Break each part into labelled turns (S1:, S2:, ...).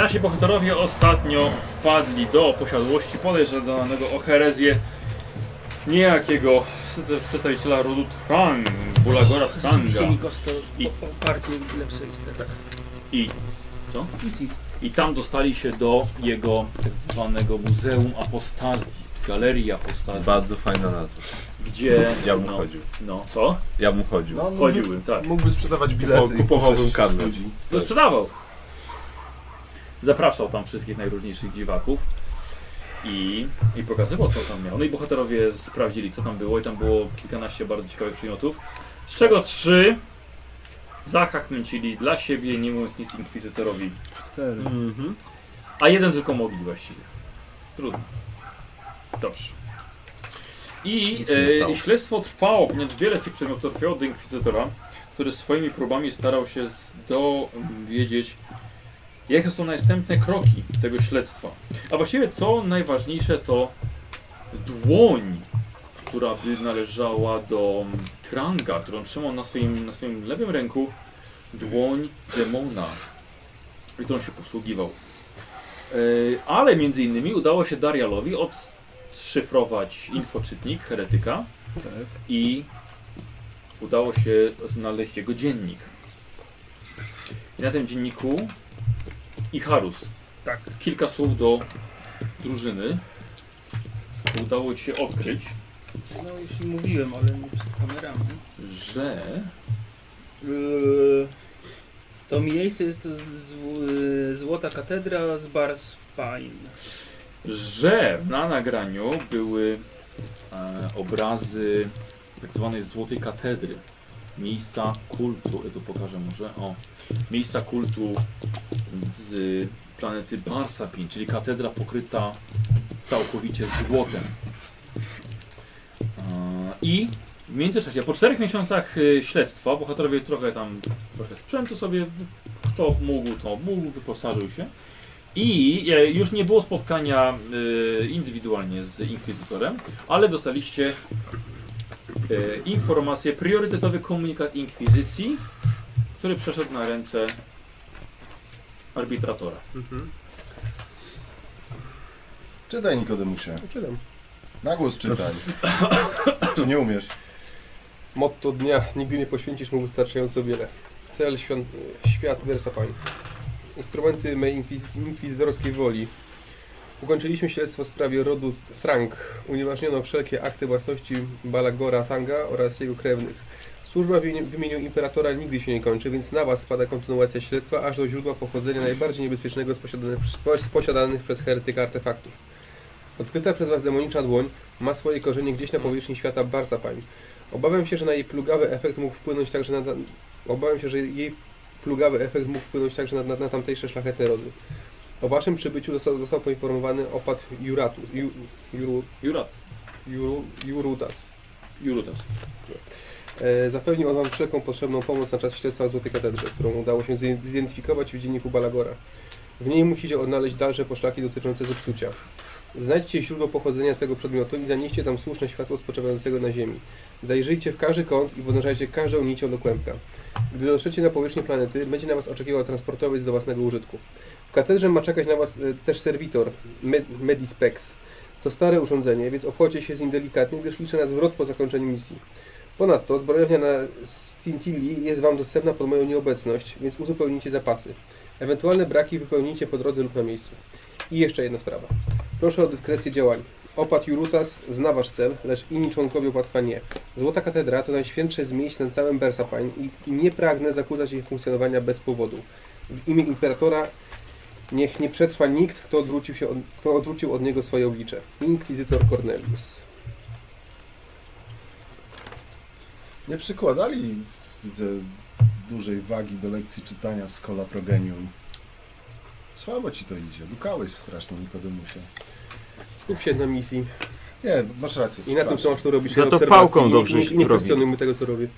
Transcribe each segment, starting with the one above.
S1: Nasi bohaterowie ostatnio wpadli do posiadłości podejrzanego o herezję niejakiego przedstawiciela rodu Trang, Bulagora Tranga.
S2: Chcieli go z to
S1: I-
S2: oparcie i lepsze jest teraz.
S1: I
S2: Nic, nic.
S1: I tam dostali się do jego tak zwanego Muzeum Apostazji, czy Galerii Apostazji,
S3: Bardzo fajna nazwa.
S1: gdzie...
S3: Ja bym
S1: no,
S3: chodził.
S1: No, co?
S3: Ja bym chodził.
S4: No, mógłby,
S1: Chodziłbym, tak.
S4: mógłby sprzedawać bilety.
S3: Kupo,
S4: i
S3: kupowałbym
S4: puszczać
S3: karnet.
S4: ludzi.
S1: To No, sprzedawał. Zapraszał tam wszystkich najróżniejszych dziwaków i, i pokazywał, co tam miał. No i bohaterowie sprawdzili, co tam było i tam było kilkanaście bardzo ciekawych przedmiotów, z czego trzy zachachmęcili dla siebie, nie mówiąc nic inkwizytorowi.
S3: Mhm.
S1: A jeden tylko mogli właściwie. Trudno. Dobrze. I,
S3: Nic się nie
S1: e,
S3: stało.
S1: I śledztwo trwało, ponieważ wiele z tych przedmiotów trafiało do inkwizytora, który swoimi próbami starał się z- dowiedzieć, jakie są następne kroki tego śledztwa. A właściwie co najważniejsze to dłoń, która by należała do Tranga, którą trzymał na swoim, na swoim lewym ręku, dłoń demona, którą się posługiwał. Yy, ale między innymi udało się Darialowi odszyfrować infoczytnik heretyka i udało się znaleźć jego dziennik. I na tym dzienniku Icharus.
S2: Tak.
S1: Kilka słów do drużyny. Udało ci się odkryć,
S2: No jeśli mówiłem, ale nie przed kamerami.
S1: że
S2: Yy, To miejsce jest z, yy, Złota Katedra z Bar Spine.
S1: że na nagraniu były e, obrazy tak zwanej Złotej Katedry. Miejsca kultu, ja tu pokażę może, o, miejsca kultu z planety Barsapin, czyli katedra pokryta całkowicie złotem. E, I w międzyczasie, po czterech miesiącach e, śledztwa, bohaterowie trochę tam, trochę sprzętu sobie, w- kto mógł, to mógł, wyposażył się. I e, już nie było spotkania e, indywidualnie z Inkwizytorem, ale dostaliście e, informację, priorytetowy komunikat Inkwizycji, który przeszedł na ręce arbitratora.
S4: Czytaj Nikodemusie.
S5: Czytam.
S4: Na głos czytaj. Czy nie umiesz?
S5: Motto dnia. Nigdy nie poświęcisz mu wystarczająco wiele. Cel świąt, świat Wersapań. Instrumenty mej inkwiz- inkwizytorskiej woli. Ukończyliśmy śledztwo w sprawie rodu Trang. Unieważniono wszelkie akty własności Balagora Tanga oraz jego krewnych. Służba w imieniu- w imieniu imperatora nigdy się nie kończy, więc na was spada kontynuacja śledztwa aż do źródła pochodzenia najbardziej niebezpiecznego z posiadanych, z posiadanych przez heretyka artefaktów. Odkryta przez was demoniczna dłoń ma swoje korzenie gdzieś na powierzchni świata Barsapań. Obawiam się, że na jej plugawy efekt mógł wpłynąć także na... Obawiam się, że jej plugawy efekt mógł wpłynąć także na, na, na tamtejsze szlachetne rody. O waszym przybyciu został, został poinformowany opat Juratu, Ju, Juru,
S1: Jura,
S5: Juru, Jurutas.
S1: Jurutas.
S5: E, zapewnił on wam wszelką potrzebną pomoc na czas śledztwa w Złotej Katedrze, którą udało się zi- zidentyfikować w dzienniku Balagora. W niej musicie odnaleźć dalsze poszlaki dotyczące zepsucia. Znajdźcie źródło pochodzenia tego przedmiotu i zanieście tam słuszne światło spoczywającego na ziemi. Zajrzyjcie w każdy kąt i podążajcie każdą nicią do kłębka. Gdy dotrzecie na powierzchnię planety, będzie na was oczekiwał transportowiec do własnego użytku. W katedrze ma czekać na was e, też serwitor, Med Medispex. To stare urządzenie, więc obchodźcie się z nim delikatnie, gdyż liczę na zwrot po zakończeniu misji. Ponadto zbrojownia na Stintilli jest Wam dostępna pod moją nieobecność, więc uzupełnijcie zapasy. Ewentualne braki wypełnijcie po drodze lub na miejscu. I jeszcze jedna sprawa. Proszę o dyskrecję działań. Opat Jurutas zna Wasz cel, lecz inni członkowie opłatstwa nie. Złota Katedra to najświętsze z miejsc na całym Bersapain i nie pragnę zakłócać jej funkcjonowania bez powodu. W imię Imperatora niech nie przetrwa nikt, kto odwrócił, się od, kto odwrócił od niego swoje oblicze. Inkwizytor Cornelius.
S4: Nie przykładali, widzę, dużej wagi do lekcji czytania w Schola Progenium. Słabo ci to idzie. Dukałeś strasznie Nikodemusie.
S5: Skup się na misji.
S4: Nie, masz rację.
S5: I na tym, co masz tu robić.
S3: Za
S5: na
S3: to
S5: obserwacji.
S3: pałką
S5: I nie-
S3: dobrze
S5: nie-
S3: się
S5: Nie
S3: robi.
S5: kwestionujmy tego, co robię.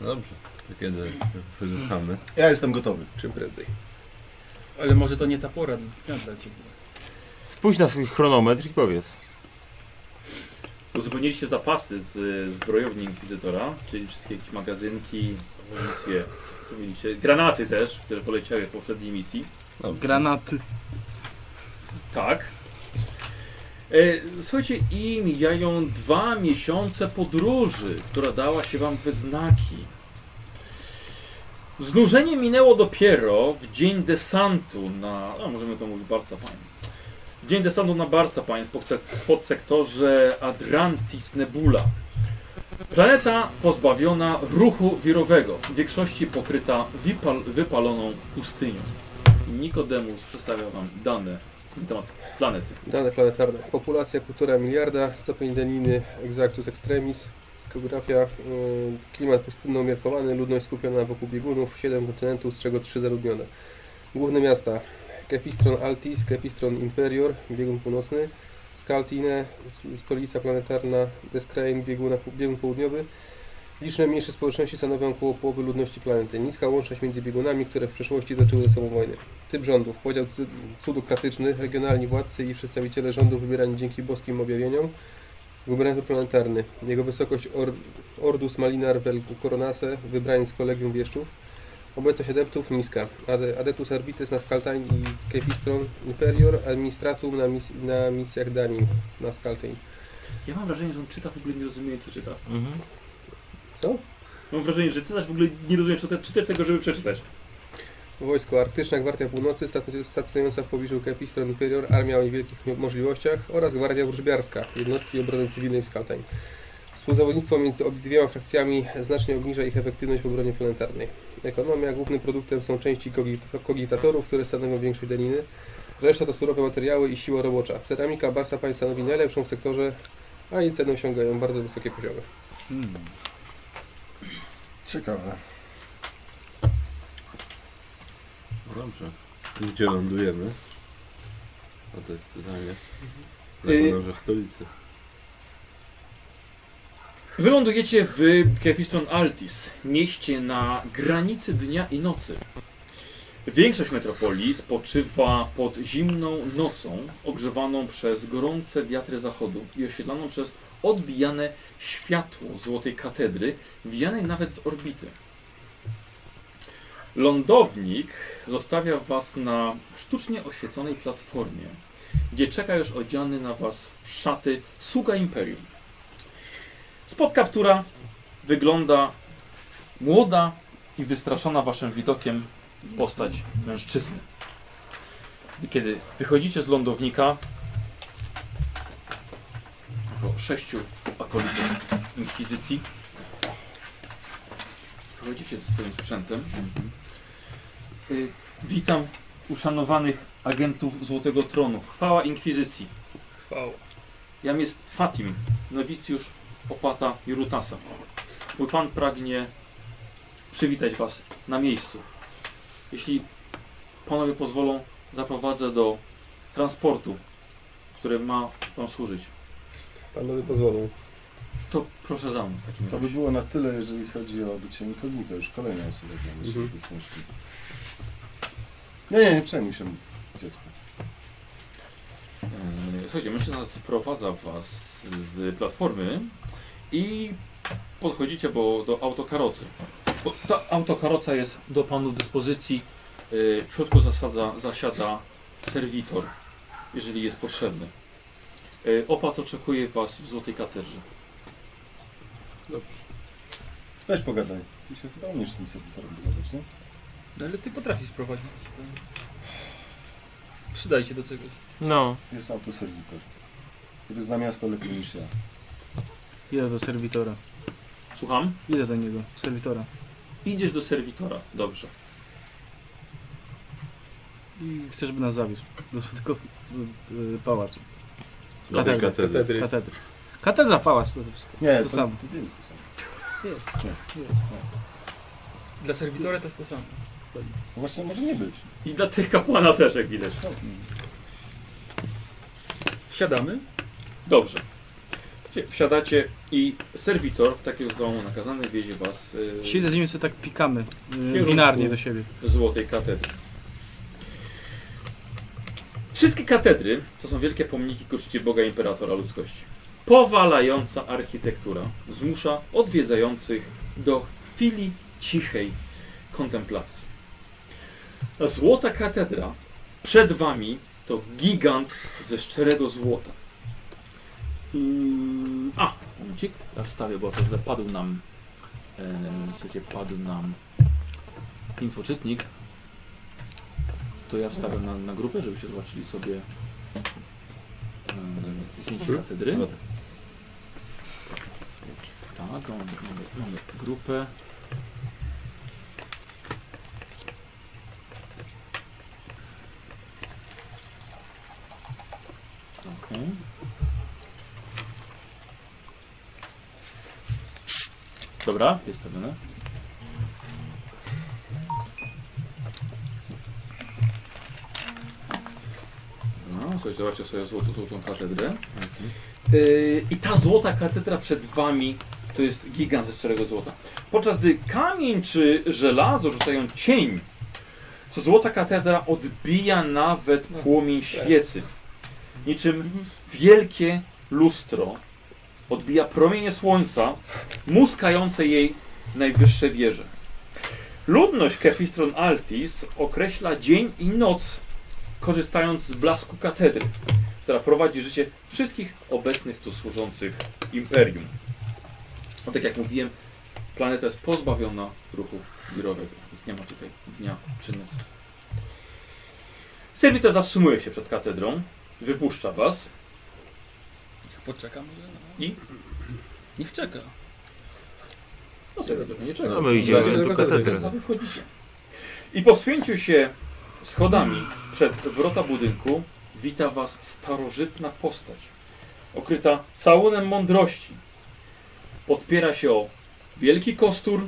S3: Dobrze. To kiedy wyruszamy?
S4: Ja jestem gotowy.
S5: Czym prędzej.
S2: Ale może to nie ta pora dnia dla ciebie.
S3: Spójrz na swój chronometr i powiedz.
S1: Uzupełniliście zapasy z zbrojowni Inkwizytora, czyli wszystkie jakieś magazynki, amunicje, tu widzicie, granaty też, które poleciały w poprzedniej misji.
S6: Granaty.
S1: Tak. E, słuchajcie, i mijają dwa miesiące podróży, która dała się wam we znaki. Znużenie minęło dopiero w dzień desantu na. A możemy to mówić Barsa Pań. W dzień desantu na Barsa Pań w podse- podsektorze Adrantis Nebula. Planeta pozbawiona ruchu wirowego, w większości pokryta wypal wypaloną pustynią. Nikodemus przedstawia wam dane na temat planety.
S5: Dane planetarne. Populacja 1,5 miliarda, stopień daniny exactus extremis, geografia, y, klimat pustynno umiarkowany, ludność skupiona wokół biegunów, 7 kontynentów, z czego 3 zaludnione. Główne miasta Kefistron Altis, Kefistron Inferior, biegun północny, Skaltine, s- stolica planetarna Deskrain, bieguna, biegun południowy. Liczne mniejsze społeczności stanowią około połowy ludności planety. Niska łączność między biegunami, które w przeszłości toczyły ze sobą wojny. Typ rządów, podział cy- cudokratyczny, regionalni władcy i przedstawiciele rządu wybierani dzięki boskim objawieniom, gubernator planetarny, jego wysokość or, Ordus Malinar Vel Coronase, wybrani z kolegium wieszczów, obecność adeptów niska, Ade, Adetus Arbites na Skaltain i Kefistron Inferior, administratum na, mis, na misjach Danin na Skaltain.
S1: Ja mam wrażenie, że on czyta w ogóle nie rozumie, co czyta.
S3: Mhm.
S5: Co?
S1: Mam wrażenie, że czytasz w ogóle nie rozumie, co te- czytasz tego, żeby przeczytać.
S5: Wojsko Arktyczne, Gwardia Północy, stac- stacjonująca w pobliżu Kepistron Inferior, Armia o niewielkich mi- możliwościach oraz Gwardia Wróżbiarska, jednostki obrony cywilnej w Skaltań. Współzawodnictwo między obydwiema frakcjami znacznie obniża ich efektywność w obronie planetarnej. Ekonomia głównym produktem są części kogit- kogitatorów, które stanowią większość daniny. Reszta to surowe materiały i siła robocza. Ceramika Barsa Pań stanowi najlepszą w sektorze, a jej ceny osiągają bardzo wysokie poziomy.
S6: Hmm.
S4: Ciekawe.
S3: No Dobrze. Gdzie lądujemy? O, to jest pytanie.
S5: Y-
S3: Zakładam, że w stolicy.
S1: Wylądujecie w Kefistron Altis, mieście na granicy dnia i nocy. Większość metropolii spoczywa pod zimną nocą, ogrzewaną przez gorące wiatry zachodu i oświetlaną przez odbijane światło złotej katedry, widzianej nawet z orbity. Lądownik zostawia Was na sztucznie oświetlonej platformie, gdzie czeka już odziany na Was w szaty sługa Imperium. Spod kaptura wygląda młoda i wystraszona waszym widokiem postać mężczyzny. Kiedy wychodzicie z lądownika, około sześciu akolitów inkwizycji, wychodzicie ze swoim sprzętem. Y, witam uszanowanych agentów Złotego Tronu. Chwała inkwizycji.
S2: Chwała.
S1: Jam jest Fatim, nowicjusz opata Jurutasa. Mój pan pragnie przywitać was na miejscu. Jeśli panowie pozwolą, zaprowadzę do transportu, który ma wam służyć.
S5: Panowie pozwolą.
S1: To proszę za mną w takim
S4: To by
S1: razie.
S4: było na tyle, jeżeli chodzi o bycie inkognito. Już kolejna osoba dla naszej
S5: Mhm.
S4: obecności. Nie, nie, nie przejmuj się dziecko.
S1: Eee, Słuchajcie, mężczyzna sprowadza was z- z platformy i podchodzicie bo, do autokarocy. Bo ta autokaroca jest do panu dyspozycji. Eee, W środku zasadza, zasiada serwitor, jeżeli jest potrzebny. Eee, Opat oczekuje was w Złotej Katedrze.
S4: Weź pogadaj. Ty się chyba umiesz z tym serwitorem dogadać, nie?
S2: No ale ty potrafisz prowadzić. Przydaj się do czegoś.
S6: No.
S4: Jest autoserwitor, który zna miasto lepiej niż ja.
S6: Idę do serwitora.
S1: Słucham?
S6: Idę do niego. Serwitora.
S1: Idziesz do serwitora. Dobrze.
S6: I chcę, żeby nas zawiózł. Do tego y, pałacu.
S3: Do tej
S6: Katedry.
S3: katedry.
S6: Katedry. Katedra, pałac to wszystko.
S4: Nie,
S6: To samo.
S4: To jest to samo.
S2: Dla serwitora to jest to samo.
S4: No właśnie może nie być.
S1: I dla tych kapłana też, jak widać.
S2: Wsiadamy.
S1: Dobrze. Słuchajcie, Wsiadacie i serwitor, tak jak zostało mu nakazane, wiezie was. eee,
S6: Siedzę z nim sobie tak pikamy. Y,
S1: Kierunku.
S6: binarnie do siebie.
S1: Złotej Katedry. Wszystkie katedry to są wielkie pomniki ku czci Boga Imperatora Ludzkości. Powalająca architektura zmusza odwiedzających do chwili cichej, kontemplacji. Ta złota katedra przed wami to gigant ze szczerego złota. Mm, A, momencik, ja wstawię, bo to źle padł nam, e, w sensie padł nam infoczytnik. To ja wstawiam na, na grupę, żebyście zobaczyli sobie e, zdjęcie
S3: Mhm.
S1: katedry. Tak, mamy, mamy, mamy grupę. Okej. Dobra, jest stawione. No, coś, zobaczcie sobie złotą, złotą katedrę. Yy, I ta złota katedra przed wami to jest gigant ze szczerego złota. Podczas gdy kamień czy żelazo rzucają cień, to złota katedra odbija nawet płomień świecy. Niczym wielkie lustro odbija promienie słońca, muskające jej najwyższe wieże. Ludność Kefistron Altis określa dzień i noc, korzystając z blasku katedry, która prowadzi życie wszystkich obecnych tu służących imperium. No tak jak mówiłem, planeta jest pozbawiona ruchu wirowego, więc nie ma tutaj dnia czy nocy. Serwitor zatrzymuje się przed katedrą, wypuszcza was.
S6: Niech poczeka może. no.
S1: I?
S6: Niech czeka.
S1: No serwitor nie czeka.
S7: No my idziemy
S5: Dlaczego
S7: do katedry.
S1: A wy wchodzicie. I po spięciu się schodami przed wrota budynku wita was starożytna postać, okryta całunem mądrości. Podpiera się o wielki kostur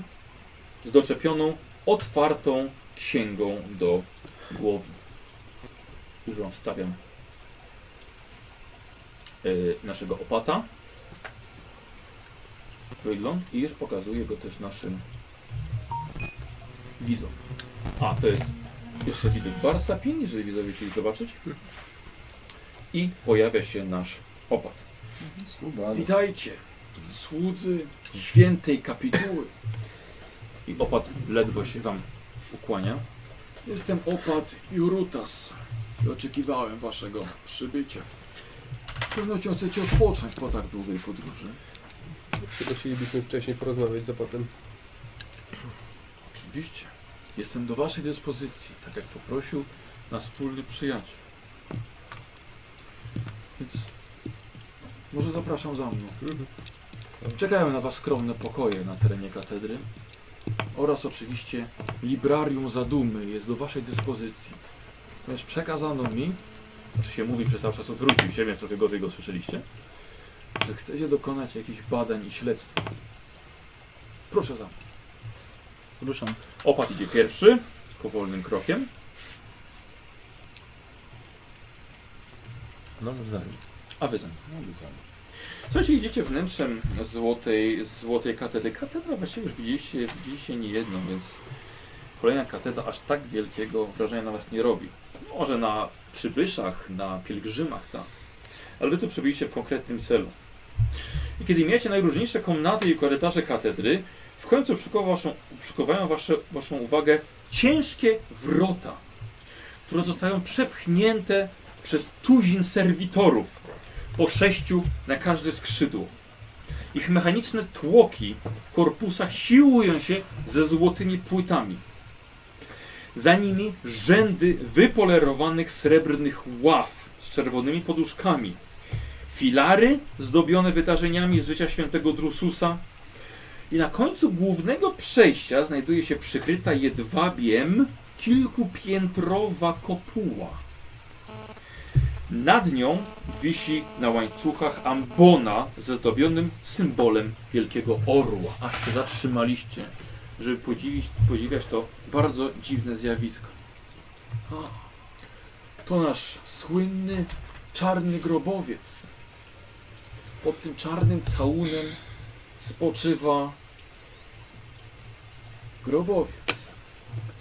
S1: z doczepioną, otwartą księgą do głowy. Już wam wstawiam yy, naszego opata. Wygląd i już pokazuję go też naszym widzą. A, to jest jeszcze widok Barsapin, jeżeli widzowie chcieli zobaczyć. I pojawia się nasz opat.
S4: Skubany.
S1: Witajcie, słudzy świętej kapituły. I opat ledwo się wam ukłania. Jestem opat Jurutas i oczekiwałem waszego przybycia. Z pewnością chcecie odpocząć po tak długiej podróży.
S5: Tylko chcielibyśmy wcześniej porozmawiać za potem.
S1: Oczywiście. Jestem do Waszej dyspozycji, tak jak poprosił nas wspólny przyjaciel. Więc może zapraszam za mną. Czekają na Was skromne pokoje na terenie katedry oraz oczywiście librarium zadumy jest do Waszej dyspozycji. Ponieważ przekazano mi, znaczy się mówi przez cały czas odwrócił się, więc trochę gorzej go słyszeliście, że chcecie dokonać jakichś badań i śledztw. Proszę za mną.
S6: Ruszam.
S1: Opat idzie pierwszy, powolnym krokiem.
S3: No, można. robić.
S1: A wy za nim. Słuchajcie, idziecie wnętrzem złotej, złotej katedry. Katedra właściwie już widzieliście, widzieliście nie jedną, więc kolejna katedra aż tak wielkiego wrażenia na was nie robi. Może na przybyszach, na pielgrzymach, tak. Ale wy tu przybyliście w konkretnym celu. I kiedy mijacie najróżniejsze komnaty i korytarze katedry, w końcu przykuwa waszą, przykuwają wasze, waszą uwagę ciężkie wrota, które zostają przepchnięte przez tuzin serwitorów po sześciu na każde skrzydło. Ich mechaniczne tłoki w korpusach siłują się ze złotymi płytami. Za nimi rzędy wypolerowanych srebrnych ław z czerwonymi poduszkami. Filary zdobione wydarzeniami z życia świętego Drususa. I na końcu głównego przejścia znajduje się przykryta jedwabiem kilkupiętrowa kopuła. Nad nią wisi na łańcuchach ambona ze zdobionym symbolem wielkiego orła. Aż się zatrzymaliście, żeby podziwić, podziwiać to bardzo dziwne zjawisko. A, to nasz słynny czarny grobowiec. Pod tym czarnym całunem spoczywa grobowiec,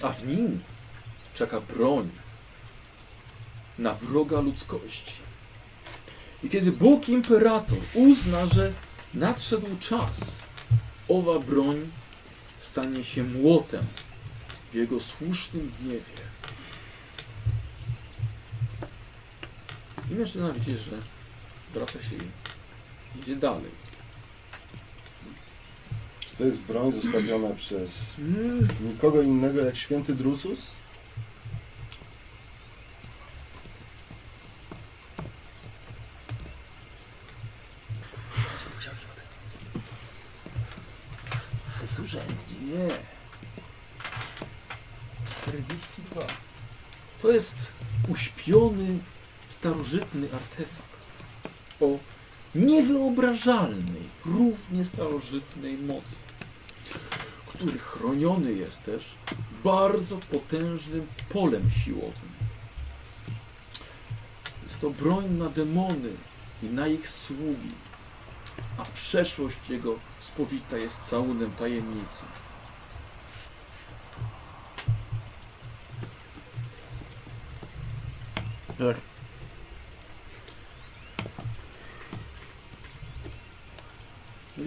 S1: a w nim czeka broń na wroga ludzkości. I kiedy Bóg imperator uzna, że nadszedł czas, owa broń stanie się młotem, w jego słusznym gniewie. I mężczyzna widzi, że wraca się i idzie dalej.
S4: Czy to jest broń zostawiona przez
S6: Mm.
S4: nikogo innego jak święty Drusus?
S1: Bez urzędzi, nie.
S2: 42.
S1: To jest uśpiony, starożytny artefakt o niewyobrażalnej, równie starożytnej mocy, który chroniony jest też bardzo potężnym polem siłowym. Jest to broń na demony i na ich sługi, a przeszłość jego spowita jest całunem tajemnicy.
S6: Tak.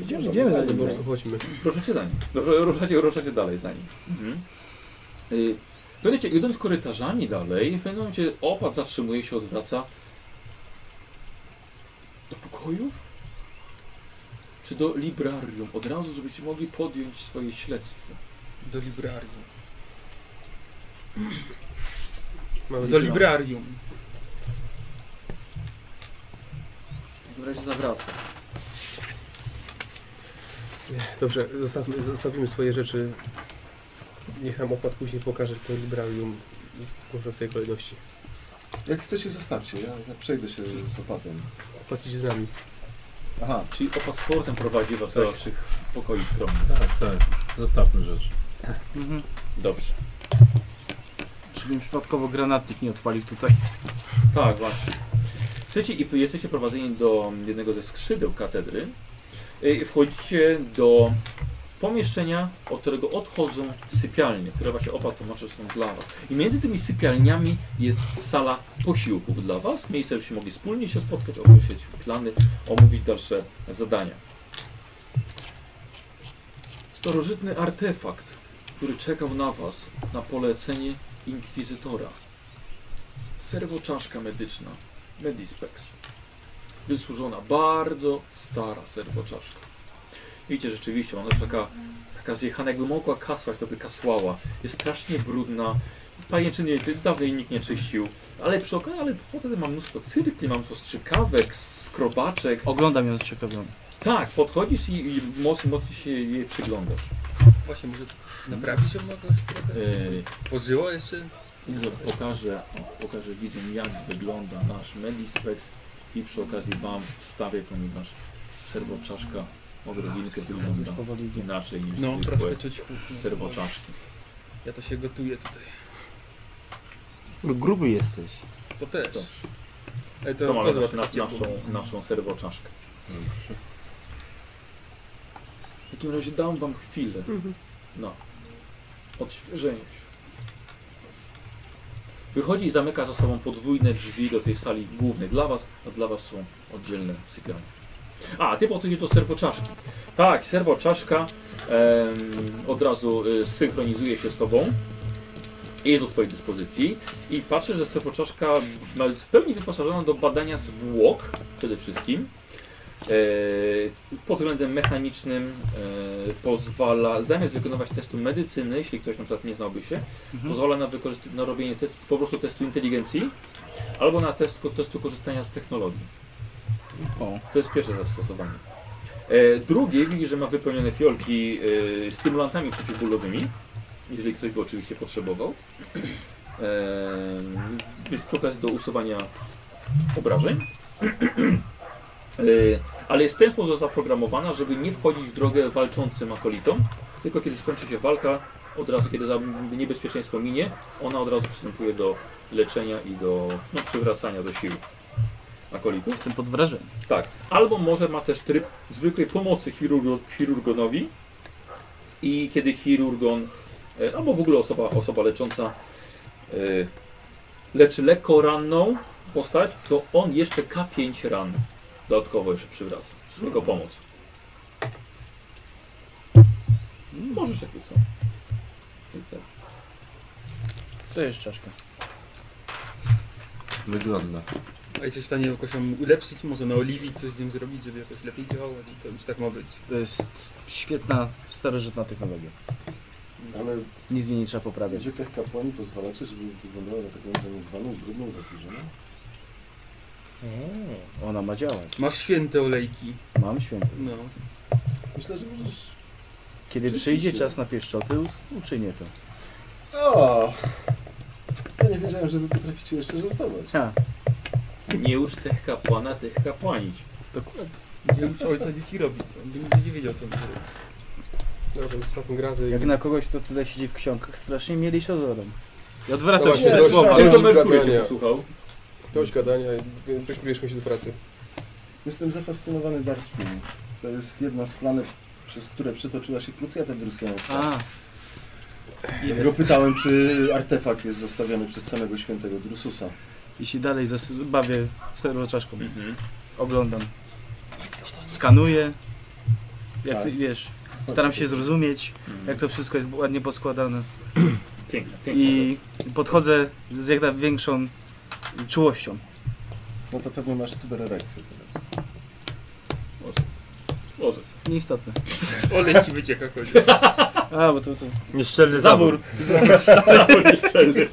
S4: Idziemy,
S6: Idziemy za
S4: za
S6: nim,
S4: nim.
S5: Po prostu chodźmy.
S1: Ruszacie za nim. Dobrze, ruszacie, ruszacie dalej za nim. Y, Będziecie idąc korytarzami dalej, w pewnym momencie opat zatrzymuje się, odwraca do pokojów? Czy do librarium? Od razu, żebyście mogli podjąć swoje śledztwo.
S2: Do librarium.
S5: Mamy
S2: Do librarium.
S1: W takim razie zawraca.
S5: Dobrze, zostawmy, zostawimy swoje rzeczy. Niech nam opłat później pokaże to librarium. Może w tej kolejności.
S4: Jak chcecie, zostawcie. Ja, ja przejdę się z opatem.
S5: Opłat idzie z nami.
S4: Aha,
S1: Czyli opat z portem prowadzi was do
S5: Tak.
S1: waszych pokoi skromnych.
S3: Tak, tak. Zostawmy rzecz.
S6: Mhm.
S1: Dobrze.
S6: Żebym przypadkowo granatnik nie odpalił tutaj.
S1: Tak, właśnie. Słuchajcie, i jesteście prowadzeni do jednego ze skrzydeł katedry. Y, Wchodzicie do pomieszczenia, od którego odchodzą sypialnie, które właśnie opat tłumaczy są dla was. I między tymi sypialniami jest sala posiłków dla was, miejsce, żebyście mogli wspólnie się spotkać, omówić plany, omówić dalsze zadania. Starożytny artefakt, który czekał na was na polecenie inkwizytora. Serwoczaszka medyczna Medispex. Wysłużona, bardzo stara serwoczaszka. Widzicie, rzeczywiście ona jest taka, taka zjechana, jakby mogła kasłać, to by kasłała. Jest strasznie brudna. Pajęczyny jej- dawno jej nikt nie czyścił. Ale przy okazji, ale potem mam mnóstwo cyrkli, mam mnóstwo strzykawek, skrobaczek.
S6: Oglądam ją zaciekawiony.
S1: Tak, podchodzisz i, i mocno, mocno się jej przyglądasz.
S2: Właśnie może naprawić ją jakoś trochę?
S1: Yy,
S2: Pożyło jeszcze?
S1: Nie, dobra, pokażę, o, pokażę widzę jak wygląda nasz Medispex i przy okazji Wam wstawię, ponieważ serwoczaszka odrobinkę wygląda
S6: Powoli idzie.
S1: inaczej niż
S2: No,
S1: zwykłe
S2: trochę czuć kuchnię.
S1: serwoczaszki.
S2: Ja to się gotuję tutaj.
S6: Gruby jesteś.
S2: To też.
S1: Dobrze,
S2: Ale
S1: E, to mamy
S2: kozła
S1: nasz, na,
S2: tak ciepło.
S1: naszą, naszą serwoczaszkę.
S3: Dobrze.
S1: W takim razie dam Wam chwilę na odświeżenie się. Wychodzi i zamyka za sobą podwójne drzwi do tej sali głównej dla Was, a dla Was są oddzielne sypialnie. A, Ty podchodzisz do serwoczaszki. Tak, serwoczaszka em, od razu y, synchronizuje się z Tobą. Jest do Twojej dyspozycji i patrzę, że serwoczaszka ma- jest w pełni wyposażona do badania zwłok przede wszystkim. E, pod względem mechanicznym e, pozwala, zamiast wykonywać testu medycyny, jeśli ktoś na przykład nie znałby się,
S6: Mhm.
S1: pozwala na, wykorzysty- na robienie test, po prostu testu inteligencji albo na test, testu korzystania z technologii.
S6: O.
S1: To jest pierwsze zastosowanie. E, drugie, widzi, że ma wypełnione fiolki e, stymulantami przeciwbólowymi, jeżeli ktoś by oczywiście potrzebował. E, jest przy okazji do usuwania obrażeń. E, ale jest w ten sposób zaprogramowana, żeby nie wchodzić w drogę walczącym akolitom, tylko kiedy skończy się walka, od razu, kiedy za niebezpieczeństwo minie, ona od razu przystępuje do leczenia i do no, przywracania do sił akolitów.
S6: Jestem pod wrażeniem.
S1: Tak. Albo może ma też tryb zwykłej pomocy chirurgo, chirurgonowi i kiedy chirurgon, e, albo w ogóle osoba, osoba lecząca e, leczy lekko ranną postać, to on jeszcze K5 ran dodatkowo jeszcze przywraca. Jego pomoc. Możesz jakby co. Więc tak.
S6: To jest czaszka.
S3: Wygląda.
S2: A jesteś w stanie jakoś ją ulepszyć, może naoliwić, coś z nim zrobić, żeby jakoś lepiej działało? Czy to już tak ma być?
S6: To jest świetna, starożytna technologia.
S4: Ale
S6: Nic w niej nie trzeba poprawiać.
S4: wiekach kapłani pozwalacie, żeby wyglądała na taką zaniedbaną, brudną, zakurzoną?
S6: Ona ma działać.
S2: Masz święte olejki.
S6: Mam święty.
S2: No.
S4: Myślę, że możesz...
S6: Kiedy przyjdzie czas na pieszczoty, uczynię to.
S4: O! Ja nie wiedziałem, że wy potraficie jeszcze żartować.
S6: Ha,
S1: Nie ucz tych kapłana, tych kapłanić.
S6: dokładnie.
S2: Nie ucz ojca dzieci robić. On by nie wiedział, co on robi.
S5: Dobrze, zostawmy graty.
S6: Jak
S5: i-
S6: na kogoś, kto tutaj siedzi w książkach, strasznie mieli szodorem. I
S5: No
S6: odwracam
S5: właśnie,
S6: się do
S5: dość-
S6: słowa.
S5: dość-
S1: Ale to
S5: Dość
S1: Merkury cię
S5: gadania,
S1: posłuchał.
S5: dość gadania i y, przyspieszmy się do pracy.
S4: Jestem zafascynowany Darspin. To jest jedna z planet, przez które przetoczyła się krucjata drusiańska.
S6: A,
S4: Dlatego pytałem, czy artefakt jest zostawiony przez samego świętego Drususa.
S6: i się dalej zas- bawię serwo czaszką.
S1: Mhm.
S6: Oglądam. Skanuję. Jak
S4: Tak.
S6: ty, wiesz, staram się zrozumieć, jak to wszystko jest ładnie poskładane.
S1: Piękne, piękne.
S6: I podchodzę z jak największą czułością.
S4: No to pewnie masz cybererekcję teraz.
S1: Może. Może.
S6: Nieistotne.
S2: Olej ci wycieka kogoś.
S6: A, bo to... to...
S3: Nieszczelny
S1: Zawór. Zawór nieszczelny.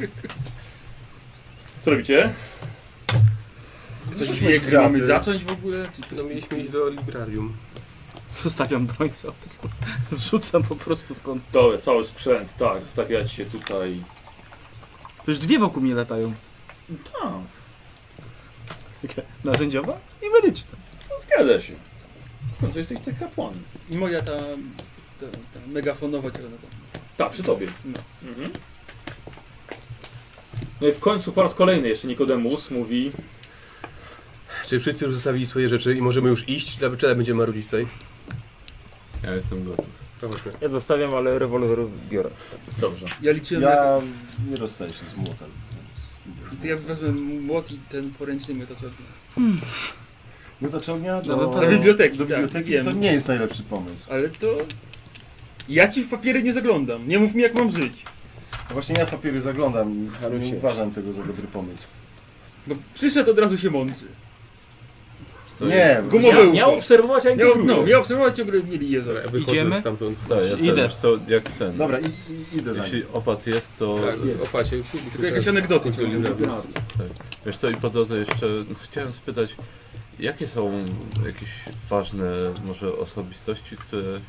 S1: Co robicie?
S2: Ktoś wie, gdzie mamy zacząć w ogóle? Czy coś
S5: No mieliśmy iść do librarium.
S6: Zostawiam broń sobie. Zrzucam po prostu w kąt.
S1: To, cały sprzęt, tak, wstawiacie się tutaj.
S6: Już dwie wokół mnie latają.
S1: Tak,
S6: Taka Narzędziowa i medyczna.
S1: zgadza się. W końcu jesteś tych kapłanem.
S2: I moja ta, ta, ta megafonowa cię
S1: Tak, przy tobie.
S2: No.
S1: Mhm. No i w końcu po raz kolejny jeszcze Nikodemus mówi
S7: Czy wszyscy już zostawili swoje rzeczy i możemy już iść? Czy dalej będziemy marudzić tutaj?
S3: Ja jestem gotów.
S7: To chodźmy.
S8: Ja zostawiam, ale rewolwerów biorę.
S1: dobrze.
S2: Ja liczyłem na...
S4: Ja nie rozstaję się z młotem,
S2: I
S4: więc...
S2: to ja wezmę młot i ten poręczny miotacz ognia.
S4: Miotacz ognia do,
S6: Nawet
S2: No, Do biblioteki,
S4: do biblioteki
S2: tak,
S4: to
S2: wiem.
S4: nie jest najlepszy pomysł.
S2: Ale to... Ja ci w papiery nie zaglądam. Nie mów mi, jak mam żyć.
S4: No właśnie ja w papiery zaglądam, ale nie
S8: Rusie.
S4: uważam tego za dobry pomysł.
S2: No przyszedł od razu się mądrzy.
S4: Nie, bo-
S2: Gumowe
S1: Mia, miał
S2: ucho.
S1: obserwować, a nie
S2: Miał, no,
S1: miał...
S2: miał obserwować ogóle mieli jezor.
S7: Dobra, ja wychodzę
S6: Idziemy?
S7: stamtąd.
S3: No, ja
S6: Idę.
S3: Ten, co, jak ten.
S4: Dobra, i, i, idę za nim.
S3: Jeśli opat jest, to...
S7: Tak, opacie.
S2: Tylko jakieś anegdoty ciągle.
S3: Wiesz co, i po drodze jeszcze chciałem spytać, jakie są jakieś ważne może osobistości, które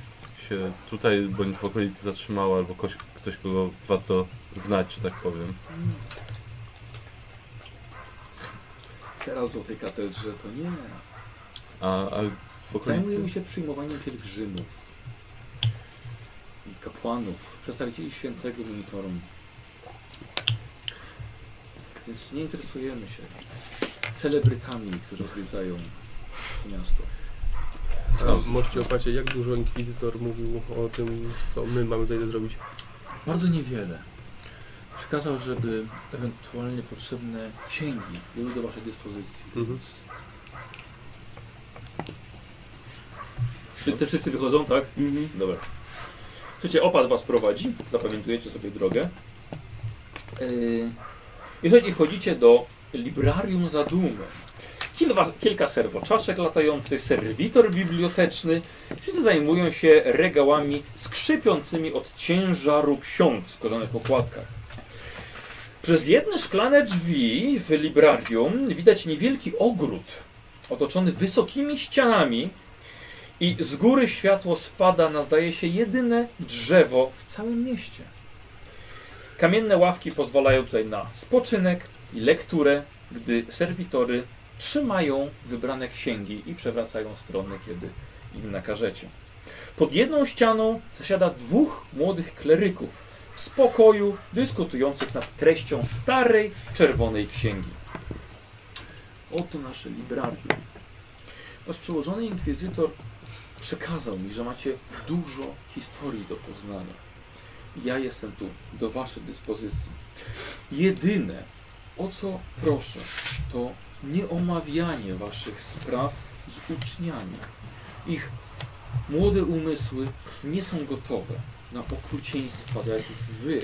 S3: się tutaj bądź w okolicy zatrzymały, albo ktoś, ktoś kogo warto znać, że tak powiem.
S1: Teraz o tej katedrze to nie.
S3: A, a w okolicy...
S1: Zajmujemy się przyjmowaniem pielgrzymów i kapłanów, przedstawicieli świętego monitorum. Więc nie interesujemy się celebrytami, którzy odwiedzają to miasto.
S7: A mości opacie, jak dużo inkwizytor mówił o tym, co my mamy tutaj zrobić?
S1: Bardzo niewiele. Przekazał, żeby ewentualnie potrzebne księgi były do Waszej dyspozycji.
S7: Mhm.
S1: Czy te wszyscy wychodzą, tak?
S2: Mhm.
S1: Dobra. Słuchajcie, opad was prowadzi, zapamiętujecie sobie drogę. Yy, I słuchajcie, wchodzicie do Librarium za dumę. Kilka, kilka serwoczaszek latających, serwitor biblioteczny. Wszyscy zajmują się regałami skrzypiącymi od ciężaru ksiąg w składanych okładkach. Przez jedne szklane drzwi w librarium widać niewielki ogród otoczony wysokimi ścianami i z góry światło spada na, zdaje się, jedyne drzewo w całym mieście. Kamienne ławki pozwalają tutaj na spoczynek i lekturę, gdy serwitory trzymają wybrane księgi i przewracają strony, kiedy im nakażecie. Pod jedną ścianą zasiada dwóch młodych kleryków w spokoju dyskutujących nad treścią starej, czerwonej księgi. Oto nasze librarium. Wasz przełożony inkwizytor przekazał mi, że macie dużo historii do poznania. Ja jestem tu, do Waszej dyspozycji. Jedyne, o co proszę, to nie omawianie Waszych spraw z uczniami. Ich młode umysły nie są gotowe. na okrucieństwa, do jakich wy,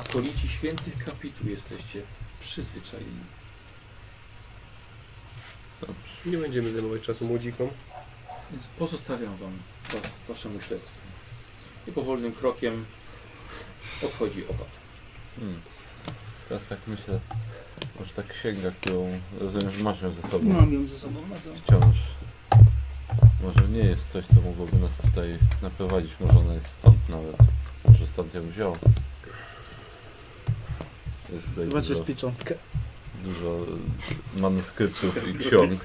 S1: akolici świętych kapitu, jesteście przyzwyczajeni.
S7: Nie będziemy zajmować czasu młodzikom.
S1: Więc pozostawiam wam was, waszemu śledztwu. I powolnym krokiem odchodzi opat.
S3: Hmm. Teraz tak myślę, może ta księga, którą rozumiem, że masz ją ze sobą
S2: No.
S6: Mam ją ze sobą, no bardzo.
S3: wciąż. Może nie jest coś, co mogłoby nas tutaj naprowadzić, może ona jest stąd nawet. Może stąd ją wziął. Jest tutaj
S6: Zobaczysz
S3: dużo,
S6: pieczątkę.
S3: dużo e, manuskryptów i ksiąg.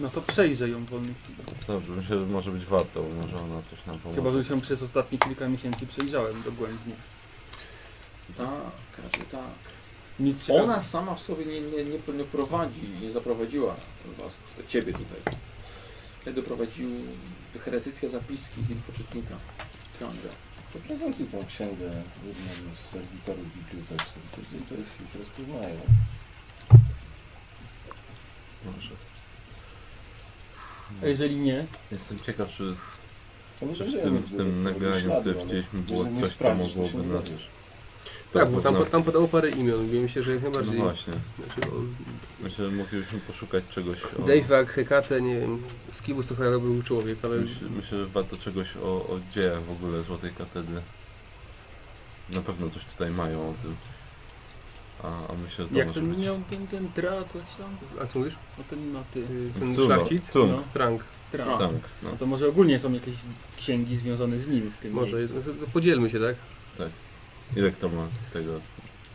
S6: No to przejrzę ją w wolnej chwili.
S3: Dobrze, myślę, że może być warto, bo może ona coś nam pomoże.
S6: Chyba, że się przez ostatnie kilka miesięcy przejrzałem dogłębnie.
S1: Tak, raczej tak.
S6: Nic ciekawego.
S1: Ona sama w sobie nie, nie, nie, nie prowadzi, nie zaprowadziła was, tutaj, ciebie tutaj. Ja doprowadził te heretyckie zapiski z infoczytnika. Krąga.
S4: Zaprezentuj tą księgę jednemu z serwitorów bibliotecznych. Później to jest ich rozpoznają.
S3: Może.
S6: A jeżeli nie,
S3: Jestem ciekaw, czy,
S4: No To
S3: czy
S4: nie
S3: w
S4: będziemy
S3: tym, w
S4: dodatkowo
S3: tym nagraniu,
S4: śladu,
S3: które
S4: ale
S3: widzieliśmy, było
S4: jeżeli nie
S3: coś, co
S4: sprawdzisz, to się
S3: mogłoby
S4: nie
S3: nas...
S4: dowiesz.
S7: Tak, bo tam,
S3: na-
S7: tam podało parę imion. Wiem się, że jak
S3: No
S7: najbardziej.
S3: właśnie.
S7: Znaczy, no. o,
S3: Myślę, że moglibyśmy poszukać czegoś o...
S7: Dave'ak, Hekate, nie wiem, z kim to był człowiek, ale
S3: Myślę, myślę, że warto czegoś o, o dziełach w ogóle Złotej Katedry. Na pewno coś tutaj mają o tym. A, a myślę, że to
S6: jak
S3: może
S6: ten
S3: być...
S6: minion, ten, ten tra, to tam,
S7: a co mówisz?
S6: no ten no ty,
S7: Y, Ten
S3: Trungo,
S7: szlachcic?
S3: Trung,
S6: no,
S7: Trank.
S6: tra.
S3: Tank, no.
S6: No to może ogólnie są jakieś księgi związane z nim w tym
S7: Może, jest,
S6: miejscu.
S7: no to podzielmy się, tak?
S3: Ile kto ma tego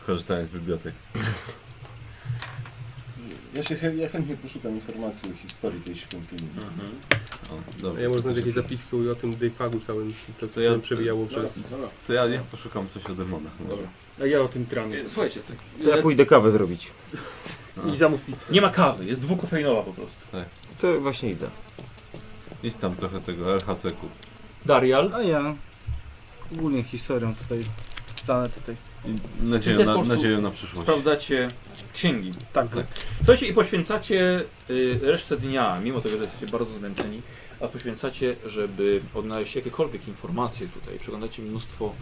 S3: korzystania z bibliotek?
S4: Ja się chę- ja chętnie poszukam informacji o historii tej świątyni.
S8: Mhm.
S3: O,
S7: A
S3: dobra.
S7: ja może znaleźć jakieś zapiski o tym Dave'agu całym, to co
S3: To ja-
S7: się przewijało przez...
S1: Dobra,
S3: To ja niech poszukam coś o demonach. może.
S1: dobra.
S6: A ja o tym tramie.
S1: E, Słuchajcie, tak,
S8: To ja
S1: e,
S8: pójdę kawę zrobić.
S3: No.
S6: I zamów pizzę.
S1: nie ma kawy, jest dwukofeinowa po prostu.
S8: To właśnie idę.
S3: Idź tam trochę tego LHC-ku.
S1: Darial,
S6: A No ja ogólnie historią tutaj, planety tej.
S3: I
S1: Czyli
S3: nadzieję
S1: też
S3: na,
S1: po prostu
S3: nadzieję na przyszłość.
S1: sprawdzacie księgi.
S6: Tak,
S3: Tak.
S1: Słuchajcie, i poświęcacie y, resztę dnia, mimo tego, że jesteście bardzo zmęczeni, a poświęcacie, żeby odnaleźć jakiekolwiek informacje tutaj. Przeglądacie mnóstwo,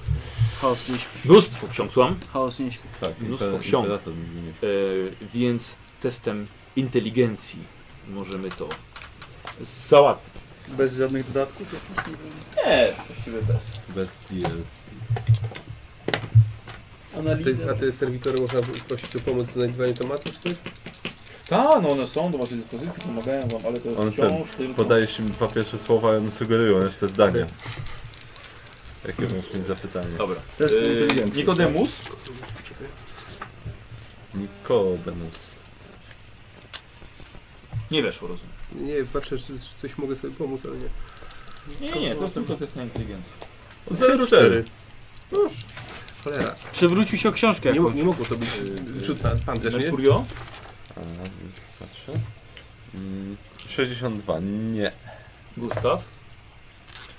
S6: Chaos nie śpi.
S1: mnóstwo ksiąg, słucham,
S6: Chaos nie śpi.
S3: Tak,
S1: mnóstwo
S3: impera-
S1: ksiąg.
S3: imperator nigdy nie-
S1: y, więc testem inteligencji możemy to załatwić.
S6: Bez żadnych dodatków? jakoś, nie wiem.
S1: Nie, właściwie bez.
S3: Bez DLC.
S7: To jest,
S6: Analiza.
S7: a te serwitory można prosić o pomoc w znajdywaniu tematów, czy coś?
S1: Tak, no one są do waszej dyspozycji, pomagają wam, ale to jest
S3: On
S1: wciąż
S3: ten
S1: tylko...
S3: Podajesz im dwa pierwsze słowa, a one sugerują jeszcze zdanie. Jakie możesz mieć zapytanie?
S1: Dobra.
S4: Test
S1: Y,
S4: inteligencji.
S1: Nikodemus,
S3: Nikodemus.
S1: nie weszło, rozumiem.
S7: Nie, patrzę, czy, czy coś mogę sobie pomóc, ale nie.
S1: Nie, nie, to jest tylko test na inteligencję.
S3: 04.
S7: Cholera.
S6: Przewrócił się o książkę.
S7: Nie, mo-
S6: jakąś.
S7: nie mogło to być
S1: Yy,
S7: rzut tak. Y, na pancerz, nie?
S1: Mercurio?
S3: A, już patrzę. Mm, 62. Nie.
S1: Gustaw?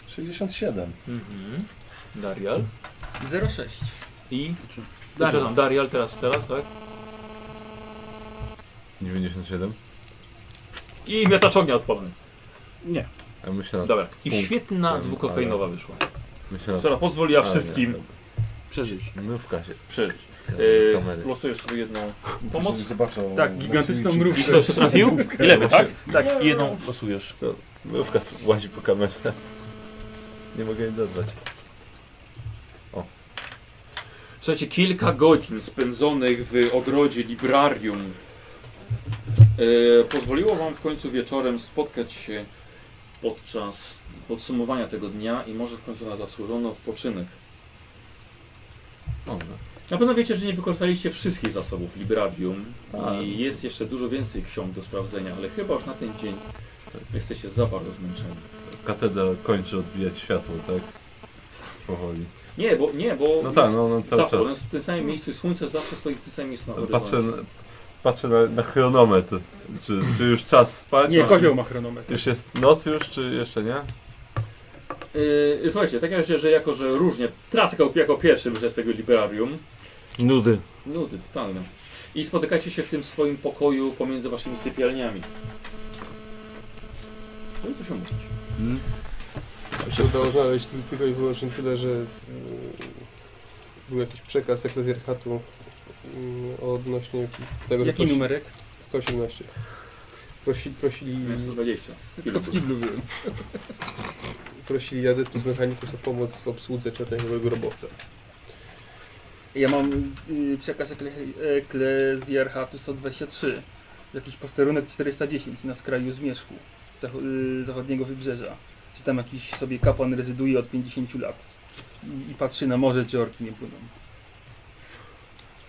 S4: 67.
S1: Mhm. Darial?
S2: 06.
S1: I... Przepraszam, Darial teraz, teraz, tak?
S3: 97.
S1: I miotacz ognia odpalony.
S6: Nie.
S3: A myślę na,
S1: Dobra. I
S3: Punkt.
S1: świetna
S3: Ten,
S1: dwukofeinowa wyszła,
S3: myślę na...
S1: która pozwoliła
S3: A, nie,
S1: wszystkim
S6: Przeżyć.
S3: dobra. Mrówka się.
S1: przeżyć.
S3: Skala
S1: Yy,
S3: kamery.
S1: losujesz sobie jedną pomoc.
S4: Zobaczą
S6: Tak, gigantyczną
S4: na
S6: mrówkę.
S1: I kto się trafił? I lewy, tak?
S6: Tak,
S1: I jedną losujesz.
S3: Mrówka tu łazi po kamerze. Nie mogę jej dodać.
S1: Słuchajcie, kilka godzin spędzonych w ogrodzie Librarium e, pozwoliło Wam w końcu wieczorem spotkać się podczas podsumowania tego dnia i może w końcu na zasłużony odpoczynek.
S3: Dobra.
S1: Na pewno wiecie, że nie wykorzystaliście wszystkich zasobów Librarium
S3: Tak.
S1: i jest jeszcze dużo więcej ksiąg do sprawdzenia, ale chyba już na ten dzień jesteście za bardzo zmęczeni.
S3: Katedra kończy odbijać światło, tak? Powoli.
S1: Nie, bo nie, bo
S3: No tak, no, no
S1: cały
S3: cały
S1: zawsze,
S3: czas.
S1: czas. w tym samym miejscu słońce zawsze stoi w tym samym miejscu na horyzoncie.
S3: Patrzę, na, patrzę na, na chronometr. Czy, czy już czas spać?
S6: Nie,
S3: Czy-
S6: kozioł ma chronometr.
S3: Już jest noc już, czy jeszcze nie?
S1: Yy, słuchajcie, w takim razie, że jako, że różnie, teraz jako, jako pierwszy wyszedł z tego liberarium,
S8: Nudy.
S1: nudy totalne, i spotykacie się w tym swoim pokoju pomiędzy waszymi sypialniami. No i co się mówić?
S5: Mi się udało znaleźć tyl- tylko i wyłącznie tyle, że mm, był jakiś przekaz eklezjarchatu mm, odnośnie tego, że
S2: Jaki
S5: prosi-
S2: numerek?
S5: 118. Prosi, prosili,
S1: Miałem 120.
S5: Tylko w kiblu byłem. prosili adeptus mechanicus o pomoc w obsłudze czarnego grobowca.
S2: Ja mam y, przekaz ekle- Eklezjarchatu 123. Jakiś posterunek 410 na skraju zmierzchu zacho- y, zachodniego wybrzeża. Czy tam jakiś sobie kapłan rezyduje od 50 lat i, i patrzy na morze, czy orki nie płyną.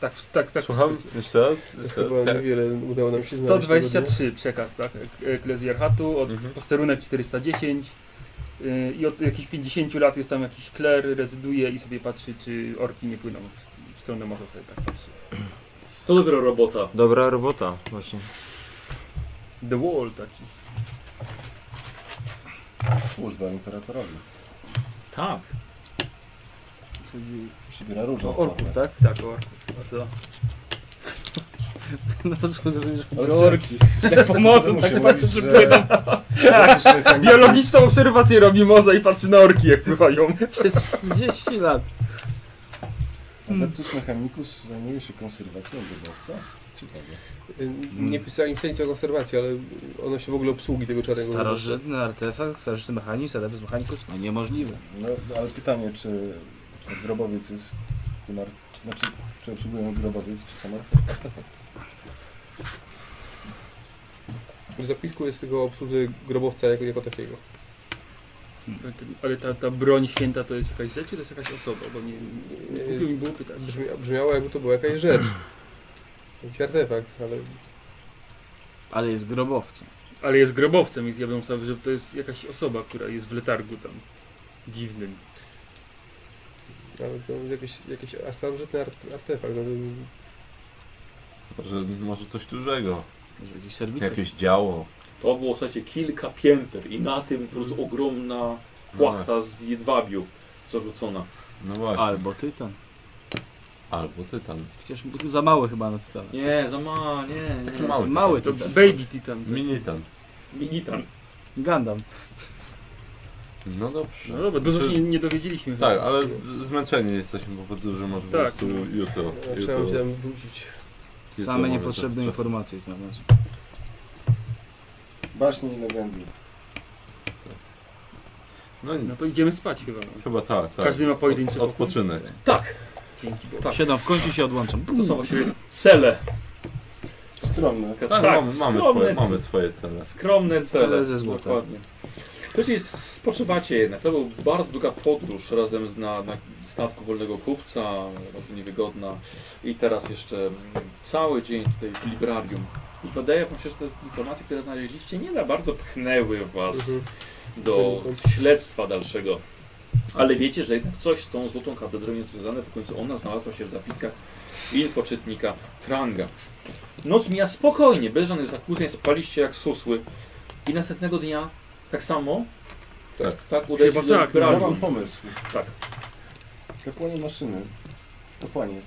S2: Tak, w- tak, tak. w
S3: Słucham?
S2: skrócie.
S3: Jeszcze raz?
S5: To
S3: Jeszcze raz.
S5: chyba niewiele udało nam się znaleźć. tego dnia.
S2: 123 przekaz, tak? ek- Eklezjarchatu od
S3: Mhm.
S2: posterunek 410 y, i od jakichś 50 lat jest tam jakiś kler, rezyduje i sobie patrzy, czy orki nie płyną w, w stronę morza, sobie tak patrzy.
S1: To dopiero robota.
S8: Dobra robota, właśnie.
S2: The Wall taki.
S4: Służba imperatorowi.
S1: Tak.
S2: Chodzi
S4: Przybiera różne
S2: o orków,
S4: formę.
S2: tak? Tak, o orków. A co?
S6: No, że-
S4: Ale co-
S2: Tak po morzu,
S4: Muszę
S2: tak patrzy,
S4: mówić,
S2: że
S4: że-
S2: płyną.
S4: Jakieś mechanizmy-
S2: Biologiczną obserwację robi morza i patrzy na orki, jak pływają.
S6: że 10 lat.
S4: Adeptus mechanicus zajmuje się konserwacją grobowca? Ciekawe.
S5: Y, Nie pisali w sensie o konserwacji, ale ono się w ogóle obsługi tego czarnego grobowca.
S6: Starożytny artefakt, starożytny mechanizm, adeptus mechanicus, no niemożliwe.
S4: No, ale pytanie, czy grobowiec jest tym ar... Znaczy, czy obsługują grobowiec, czy sam artefakt?
S5: W zapisku jest tylko o obsłudze grobowca jako, jako takiego.
S2: Hmm. Ale ta, ta broń święta to jest jakaś rzecz, czy to jest jakaś osoba? Bo nie,
S5: Y,
S2: nie głupio mi było pytać.
S5: Brzmia, brzmiało jakby to była jakaś rzecz. Jakiś artefakt, ale
S6: Ale jest grobowcem.
S2: Ale jest grobowcem, więc ja bym sobie, że to jest jakaś osoba, która jest w letargu tam. Dziwnym.
S5: Ale to jakiś, jakiś starożytny art, artefakt. No, to-
S3: Może, może coś dużego.
S6: Może jakiś serwitor.
S3: Jakieś działo.
S1: To było, słuchajcie, kilka pięter i na tym po prostu ogromna płachta z jedwabiu zarzucona.
S3: No właśnie.
S6: Albo tytan.
S3: Albo tytan.
S6: Chociaż był za mały chyba na tytana.
S1: Nie, za ma, nie,
S3: Taki
S1: nie.
S3: mały.
S6: Mały
S2: To
S6: tytan.
S2: Baby Titan. tak.
S3: Minitan.
S1: Minitan.
S6: Gundam.
S3: No dobrze.
S2: No dobra, dużo
S3: Czy-
S2: się nie, nie dowiedzieliśmy. chyba.
S3: Tak, ale z- zmęczeni jesteśmy po prostu, że może
S2: Tak.
S3: po prostu jutro.
S5: Trzeba się
S3: jutro.
S5: tam wrócić.
S3: Nie, to
S6: Same
S3: mamy to-
S6: niepotrzebne informacje znalazłem.
S4: Baśni i legendy.
S3: No nic.
S2: No to idziemy spać chyba. no.
S3: Chyba tak, tak.
S2: Każdy ma pojedynczy
S3: Od-
S2: pokój.
S3: Odpoczynek.
S1: Tak,
S2: Dzięki Bogu.
S6: Siadam w kącie i się odłączam.
S1: To są właściwie cele.
S4: Stronne.
S1: Tak,
S3: Tak, mamy, mamy, swoje,
S1: skromne,
S3: mamy swoje cele.
S1: skromne cele.
S6: Cele ze złota.
S1: Dokładnie. To jest, spoczywacie jednak. To była bardzo długa podróż razem z na, na statku wolnego kupca, bardzo niewygodna. I teraz jeszcze mm, cały dzień tutaj w librarium. I wydaje wam się, że te informacje, które znaleźliście, nie za bardzo pchnęły was
S5: Mhm.
S1: do śledztwa dalszego. Ale wiecie, że jednak coś z tą złotą katedrą jest związane, w końcu ona znalazła się w zapiskach infoczytnika Tranga. Noc mija spokojnie, bez żadnych zakłóceń, spaliście jak susły. I następnego dnia tak samo?
S3: Tak.
S1: Tak, udaje się
S2: Chyba
S1: do
S2: tak,
S4: Ja
S1: librarium.
S4: mam pomysł.
S1: Tak.
S4: Kapłanie maszyny. Kapłanie.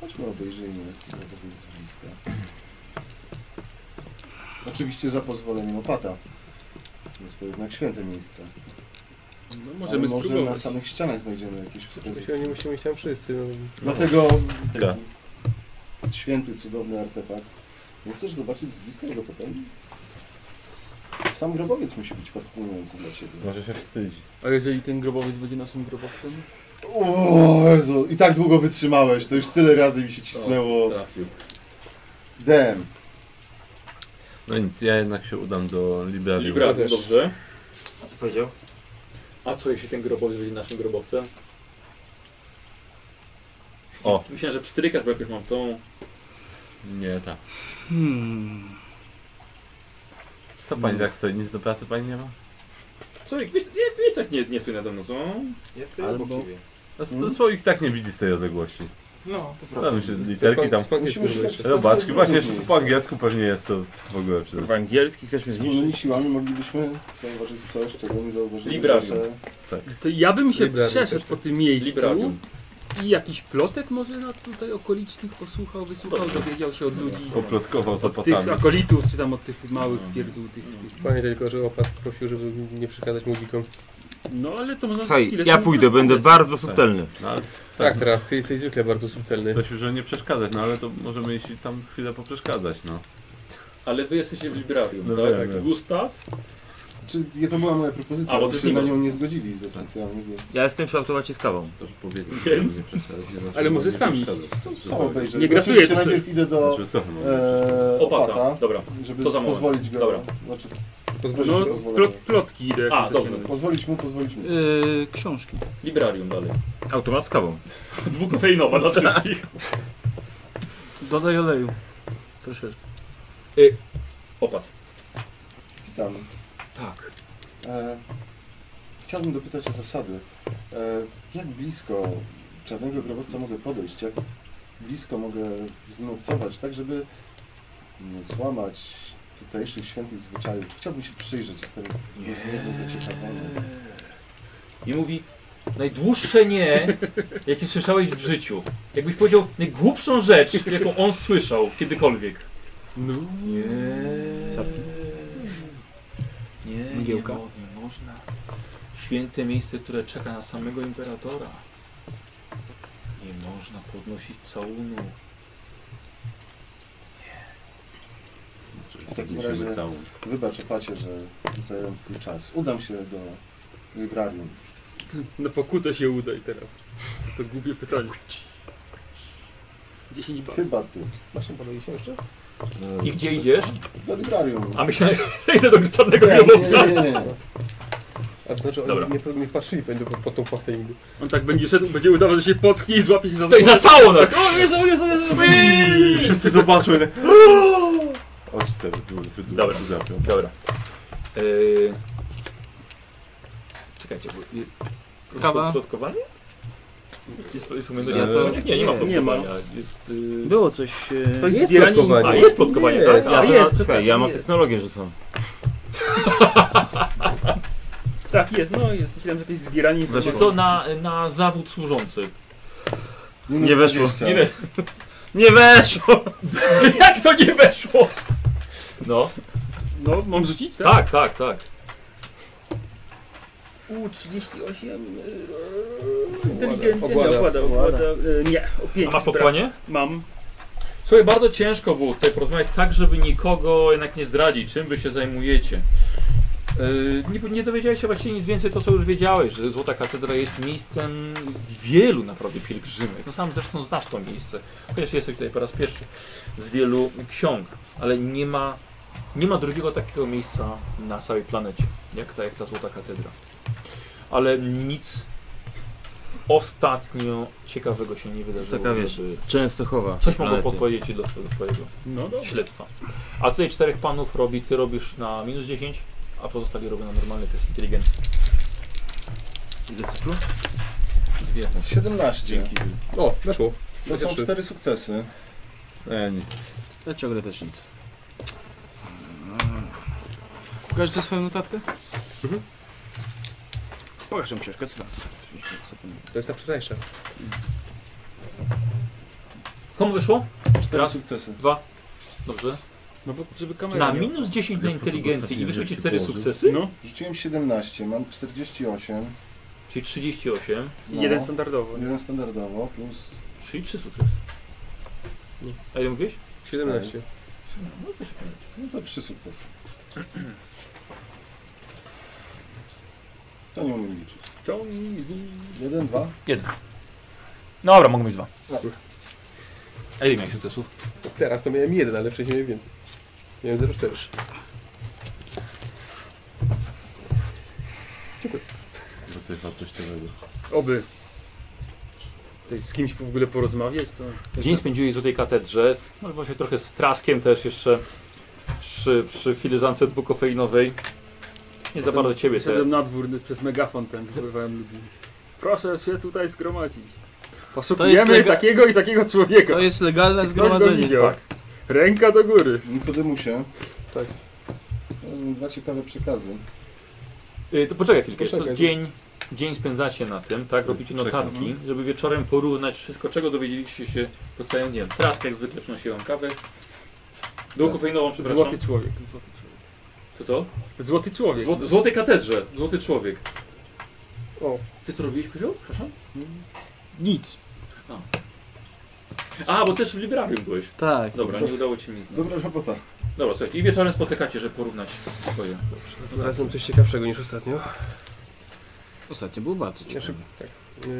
S4: Chodźmy obejrzyjmy grobowiec z bliska. Oczywiście za pozwoleniem opata. Jest to jednak święte miejsce.
S2: No,
S4: Ale
S2: możemy
S4: może na
S2: spróbować.
S4: samych ścianach znajdziemy jakieś
S5: Myślę,
S4: wskazówki.
S5: nie musimy iść tam wszyscy. No.
S4: Dlatego
S3: Tak.
S4: święty, cudowny artefakt. Nie chcesz zobaczyć z bliska jego potem? Sam grobowiec musi być fascynujący dla ciebie.
S3: Może się wstydzi.
S2: A jeżeli ten grobowiec będzie naszym grobowcem?
S4: O Jezu, i tak długo wytrzymałeś, to już tyle razy mi się cisnęło.
S1: Trafił.
S4: Dem.
S3: No nic, ja jednak się udam do Librarium.
S1: Librarium,
S5: też.
S1: dobrze.
S8: Co powiedział?
S1: A co jeśli ten grobowiec będzie naszym grobowcem?
S3: O.
S1: Myślę, że pstrykasz, bo jakoś mam tą...
S3: Nie, tak.
S6: Hmm.
S3: Co pani tak stoi? Nic do pracy pani nie ma?
S1: Człowiek, wiesz, nie, wiesz tak nie, nie stój nade mną, co?
S8: Jestem
S1: Albo-
S8: obok ciebie.
S3: A s- Słoik tak nie widzi z tej odległości.
S8: No, to prawda.
S3: Damy się literki tam.
S5: Spank jest
S4: Musimy szukać
S3: Robaczki, właśnie jeszcze to
S4: miejsc.
S3: po angielsku pewnie jest to w ogóle przecież.
S8: W angielski chcesz mnie
S4: Wspólnymi
S8: zniszczyć?
S4: siłami moglibyśmy zauważyć coś, czego nie zauważyliśmy.
S1: Librarium.
S4: że-
S2: To ja bym się
S5: Librarium
S2: przeszedł
S5: też
S2: po tym miejscu
S1: tak. Librarium.
S2: i jakiś plotek może na tutaj okolicznych posłuchał, wysłuchał,
S1: Dobrze.
S2: dowiedział się od ludzi.
S3: Poplotkował z
S2: Od tych
S3: opatami.
S2: akolitów,
S1: Mm.
S2: czy tam od tych małych pierdół, tych, tych
S7: Tak.
S5: Pamiętaj tylko, że opat prosił, żeby nie przeszkadzać muzikom.
S6: No ale to można...
S9: Słuchaj,
S6: chwilę
S9: ja
S6: sobie
S9: pójdę, będę
S6: porozmawiać.
S9: bardzo subtelny.
S3: No, ale
S5: Tak, teraz, ty jesteś zwykle bardzo subtelny.
S3: prosił, żeby nie przeszkadzać, no ale to możemy jeśli tam chwilę poprzeszkadzać, no.
S1: Ale wy jesteście w Librarium,
S3: No
S1: tak?
S3: wiem, wiem.
S1: Gustaw?
S4: Czy nie to była moja propozycja,
S1: A, bo
S4: bo
S1: ty
S4: się
S1: z nim-
S4: na nią nie zgodzili ze specjalnie, więc
S9: Ja jestem przy automacie z kawą.
S3: To już powiedzieć,
S1: Więc?
S3: żeby nie przeszkadzać. Nie znaczy,
S6: Ale
S3: żeby
S6: może
S3: nie
S6: sami.
S3: przeszkadzać.
S4: to samo obejrzę.
S6: Nie
S4: Znaczy,
S6: grasujesz, to
S4: najpierw idę do
S3: Znaczy, to chyba.
S4: e,
S1: Opata.
S4: opata,
S1: Dobra.
S4: żeby
S1: To za moment.
S4: pozwolić go.
S1: Dobra.
S4: Znaczy,
S7: Tak.
S5: Pozwolisz
S6: No,
S4: Proszę cię,
S6: plot, plotki idę.
S1: A,
S6: jakieś
S1: dobrze.
S6: zaczynać.
S4: pozwolić mu, pozwolić mu.
S6: Yy, książki.
S1: Librarium dalej.
S9: Automat z kawą.
S1: Dwukofeinowa dla wszystkich.
S6: Dodaj oleju. Troszeczkę.
S1: Opat.
S4: Witam.
S1: Tak.
S4: E, chciałbym dopytać o zasady. E, jak blisko czarnego grobowca mogę podejść? Jak blisko mogę znocować, tak żeby nie złamać tutejszych świętych zwyczajów? Chciałbym się przyjrzeć, jestem niezmiernie zaciekawiony.
S1: I mówi, najdłuższe nie, jakie słyszałeś w życiu. Jakbyś powiedział najgłupszą rzecz, jaką on słyszał kiedykolwiek.
S6: No.
S1: Nie.
S6: Sapki.
S1: Nie, nie,
S6: Mgiełka.
S1: mo- nie można. Święte miejsce, które czeka na samego imperatora. Nie można podnosić całunu.
S3: W takim razie... tak Całą.
S4: Wybacz opacie, że zająłem twój czas. Udam się do librarium.
S7: No pokutę się udaj teraz. To, to głupie pytanie.
S6: 10 bar.
S4: Chyba ty.
S5: Masz tam panowie książkę?
S4: E,
S1: I gdzie idziesz?
S4: Do librarium.
S1: A myślałem, że idę do czarnego
S4: Nie,
S1: grobowca.
S4: nie, nie, nie.
S5: A to znaczy,
S1: Dobra.
S5: oni nie, nie patrzyli będą pod, pod tą płatę nigdy.
S7: On tak będzie szedł, będzie udawał, że się potknie i złapie się za
S1: To i za całą tak.
S3: Wszyscy zobaczmy. tak. Oczy sobie wydłużę,
S1: Dobra.
S3: wydłużę, zapią.
S1: Dobra. Yy... Czekajcie, bo... je-
S6: Kawa.
S1: Plotkowanie jest? Jest, jest umiejętność
S3: Nie,
S1: plotkowania? Nie, nie ma
S6: nie, nie ma.
S1: plotkowania. Jest... Yy...
S6: Było coś... e,
S7: Coś
S5: Jest
S7: zbieranie
S5: plotkowanie.
S1: A, jest plotkowanie, tak?
S5: Jest.
S1: A,
S9: Ja,
S1: jest.
S9: jest, słuchaj, ja mam technologię, że są.
S2: Tak, jest, no jest. Myślałem, że jakieś zbieranie
S1: To
S2: informacji.
S1: co na, na zawód służący?
S4: Minus
S9: Nie weszło.
S4: 20.
S1: Nie wiem,
S9: Nie weszło!
S1: jak to nie weszło? No,
S2: No, mam rzucić, tak?
S1: tak, tak, tak.
S2: U, 38... Yy, inteligencja,
S5: Ogłada.
S2: nie, okłada, okłada. Yy, nie, o 5.
S1: A masz podkłanie?
S2: Mam.
S1: Słuchaj, bardzo ciężko było tutaj porozmawiać tak, żeby nikogo jednak nie zdradzić, czym wy się zajmujecie. Yy, nie, nie dowiedziałeś się właściwie nic więcej, to co już wiedziałeś, że Złota Katedra jest miejscem wielu naprawdę pielgrzymek. No sam zresztą znasz to miejsce, chociaż jesteś tutaj po raz pierwszy z wielu ksiąg, ale nie ma, nie ma drugiego takiego miejsca na całej planecie, jak ta, jak ta Złota Katedra. Ale nic ostatnio ciekawego się nie wydarzyło,
S9: Taka, wiesz,
S1: żeby...
S9: Często chowa.
S1: Coś mogą podpowiedzieć ci do do twojego
S2: No dobra.
S1: śledztwa. A tutaj czterech panów robi, ty robisz na minus 10, a pozostali robią na normalny test inteligencji. Dwie.
S4: 17.
S1: Dzięki.
S5: O, weszło.
S4: To są
S5: Trzy.
S4: cztery sukcesy.
S3: Nie, E, nic.
S6: Ja ciągle też nic. Pokaż tę swoją notatkę? Pokaż tę książkę, co tam?
S5: To jest ta wczorajsza.
S1: Komu wyszło?
S4: Cztery
S1: Raz,
S4: sukcesy.
S1: dwa. Dobrze.
S7: No bo żeby kamera
S1: Na
S7: nie-
S1: minus 10 na
S3: Ja po prostu
S1: inteligencji i
S3: ostatnio
S1: wyszły ci
S3: rzeczy
S1: cztery
S3: położył.
S1: sukcesy,
S7: No,
S4: Rzuciłem 17, mam 48.
S1: czyli 38,
S4: No,
S7: jeden standardowo.
S4: jeden standardowo plus
S1: czyli 3 sukcesy.
S7: Nie.
S1: A ile mówiłeś?
S5: 17.
S1: No to się pamiętam.
S4: no to trzy sukcesy. To nie umiem liczyć.
S7: Ciągnij.
S4: Jeden, dwa.
S1: Dobra, mogą być dwa. A ile miałeś sukcesów?
S7: Tak.
S5: Teraz to miałem jeden, ale wcześniej miałem więcej. Miałem 0,4.
S3: Za coś wartościowego.
S7: Oby. Tutaj z kimś w ogóle porozmawiać, to...
S1: Dzień spędziłeś w tej katedrze, no i właśnie trochę z traskiem też jeszcze przy, przy filiżance dwukofeinowej. Nie za bardzo ciebie te...
S7: Szedłem na dwór przez megafon ten, wywoływałem ludzi. Proszę się tutaj zgromadzić. Poszukujemy
S6: lega-
S7: takiego i takiego człowieka.
S6: To jest legalne
S7: Ktoś go
S6: zgromadzenie.
S7: widział.
S6: Tak.
S7: Ręka do góry.
S4: Nikodemusie.
S5: Tak.
S4: Znalazłem Dwa ciekawe przekazy.
S1: Y, To poczekaj chwilkę,
S5: Poczekaj.
S1: co dzień, dzień spędzacie na tym, tak? Robicie notatki, żeby wieczorem porównać wszystko, czego dowiedzieliście się po całym dniem. Trask jak zwykle przynosiłem kawę. Dwukofeinową, przepraszam.
S7: Złoty człowiek. Złoty człowiek.
S1: Co co?
S7: Złoty człowiek.
S1: Złoty, złotej katedrze, złoty człowiek.
S5: O,
S1: Ty co robiłeś, Kozioł? Przepraszam?
S6: Nic.
S1: A, bo też w librarium byłeś.
S6: Tak.
S1: Dobra, nie udało ci mi znaleźć.
S4: Dobra robota.
S1: Dobra, słuchaj, i wieczorem spotykacie, żeby porównać swoje.
S7: Razem coś ciekawszego niż ostatnio.
S9: Ostatnio było bardzo ciekawe.
S5: znaczy, tak. Yy,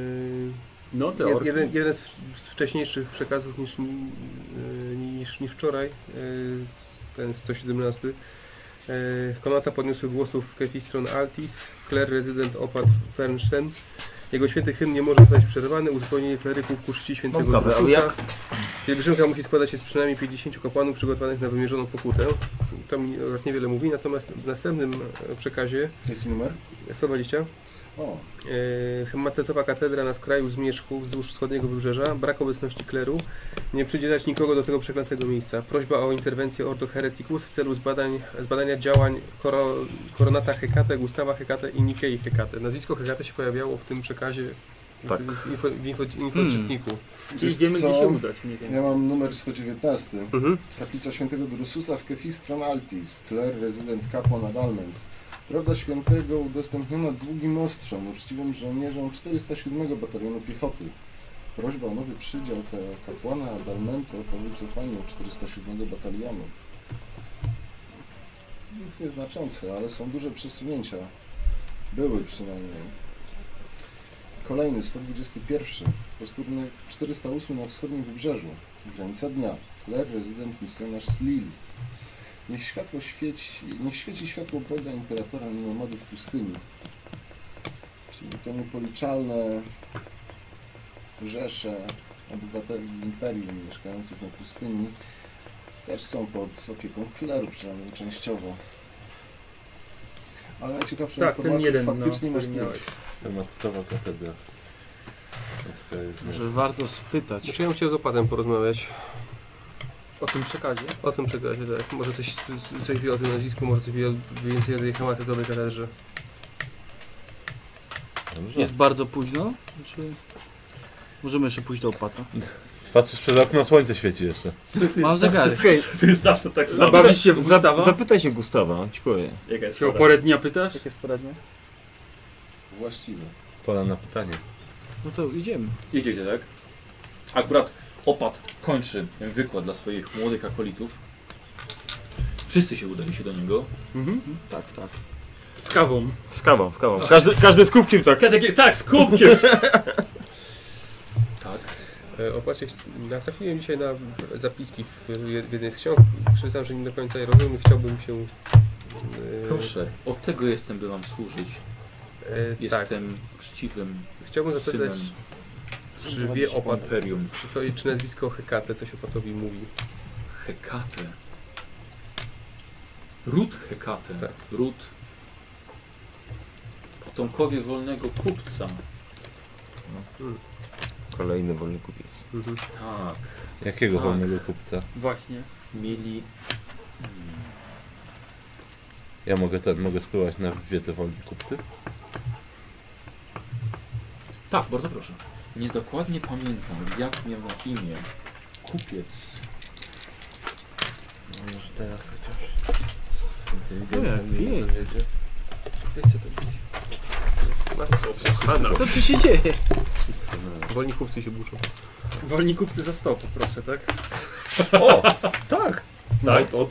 S6: No, te
S5: jed,
S6: orki.
S5: jeden, jeden z, w- z wcześniejszych przekazów niż, yy, niż, niż wczoraj, yy, ten 117. Yy, Konata podniósł głosów Kefistron Altis, Kler rezydent opat Fernstein. Jego święty hymn nie może zostać przerwany, uzupełnienie kleryków ku czci
S9: Mam
S5: świętego
S9: kawę, ale
S5: Ursusa. Pielgrzymka musi składać się z przynajmniej 50 kapłanów przygotowanych na wymierzoną pokutę. To mi akurat niewiele mówi, natomiast w następnym e, przekazie
S4: Jaki numer?
S5: 120
S4: O,
S5: Yy, Hematetowa katedra na skraju zmierzchu wzdłuż wschodniego wybrzeża, brak obecności kleru, nie przydzielać nikogo do tego przeklętego miejsca. Prośba o interwencję Ordo Hereticus w celu zbadań, zbadania działań koro, koronata Hekate, Gustawa Hekate i Nikei Hekate.
S7: Nazwisko Hegata się pojawiało w tym przekazie.
S9: Tak.
S5: W info- w info- infoczytniku.
S2: Gdzieś
S4: Wiesz
S2: wiemy,
S4: co?
S2: gdzie się udać mniej więcej.
S4: ja mam numer 119.
S7: Mhm.
S4: Kaplica świętego Drususa w Kefistron Altis, kler rezydent kapłan Adalment. Prawda świętego udostępniona długim ostrzem, uczciwym żołnierzom 407 Batalionu Piechoty. Prośba o nowy przydział ka- kapłana Adalmentu po wycofaniu 407 Batalionu. Nic nieznaczące, ale są duże przesunięcia. Były przynajmniej. Kolejny, 121. Posturunek 408 na wschodnim wybrzeżu. Granica dnia. Kler, rezydent misjonarz z Lili. Niech światło świeci, niech świeci światło Boga Imperatora Nomadów Pustyni. Czyli te niepoliczalne rzesze obywateli imperium mieszkających na pustyni też są pod opieką kleru, przynajmniej częściowo. Ale najciekawsze
S2: Tak, ten
S4: informacje
S2: jeden, no,
S4: faktycznie
S2: który
S4: masz tu.
S2: miałeś.
S3: Tematowa katedra.
S6: Może warto spytać.
S7: Znaczy ja bym chciał z opatem porozmawiać
S2: O tym przekazie.
S7: o tym przekazie, tak. Może coś, coś wie o tym nazwisku, może coś wie o- więcej o tej hematetowej katedrze.
S3: No, Dobrze.
S6: Jest bardzo późno, czy... Możemy jeszcze pójść do opata.
S3: Patrzysz przez okno, słońce świeci jeszcze.
S6: Mam zegarek.
S1: To jest zawsze tak samo.
S2: Zabawisz No, się w
S9: Zap-
S2: Gustawa?
S9: Zapytaj się Gustawa, on ci powie.
S1: Jaka jest
S2: Się o
S1: pora?
S2: porę dnia pytasz?
S6: Jak jest poradnie?
S4: Właściwe.
S3: Pola na pytanie.
S6: No to idziemy.
S1: Idziecie, tak? Akurat opat kończy ten wykład dla swoich młodych akolitów. Wszyscy się udali się do niego.
S9: Tak, tak.
S2: Z kawą. No.
S9: Z kawą, z kawą. Każdy, każdy z kubkiem tak.
S1: Tak, tak z kubkiem! tak.
S5: E, Opacie, natrafiłem dzisiaj na zapiski w, w jednej z ksiąg. Przyznam, że nie do końca je rozumiem. Chciałbym się... e,
S1: Proszę, od tego jestem, by wam służyć.
S5: E, tak.
S1: Jestem uczciwym
S5: Chciałbym zapytać,
S1: synem
S5: czy wie opat,
S1: imperium
S5: czy, co, czy nazwisko Hekate coś opatowi mówi?
S1: Hekatę. Ród Hekatę.
S5: Tak.
S1: Ród potomkowie wolnego kupca.
S9: Kolejny wolny kupiec.
S7: Mhm.
S1: Tak.
S3: Jakiego
S1: Tak.
S3: wolnego kupca?
S2: Właśnie.
S1: Mieli
S3: Ja mogę ten, mogę spływać na wiedzę wolni kupcy?
S1: Tak, bardzo proszę. Nie dokładnie pamiętam, jak miał na imię kupiec.
S3: No może teraz chociaż.
S6: Inteligencja mnie nie
S3: Wszystko,
S6: Co tu się dzieje?
S3: wszystko na
S7: Wolni kupcy się buczą.
S2: Wolni kupcy za stopu, proszę, tak?
S3: O! Tak! Tak, od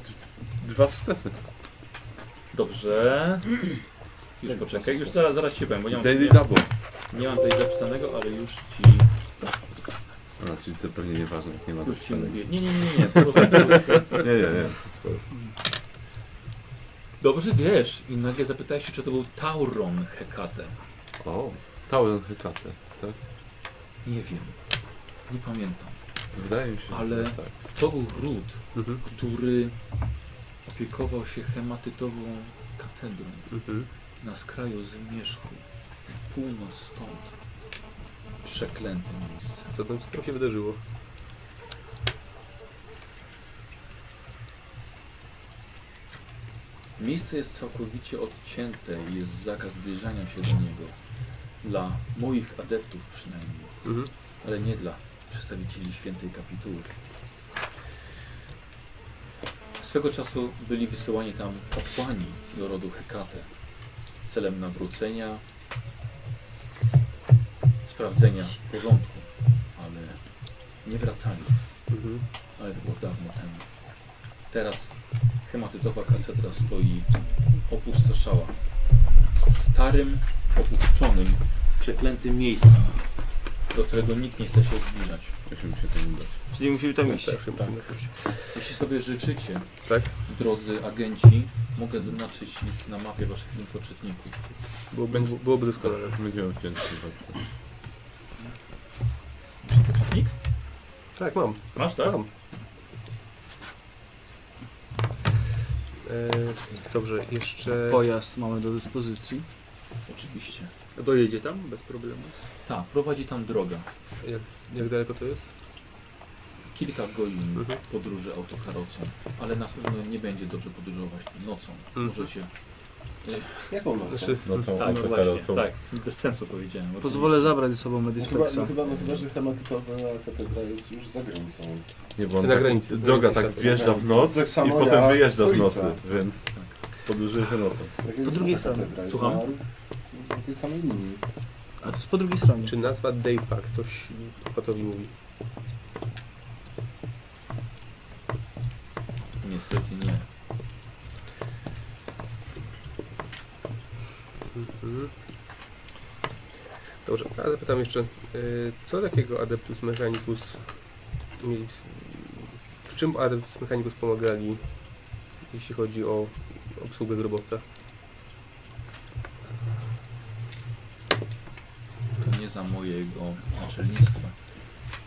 S3: dwa sukcesy.
S1: Dobrze. Już poczekaj, już zaraz, zaraz ci powiem, bo nie mam,
S3: Daily
S1: nie,
S3: Double.
S1: nie mam tutaj zapisanego, ale już ci,
S3: A, czyli to pewnie nieważne, jak nie ma
S1: już ci
S3: zapisanego.
S1: mówię. Nie, nie, nie, nie, po prostu.
S3: Nie, nie, nie. Spoko.
S1: Dobrze wiesz, i nagle zapytałeś się, czy to był Tauron Hekate.
S3: O, Tauren Hekate.
S1: Nie wiem, nie pamiętam.
S3: Wydaje mi się,
S1: Ale-
S3: że tak.
S1: To był ród,
S7: Mhm.
S1: który opiekował się hematytową katedrą
S7: Mhm.
S1: na skraju zmierzchu, północ stąd. Przeklęte miejsce.
S7: Co tam co tam się wydarzyło?
S1: Miejsce jest całkowicie odcięte i jest zakaz zbliżania się do niego. Dla moich adeptów przynajmniej,
S7: Mhm.
S1: ale nie dla przedstawicieli świętej kapituły. Swego czasu byli wysyłani tam kapłani do rodu Hekate celem nawrócenia sprawdzenia porządku, ale nie wracali.
S7: Mhm.
S1: Ale to było dawno temu. Teraz hematytowa katedra stoi opustoszała. Starym, opuszczonym, przeklętym miejscem, do którego nikt nie chce się zbliżać.
S3: Musimy się tam udać.
S9: Czyli musimy tam iść.
S5: Tak,
S7: Też się musimy jakoś-
S1: Jeśli sobie życzycie,
S7: Tak.
S1: drodzy agenci, mogę zaznaczyć ich na mapie waszych infoczytników.
S7: Byłoby, byłoby
S3: Tak.
S5: No
S7: doskonale.
S3: Będziemy wdzięczni bardzo.
S1: Czytnik?
S7: Tak, mam.
S1: Masz, tak?
S7: Mam. E, dobrze, jeszcze...
S6: Pojazd mamy do dyspozycji.
S1: Oczywiście.
S2: Dojedzie tam bez problemu.
S1: Tak, prowadzi tam droga.
S7: Jak daleko to jest?
S1: Kilka godzin
S7: Mhm.
S1: podróży autokarocą, ale na pewno nie będzie dobrze podróżować nocą.
S7: Mhm.
S1: Możecie.
S4: Jaką nocą?
S7: Znaczy,
S3: No to
S1: Tak,
S3: tak,
S1: właśnie, tak, bez sensu powiedziałem.
S6: Pozwolę zabrać ze sobą
S4: No chyba,
S6: Medismexa.
S4: no chyba, no chyba, że hematytowa katedra jest już za granicą.
S3: Nie, bo on
S7: Na
S3: tak-
S7: granicy.
S3: droga
S7: Na
S3: tak
S7: granicy.
S3: wjeżdża w noc
S4: Tak
S3: i
S4: samo
S3: potem
S4: jak
S3: wyjeżdża w
S4: stolica.
S3: nocy, więc podróżuje się nocą.
S4: Jakiego
S6: Po drugiej
S4: Tak jest ta
S6: stronie.
S4: katedra? Jest
S1: Słucham?
S4: Na, na tej samej linii.
S6: A to jest po drugiej stronie.
S7: Czy nazwa Daypark coś Patowi mówi?
S1: Niestety nie.
S7: Mhm. Dobrze, a zapytam jeszcze, y, co takiego Adeptus Mechanicus mieli, w- w czym Adeptus Mechanicus pomagali, jeśli chodzi o obsługę grobowca?
S1: To nie za mojego naczelnictwa.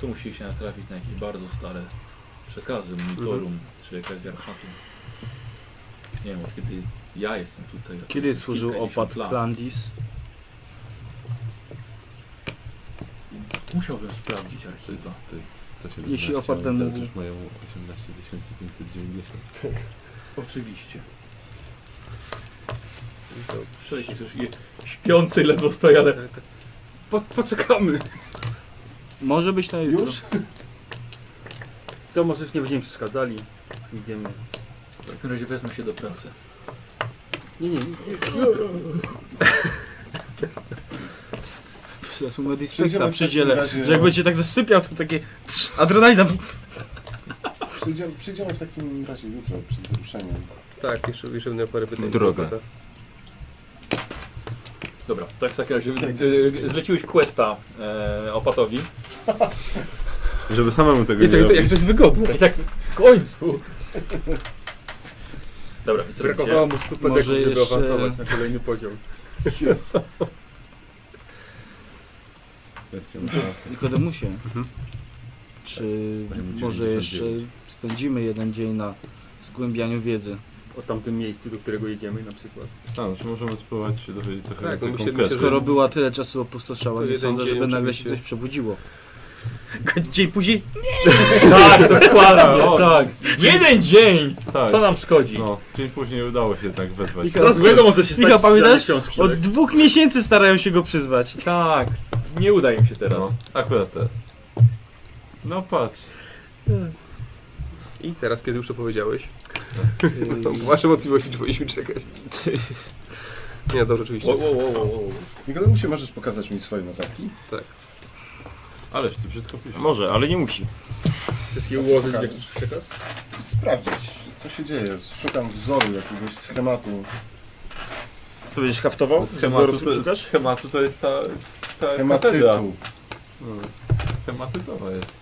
S1: Tu musieli się natrafić na jakieś bardzo stare przekazy monitorum,
S6: Mhm.
S1: czy jakaś z Jarchatu. Nie wiem, od kiedy ja jestem tutaj. to
S6: Kiedy
S1: jest
S6: służył
S1: kilkadziesiąt
S6: opat Klandis?
S1: Musiałbym sprawdzić
S3: To jest,
S1: archiwa.
S3: to jest 117,
S6: Jeśli opartem-
S3: ale teraz już mają 18 590.
S1: Oczywiście.
S7: To-
S1: Wszelki już je- śpiący ledwo stoi, ale
S7: tak, tak.
S2: Po, poczekamy.
S6: Może być na jutro.
S4: Już?
S2: To może już nie będziemy przeszkadzali. Idziemy.
S1: w takim razie wezmę się do pracy.
S2: Nie, nie, nie.
S6: Zaraz
S4: Przyjdziemy
S6: mu
S4: w
S6: Medismexa
S4: takim
S6: przydzielę.
S4: razie-
S6: Że jak będzie tak zasypiał, to takie trz, adrenalina.
S4: Przyjdziemy, przyjdziemy w takim razie jutro przed wyruszeniem.
S7: tak, jeszcze, jeszcze będę parę pytań.
S9: Droga.
S1: Dobra, tak w takim razie e, zleciłeś questa e, opatowi.
S3: Żeby samemu tego
S7: Jest,
S3: nie
S7: jak, to,
S3: robić.
S7: jak to jest wygodne.
S1: I tak w końcu. Dobra, i co
S2: Brakowało
S1: robicie?
S2: mu 100
S6: Może
S2: pedeków, żeby
S6: jeszcze-
S2: awansować na kolejny poziom.
S3: Weźcie no, na trasę.
S6: Nikodemusie, Mhm. czy
S3: Będziemy
S6: może
S3: 99.
S6: jeszcze spędzimy jeden dzień na zgłębianiu wiedzy?
S2: O tamtym miejscu, do którego jedziemy na przykład.
S3: A, no, czy możemy spróbować się dowiedzieć trochę
S7: Tak, myślę-
S3: więcej konkretnie.
S7: myślę, że-
S6: Skoro była tyle czasu opustoszała,
S7: To
S6: nie
S7: jeden
S6: sądzę,
S7: dzień
S6: żeby nagle się
S7: oczywiście.
S6: coś przebudziło. Dzień później
S1: Tak, dokładnie,
S3: O,
S1: tak. Jeden dzień!
S3: Tak,
S1: Co nam szkodzi?
S3: no, dzień później udało się jednak wezwać.
S6: Mika-
S2: Co złego może się stać
S6: Michał,
S2: z
S6: pamiętasz?
S2: książki?
S6: od dwóch miesięcy starają się go przyzwać.
S1: Tak, nie uda im się teraz.
S3: No, akurat teraz. No patrz.
S7: I teraz, kiedy już to powiedziałeś, no,
S6: Tak.
S7: wasze wątpliwości, czy powinniśmy czekać. Nie, dobrze,
S1: Wow,
S7: oczywiście.
S1: wow, wow, wow, wow.
S4: Nikodemusie, możesz pokazać mi swoje notatki?
S2: Tak.
S3: Ależ ty brzydko piszesz.
S9: Może, ale nie musi.
S2: Chcesz je ułożyć w
S4: Pokażesz.
S2: jakiś przekaz?
S4: Chcę sprawdzić, co się dzieje. Szukam wzoru jakiegoś schematu.
S2: tak?
S9: To będziesz haftował?
S3: Schematu to jest,
S9: Szukasz?
S3: schematu to jest ta,
S2: E,
S3: ta katedra.
S4: Schematytu.
S3: No, schematytowa jest.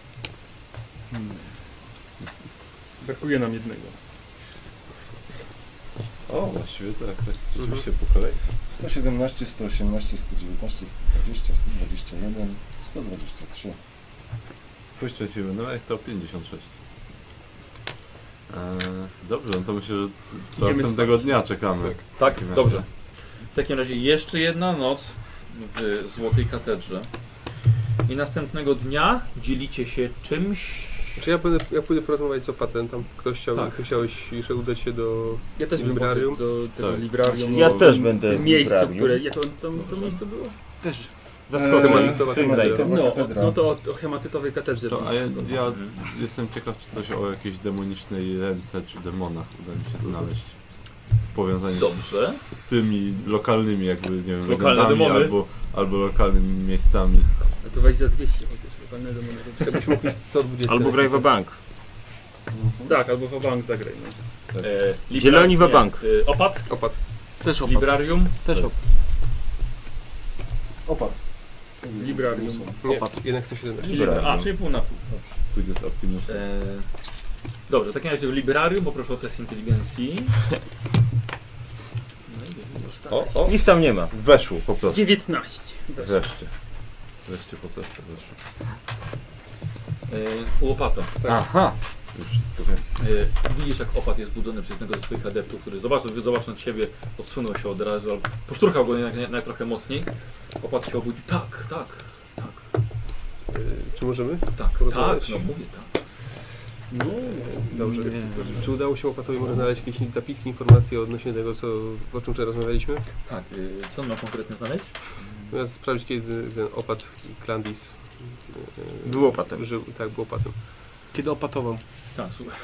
S2: Brakuje nam jednego.
S3: O, właściwie tak. tak.
S7: Mhm.
S3: Rzeczywiście po kolei.
S4: 117, 118, 119, 120, 121, 123.
S3: Puśćcie się będę, jak No, to 56. Eee, dobrze, no to myślę, że t- do
S2: Idziemy
S3: następnego dnia czekamy.
S1: Tak, dobrze. W takim razie jeszcze jedna noc w Złotej Katedrze. I następnego dnia dzielicie się czymś.
S7: Czy ja, będę, ja pójdę porozmawiać z opatem, tam ktoś chciał,
S1: Tak.
S7: chciałeś jeszcze udać się do...
S2: Ja też bym
S7: Librarium?
S2: poszedł do tego
S3: Tak.
S2: librarium.
S9: Ja
S2: o
S9: też
S2: tym-
S9: będę
S2: tym miejscu,
S9: librarium.
S2: które... Jak on, tam, to
S1: Dobrze.
S2: miejsce było?
S6: Też.
S4: Eee,
S7: Schematytowa
S9: tym
S7: katedra.
S9: dajcie.
S2: No, o,
S4: katedra.
S2: no to o, o hematytowej katedrze. No.
S3: Co, a ja, ja
S1: Mhm.
S3: jestem ciekaw, czy coś o jakiejś demonicznej ręce czy demonach uda mi się znaleźć. powiązanie z
S1: Dobrze.
S3: tymi lokalnymi jakby, nie wiem,
S1: Lokalne
S3: legendami
S1: demony.
S3: albo, albo lokalnymi miejscami.
S2: No to weź za 200 chociaż, lokalne demony.
S5: Jakbyś mógł iść 120.
S9: Albo graj w bank.
S2: Tak, albo w bank zagraj. No.
S1: E, libra-
S9: Zieloni
S1: nie,
S9: wabank.
S1: e, Opat?
S5: Opad.
S6: Też opadł.
S1: Librarium?
S6: Też opadł.
S4: Opad.
S2: Librarium.
S5: Nie,
S6: Opad.
S5: jednak 117.
S1: Libra- A, czyli pół na pół.
S3: Pójdę z Optimusem.
S1: E, dobrze, w takim razie w Librarium poproszę o test inteligencji. No i będziemy dostać.
S3: O, o,
S9: Nic tam nie ma.
S3: weszło po prostu.
S2: 19. Weszło.
S3: Wreszcie. Wreszcie po prostu weszło.
S1: E, łopata.
S3: Aha! Już wszystko wiem.
S1: E, widzisz, jak opat jest budzony przez jednego ze swoich adeptów, który zobaczył, zobacząc ciebie, odsunął się od razu, albo poszturchał go jednak, jednak trochę mocniej. Opat się obudził. Tak, tak, tak,
S5: Y, Czy możemy?
S1: tak, tak,
S5: Porozmawiać?
S1: no mówię tak.
S5: No, dobrze.
S6: Nie.
S5: Czy udało się Opatowi może znaleźć jakieś zapiski, informacje odnośnie tego, co, o czym wczoraj rozmawialiśmy?
S1: Tak, e, co on ma konkretnie znaleźć?
S5: Natomiast sprawdzić, kiedy ten opad Klandis y,
S9: Był opatem.
S5: żył. Tak, był opatem.
S6: Kiedy opatował.
S1: Tak, słuchaj.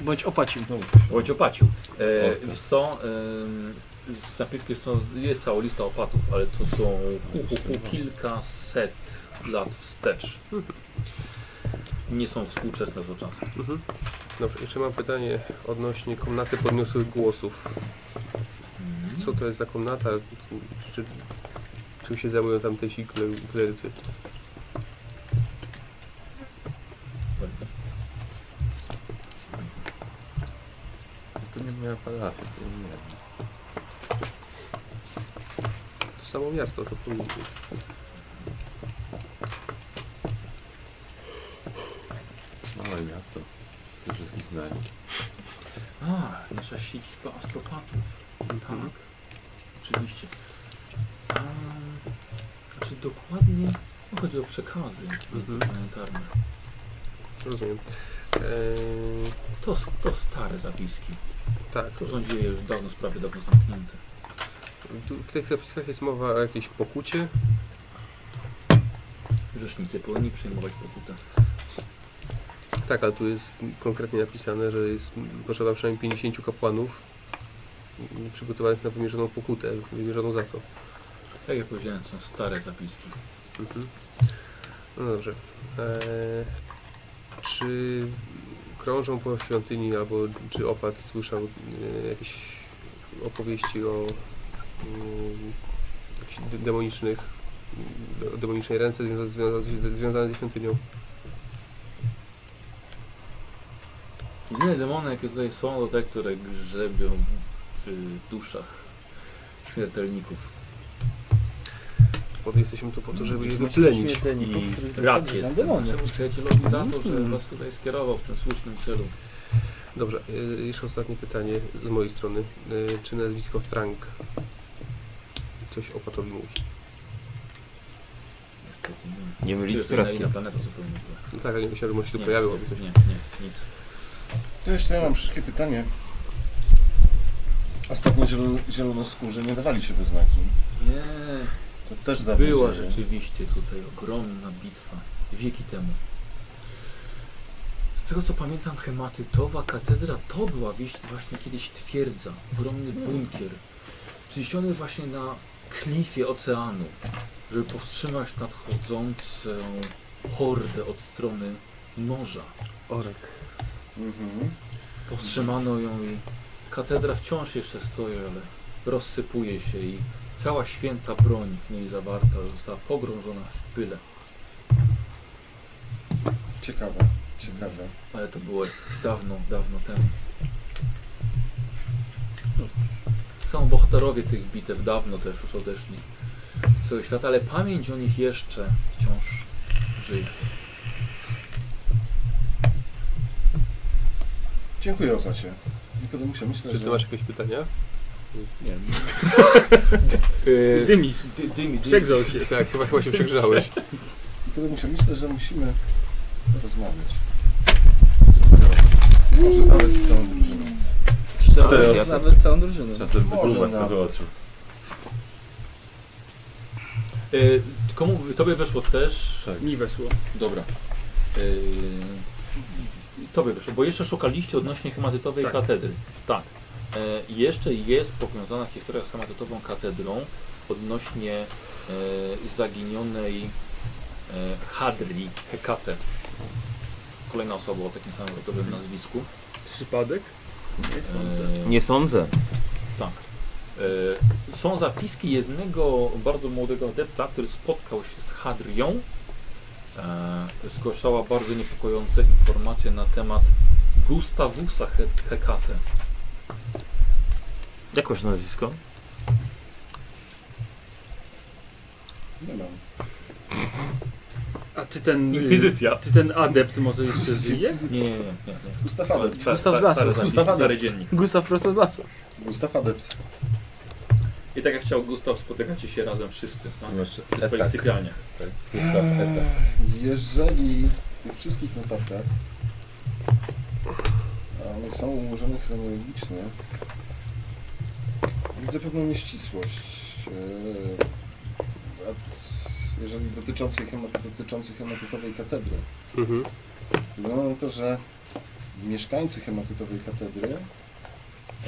S6: Bądź opacił.
S1: Bądź opacił. E, wiesz co, e, z zapiski są, jest cała lista opatów, ale to są hu, hu, hu, kilkaset lat wstecz. Nie są współczesne do czasu.
S5: Mhm. Dobrze, jeszcze mam pytanie odnośnie komnaty podniosłych głosów. Co to jest za komnata? Czy, czym się zajmują tamtejsi kle- klerycy?
S3: To nie miałem palafie, to nie miałem.
S5: To samo miasto, to powinno być.
S3: Małe miasto. Wszyscy wszystkich znają.
S1: A, nasza siedziba astropatów. Tak. Oczywiście. A, znaczy dokładnie no, chodzi o przekazy międzyplanetarne.
S5: Rozumiem. E, Eee,
S1: To, to stare zapiski.
S5: tak,
S1: To są dzieje już dawno, sprawy dawno zamknięte.
S5: tu, w tych zapiskach jest mowa o jakiejś pokucie.
S1: Grzesznicy powinni przyjmować pokutę.
S5: Tak, ale tu jest konkretnie napisane, że jest potrzeba przynajmniej 50 kapłanów mm, przygotowanych na wymierzoną pokutę. Wymierzoną za co?
S1: Tak jak powiedziałem, są stare zapiski.
S5: Mhm. No dobrze. Eee, czy krążą po świątyni albo czy opat słyszał e, jakieś opowieści o mm, jakichś de- demonicznych de- demonicznej ręce związa- związa- związa- związanej ze świątynią?
S1: Jedyne demony, jakie tutaj są, to te, które grzebią w duszach śmiertelników.
S5: Bo jesteśmy tu po to, żeby je
S8: Jesteśmy
S5: wyplenić.
S8: śmiertelników,
S1: I
S8: których
S1: rad
S8: wysadzi
S1: jest
S8: na
S1: temu
S8: demony.
S1: naszemu przyjacielowi za to, że
S8: Mm.
S1: was tutaj skierował w tym słusznym celu.
S5: Dobrze, e, jeszcze ostatnie pytanie z mojej strony. E, Czy nazwisko Frank coś opatowi mówi?
S1: Niestety nie.
S9: Nie mylić z
S1: Czy to na
S9: Traskiem.
S1: inna planeta zupełnie była.
S5: No tak, ale nie myślałem, że on się tu
S1: Nie,
S5: pojawił, aby coś
S1: Nie, nie, nic.
S4: To jeszcze ja mam szybkie pytanie. Ostatnio zielo, zielonoskórzy nie dawali się we znaki.
S1: Nie,
S4: To też dawno
S1: Była
S4: dzieje.
S1: rzeczywiście tutaj ogromna bitwa wieki temu. Z tego co pamiętam, hematytowa katedra to była wieś- właśnie kiedyś twierdza, ogromny bunkier, wzniesiony właśnie na klifie oceanu, żeby powstrzymać nadchodzącą hordę od strony morza.
S5: Orek.
S4: Mhm.
S1: Powstrzymano ją i katedra wciąż jeszcze stoi, ale rozsypuje się i cała święta broń w niej zawarta została pogrążona w pyle.
S4: Ciekawe, ciekawe.
S1: Ale to było dawno, dawno temu. No. Są bohaterowie tych bitew dawno też już odeszli z tego świata, ale pamięć o nich jeszcze wciąż żyje.
S4: Dziękuję Opacie. Nikodemusie, myślę,
S5: Czy
S4: że...
S5: ty masz jakieś pytania?
S1: Nie wiem.
S2: Dymisz,
S1: Dymi, dymi.
S2: przegrzał się.
S5: Tak, chyba, chyba się przegrzałeś.
S4: Nikodemusie, myślę, że musimy rozmawiać. Może nawet z całą drużyną.
S3: Cztery lata.
S6: Nawet całą drużynę.
S3: Czasem
S4: Może
S3: wydłubać
S4: nawet.
S3: trochę oczu.
S1: Y, komu, tobie weszło też?
S2: Mi weszło.
S1: Tak. Dobra. E, Y, tobie wyszło, bo jeszcze szukaliście odnośnie hematytowej
S2: Tak.
S1: katedry. Tak. E, Jeszcze jest powiązana historia z hematotową katedrą odnośnie e, zaginionej e, Hadri, Hekate. Kolejna osoba o takim samym rodowym nazwisku.
S2: Przypadek?
S1: E,
S9: Nie sądzę.
S1: tak. E, Są zapiski jednego bardzo młodego adepta, który spotkał się z Hadrią. E, Zgłaszała bardzo niepokojące informacje na temat Gustawusa He- Hekate.
S9: Jakoś nazwisko?
S4: Nie mam.
S2: A czy ten...
S1: Inkwizycja.
S2: Czy ten adept może jeszcze żyje?
S1: Nie, nie, nie. nie.
S4: Gustaw
S1: Ale
S4: Adept.
S1: stary,
S6: Gustaw z
S1: stary,
S6: lasu,
S1: stary,
S4: Gustaw
S1: stary,
S4: Adept.
S1: stary dziennik.
S6: Gustaw prosto z lasu.
S4: Gustaw Adept.
S1: I tak jak chciał Gustaw, spotykacie się razem wszyscy tak?
S3: Znaczy,
S1: przy swoich
S3: tak.
S1: sypialniach.
S3: Gustaw, Eta.
S4: Jeżeli w tych wszystkich notatkach, a one są ułożone chronologicznie, widzę pewną nieścisłość. Eee, a t- Jeżeli dotyczącej, hemat- dotyczącej hematytowej katedry.
S5: Mhm.
S4: Wygląda na to, że mieszkańcy hematytowej katedry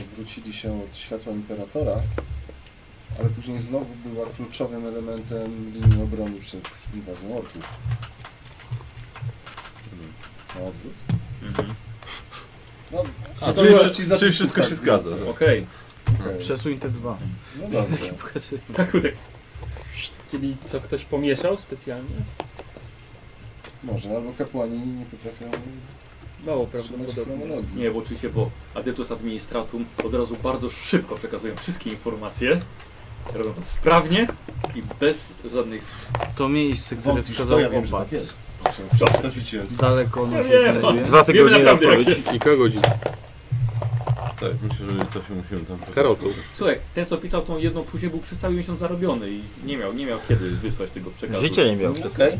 S4: odwrócili się od światła imperatora, ale później znowu była kluczowym elementem linii obrony przed inwazją orków. Na odwrót.
S1: Mhm.
S4: No,
S3: A,
S4: szkoda, że
S3: czyli,
S4: ci
S3: czyli
S4: zapisów
S3: wszystko
S4: tak
S3: się
S4: nie
S3: zgadza.
S4: było.
S1: Okej,
S4: Okej.
S6: Przesuń te dwa.
S4: No dobrze.
S6: Pokazuję.
S1: tak, tak.
S2: Czyli co, ktoś pomieszał specjalnie?
S4: Może, albo kapłani nie potrafią
S2: Mało
S4: trzymać
S2: prawdopodobne.
S4: chronologii.
S1: Nie, bo oczywiście, bo Adeptus Administratum od razu bardzo szybko przekazują wszystkie informacje. Robią to sprawnie i bez żadnych...
S6: To miejsce, które
S4: Wątpisz,
S6: wskazał
S4: to ja wiem, że
S6: opat.
S4: tak jest. Proszę, Przedstawiciel.
S6: Daleko ono
S1: Ja
S6: się
S1: wiem,
S6: znajduje.
S9: Dwa
S1: Wiemy
S9: tygodnie na
S1: naprawdę
S9: odpowiedź.
S1: jak jest.
S5: Kilka godzin.
S3: Tak, myślę, że coś musimy tam
S5: Karotu.
S1: Słuchaj, ten co pisał tą jedną później był przez cały miesiąc zarobiony i nie miał, nie miał kiedy wysłać tego przekazu.
S9: Życia nie miał.
S4: Okej.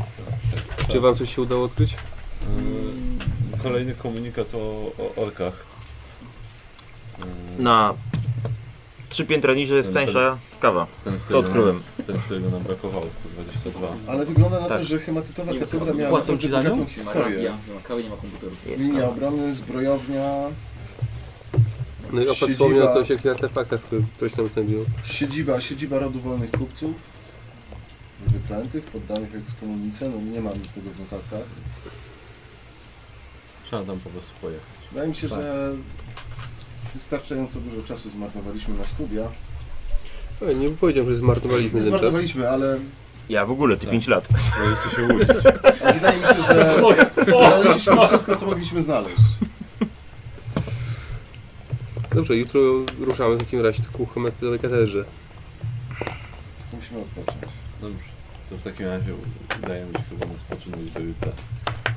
S5: Czy wam coś się udało odkryć?
S3: Yy, Kolejny komunikat o, o orkach. Yy,
S9: Na trzy piętra niżej jest
S3: Ten- ten-
S9: tańsza kawa.
S3: Ten,
S9: To
S3: którego
S9: odkryłem.
S3: Nam, ten, którego nam brakowało, 122.
S4: Ale wygląda na
S9: Tak.
S4: to, że hematytowa
S1: Nie,
S4: katedra miała
S6: płacą
S4: naprawdę
S6: ci za nią?
S4: bogatą
S1: Nie ma
S4: historię.
S1: radia, nie ma kawy, nie ma komputerów.
S9: Jest
S4: Linia
S9: kawa.
S4: obrony, zbrojownia,
S5: No i opat
S4: Siedziba-
S5: wspomniał coś o jakichś artefaktach, które ktoś tam znajdował.
S4: siedziba, siedziba rodu wolnych kupców, wyklętych, poddanych ekskomunice, no nie mam tego w notatkach.
S3: Trzeba tam po prostu pojechać.
S4: Wydaje mi się, że wystarczająco dużo czasu zmarnowaliśmy na studia.
S5: Ej, No Nie powiedziałem, że zmarnowaliśmy
S4: Nie
S5: ten czas.
S4: zmarnowaliśmy, ale
S9: Ja w ogóle, ty
S3: Tak.
S9: 5 lat.
S3: No jeszcze się łudzić.
S4: ale wydaje mi się, że znaleźliśmy wszystko, co mogliśmy znaleźć.
S5: Dobrze, jutro ruszamy w takim razie ku hemetydowej katedrze.
S4: Musimy odpocząć.
S3: Dobrze. No To w takim razie udaje mi się chyba na spoczynek do jutra.
S1: Tak,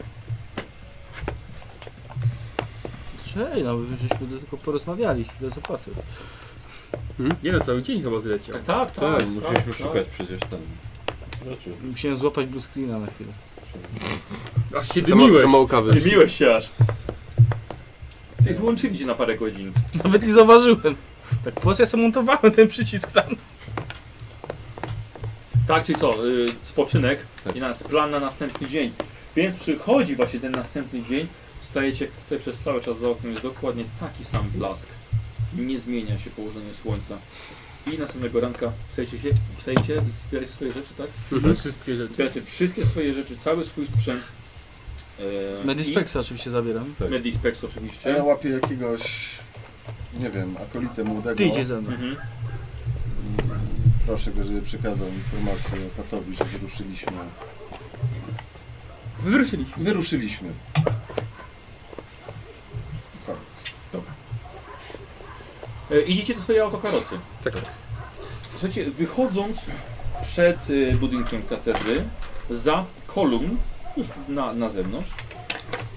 S6: Czej, no żeśmy tylko porozmawiali chwilę z opaty.
S2: Nie no, cały dzień chyba zleciał.
S1: Tak, tak,
S3: Tak,
S1: tak.
S3: musieliśmy
S1: tak.
S3: szukać przecież tam rzeczy.
S6: Musiałem złapać blue screena na chwilę.
S2: Aż się
S5: Za, ma,
S2: dymiłeś.
S5: za mało kawy.
S1: Dymiłeś się aż. Ty wyłączyli cię na parę godzin.
S6: Nawet nie zauważyłem. Tak po prostu ja sobie montowałem ten przycisk tam.
S1: Tak, czyli co? y, spoczynek
S3: Tak.
S1: i nas, plan na następny dzień. Więc przychodzi właśnie ten następny dzień. Stajecie tutaj przez cały czas za oknem jest dokładnie taki sam blask. Nie zmienia się położenie słońca. I następnego ranka wstajecie się, wstajecie, zbieracie swoje rzeczy, tak?
S2: Mhm. Wszystkie rzeczy.
S1: Zbieracie wszystkie swoje rzeczy, cały swój sprzęt. E,
S6: Medispexa oczywiście zabieram.
S1: i- Medispex oczywiście.
S4: Czy ja łapię jakiegoś, nie wiem, akolitę młodego.
S6: Ty idziesz ze mną.
S1: Mhm.
S4: Proszę go, żeby przekazał informację Patowi, że wyruszyliśmy.
S2: Wyruszyliśmy.
S4: Wyruszyliśmy. Koniec.
S1: E, idziecie do swojej autokarocy.
S5: Tak.
S1: Słuchajcie, wychodząc przed y, budynkiem katedry, za kolumn, już na, na zewnątrz,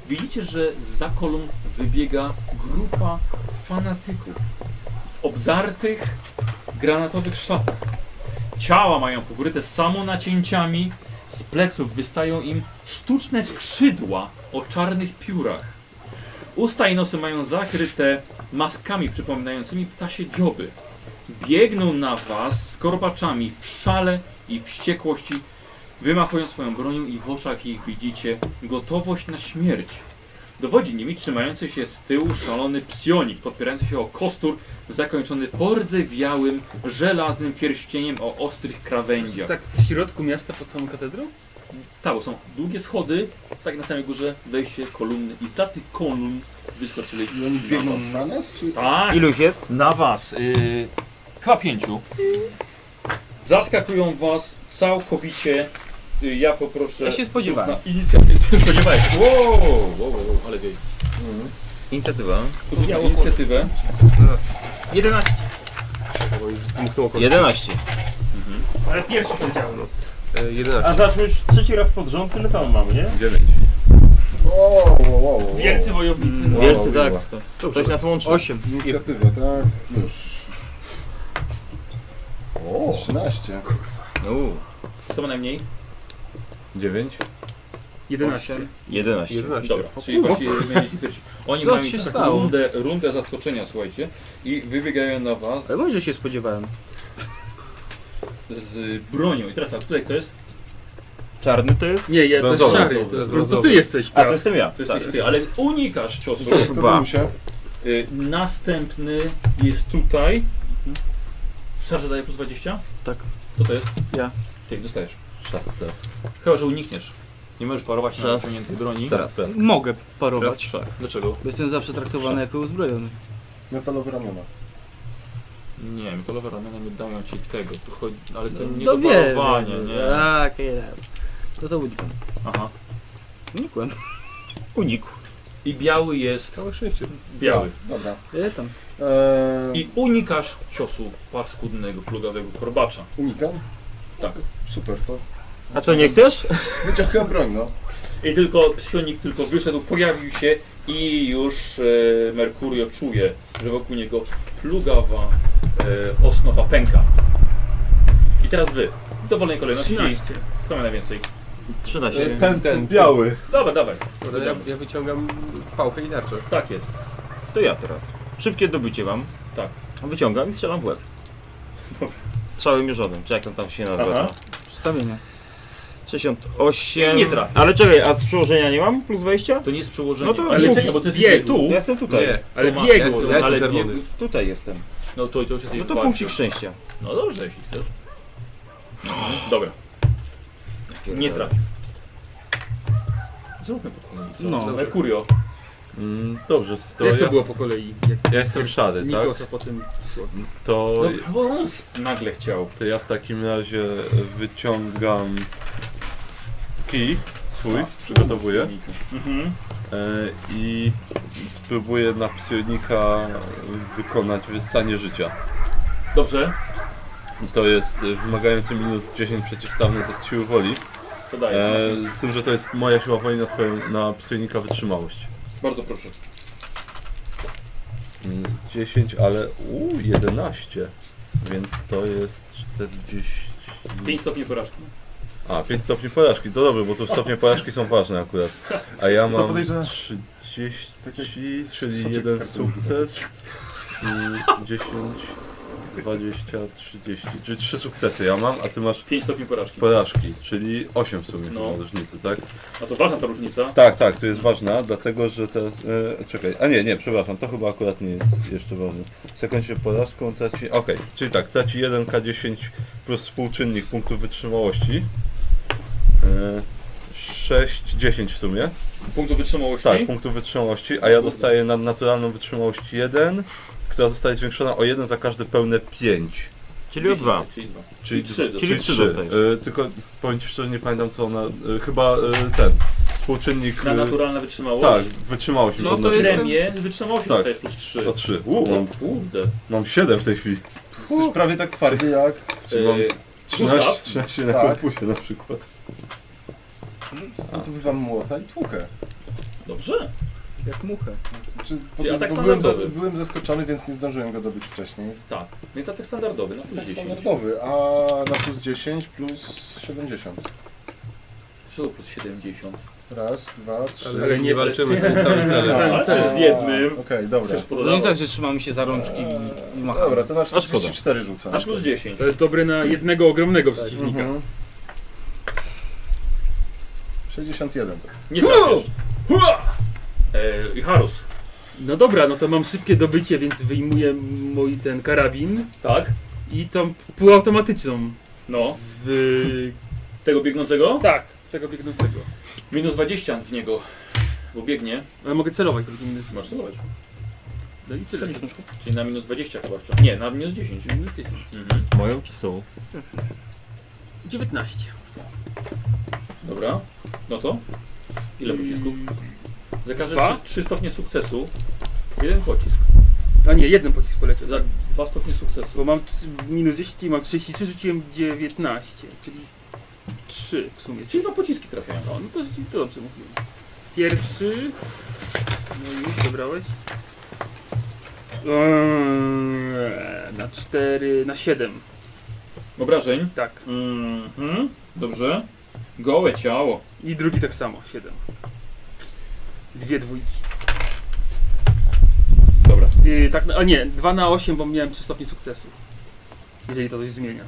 S1: widzicie, że za kolumn wybiega grupa fanatyków w obdartych granatowych szatach. Ciała mają pokryte samonacięciami, z pleców wystają im sztuczne skrzydła o czarnych piórach. Usta i nosy mają zakryte maskami przypominającymi ptasie dzioby. Biegną na was z korbaczami w szale i wściekłości, wymachują swoją bronią i w oczach ich widzicie gotowość na śmierć. Dowodzi nimi trzymający się z tyłu szalony psionik, podpierający się o kostur, zakończony pordzewiałym, żelaznym pierścieniem o ostrych krawędziach.
S2: Tak w środku miasta pod samą katedrą?
S1: Tak, bo są długie schody, tak na samej górze wejście, kolumny i za tych kolumn wyskoczyli.
S4: I oni biegną na nas, czy...
S1: Tak,
S9: Ilu ich jest?
S1: na was. Yy, chyba pięciu. Zaskakują was całkowicie. Yy, ja poproszę
S6: Ja się spodziewałem.
S1: na inicjatywę. Ty spodziewałeś. się. Wow, wow, wow, wow, ale wie.
S9: Inicjatywa.
S1: Rzut na inicjatywę.
S6: 11.
S5: Bo już zdmuchnęło kostkę.
S9: 11.
S6: Ale pierwszy powiedziałem.
S5: E, 11.
S8: no. A zaczmy już trzeci raz pod rząd, tyle tam mamy, nie?
S3: 9.
S4: O, wow, wow, wow.
S2: Wielcy wojownicy.
S3: Wow,
S9: Wielcy,
S3: miła.
S9: tak. Ktoś nas łączy.
S6: 8.
S4: Inicjatywa, tak, już.
S3: O,
S4: 13.
S9: No,
S1: Kto ma najmniej?
S3: 9.
S2: 11.
S9: 11.
S5: 11.
S1: Dobra, czyli właśnie mieli pierwsi. Oni
S6: Co
S1: mają
S6: się
S1: taką
S6: stało?
S1: rundę, rundę zaskoczenia, słuchajcie, i wybiegają na was
S6: Ale może się spodziewałem.
S1: z bronią. I teraz tak, tutaj kto jest?
S9: Czarny to jest?
S2: Nie, ja, to jest
S3: Brązowy,
S2: szary.
S3: brązowy,
S2: To, jest- to
S5: brązowy.
S2: ty jesteś
S9: A to
S2: teraz.
S9: jestem ja.
S1: To
S9: Tak.
S1: jesteś ty, ale unikasz ciosu.
S9: Kurwa.
S4: się.
S1: Y, Następny jest tutaj. Szarża daje plus 20?
S6: Tak.
S1: Kto to jest?
S6: Ja.
S1: Ty, dostajesz.
S3: Szastas.
S1: Chyba, że unikniesz. Nie możesz parować na
S9: Szas.
S1: wyciągniętej broni.
S3: Teraz, teraz.
S6: Mogę parować.
S3: szach.
S1: Dlaczego?
S6: Bo jestem zawsze traktowany jako uzbrojony.
S4: Metalowe ramiona.
S1: Nie, metalowe ramiona nie dają ci tego. To chodzi, ale to nie
S6: No
S1: do
S6: wiem,
S1: parowania,
S6: wiem,
S1: nie.
S6: Tak, nie. No to unikam.
S1: Aha.
S6: Unikłem.
S9: Unikł.
S1: I biały jest
S5: Całe szczęście.
S1: biały.
S4: Dobra.
S6: Ja tam.
S4: Eee,
S1: I unikasz ciosu paskudnego, plugawego korbacza.
S4: Unikam?
S1: Tak.
S4: Super, to
S9: A co, nie chcesz?
S4: wyciągnąłem broń, no.
S1: I tylko psionik tylko wyszedł, pojawił się i już e, Merkurio czuje, że wokół niego plugawa e, osnowa pęka. I teraz wy, w dowolnej kolejności,
S2: 13.
S1: kto ma najwięcej?
S9: 13.
S4: Ten, ten, biały.
S1: Dobra, dawaj,
S5: Ale Ja, ja wyciągam pałkę i tarczę.
S1: tak jest.
S9: To ja teraz. Szybkie dobycie mam.
S1: Tak.
S9: Wyciągam i strzelam w łeb.
S1: Dobra.
S9: Strzały mierzonym, czy jak on tam się nazywa.
S1: Aha.
S9: to.
S6: Przedstawienie.
S9: 68.
S1: Nie trafisz.
S9: Ale czekaj, a z przełożenia nie mam? Plus 20?
S1: To nie jest przełożenie,
S9: No to
S1: ale
S9: bieg.
S1: czekaj, bo to jest
S2: Bieg.
S1: bieg tu,
S9: Ja jestem tutaj.
S5: Nie,
S1: ale
S2: masz
S1: bieg,
S5: przełożenie. Ja
S1: ale
S5: jestem
S1: bieg,
S5: czerwony.
S9: Tutaj jestem.
S1: no to, to już jest
S9: No
S1: jej
S9: to
S1: walka.
S9: punkcik szczęścia.
S1: No dobrze, jeśli chcesz. Dobra, nie trafi. Zróbmy po kolei, co?
S6: No.
S1: Merkurio,
S3: Mm, dobrze, to
S2: Jak to
S3: ja,
S2: było po kolei? Jak
S3: ja jestem szary, tak?
S2: Nikosa po tym słowem.
S3: To,
S1: no, bo on nagle chciał.
S3: to ja w takim razie wyciągam kij swój, przygotowuję
S1: Mhm.
S3: e, i spróbuję na psionika wykonać wyssanie życia.
S1: Dobrze,
S3: To jest e, wymagający minus 10 przeciwstawny test siły woli,
S1: to
S3: e,
S1: daję.
S3: z tym, że to jest moja siła woli na, twoją, na psionika wytrzymałość.
S1: Bardzo proszę.
S3: Minus 10, ale u 11, więc to jest 40...
S1: 5 stopni porażki.
S3: A, 5 stopni porażki, to dobrze, bo tu stopnie porażki są ważne akurat. A ja
S4: To
S3: mam
S4: podejrzewam.
S3: 30,
S4: Tak jak
S3: czyli
S4: soczek
S3: jeden
S4: kartonkowy.
S3: sukces i 10, 20, 30, czyli 3 sukcesy ja mam, a ty masz
S1: 5 stopni porażki.
S3: porażki, czyli 8 w sumie
S1: No.
S3: no. różnicy, tak?
S1: No to ważna ta różnica.
S3: Tak, tak, to jest ważna, dlatego że teraz... E, czekaj, a nie, nie, przepraszam, to chyba akurat nie jest jeszcze ważne. Sekund się porażką traci... Okej, czyli tak, traci 1K10 plus współczynnik punktów wytrzymałości. E, 6, 10 w sumie.
S1: Punktów wytrzymałości.
S3: Tak, punktów wytrzymałości, a ja dostaję na naturalną wytrzymałość 1, która zostaje zwiększona o 1 za każde pełne 5.
S9: Czyli o 2.
S1: Czyli dwa.
S3: Czyli
S1: trzy
S3: d-
S9: Czyli trzy
S3: trzy.
S9: dostajesz.
S3: E, tylko powiem ci szczerze, nie pamiętam co ona... E, chyba e, ten, współczynnik...
S1: Na
S3: e,
S1: naturalna
S3: tak,
S1: wytrzymałość.
S3: wytrzymałość mi
S1: No to
S3: podnosi.
S1: jest premię wytrzymałości
S3: Tak.
S1: dostajesz plus 3.
S3: O 3. U, mam,
S1: Kurde.
S3: mam 7 w tej chwili.
S4: Jesteś prawie tak twardy jak...
S3: Czy mam
S1: E,
S3: 13,
S1: Gustaw?
S3: 13 na
S4: Tak.
S3: korpusie na przykład.
S4: No to bywam młota i tłukę.
S1: Dobrze.
S6: Jak muchę.
S4: Czy,
S1: Czyli atak
S4: Znaczy, bo byłem,
S1: standardowy.
S4: zas- byłem zaskoczony, więc nie zdążyłem go dobyć wcześniej.
S1: Tak. Więc atak standardowy na plus
S4: Tak
S1: 10.
S4: standardowy, a na plus 10 plus 70.
S1: Dlaczego plus 70?
S4: Raz, dwa, trzy.
S5: Ale,
S2: Ale
S5: nie,
S2: nie
S5: walczymy z tym samym celem.
S4: A,
S1: Walczysz z jednym.
S4: Okej, dobra.
S1: Chcesz
S6: No i
S1: podawać.
S6: zawsze trzymamy się za rączki i- i machamy.
S4: Dobra, to na
S3: szkoda.
S4: 44 rzucam.
S1: Aż plus 10.
S2: To jest dobre na jednego ogromnego przeciwnika.
S4: Mhm. 61.
S1: Nie trafisz. E, I Harus.
S2: No dobra, no to mam szybkie dobycie, więc wyjmuję mój ten karabin
S1: Tak?
S2: i tą półautomatyczną.
S1: No.
S2: W...
S1: Tego biegnącego?
S2: Tak, tego biegnącego.
S1: Minus 20 w niego. Bo biegnie.
S2: Ale mogę celować drugim
S1: Masz celować.
S2: No i tyle.
S1: Czyli na minus 20 chyba wciąż. Nie, na minus 10.
S2: Minus 10.
S1: Mhm.
S9: Moją czy są?
S2: 19.
S1: Dobra. No to? Ile pocisków? Za każde
S2: Dwa?
S1: 3, stopnie sukcesu. Jeden pocisk.
S2: A nie, jeden pocisk poleciał.
S1: Za 2 stopnie sukcesu.
S2: Bo mam t- minus 10 i mam 33, rzuciłem 19, czyli 3 w sumie.
S1: Czyli dwa pociski trafiają.
S2: O, no to rzeczywiście dobrze mówiłem. Pierwszy. No już wybrałeś. Eee, Na 4, na 7.
S1: Obrażeń.
S2: Tak.
S1: Mhm. Dobrze. Gołe ciało.
S2: I drugi tak samo, 7. Dwie dwójki.
S1: Dobra.
S2: Yy, tak, na- a nie, 2 na 8, bo miałem 3 stopnie sukcesu. Jeżeli to coś zmienia.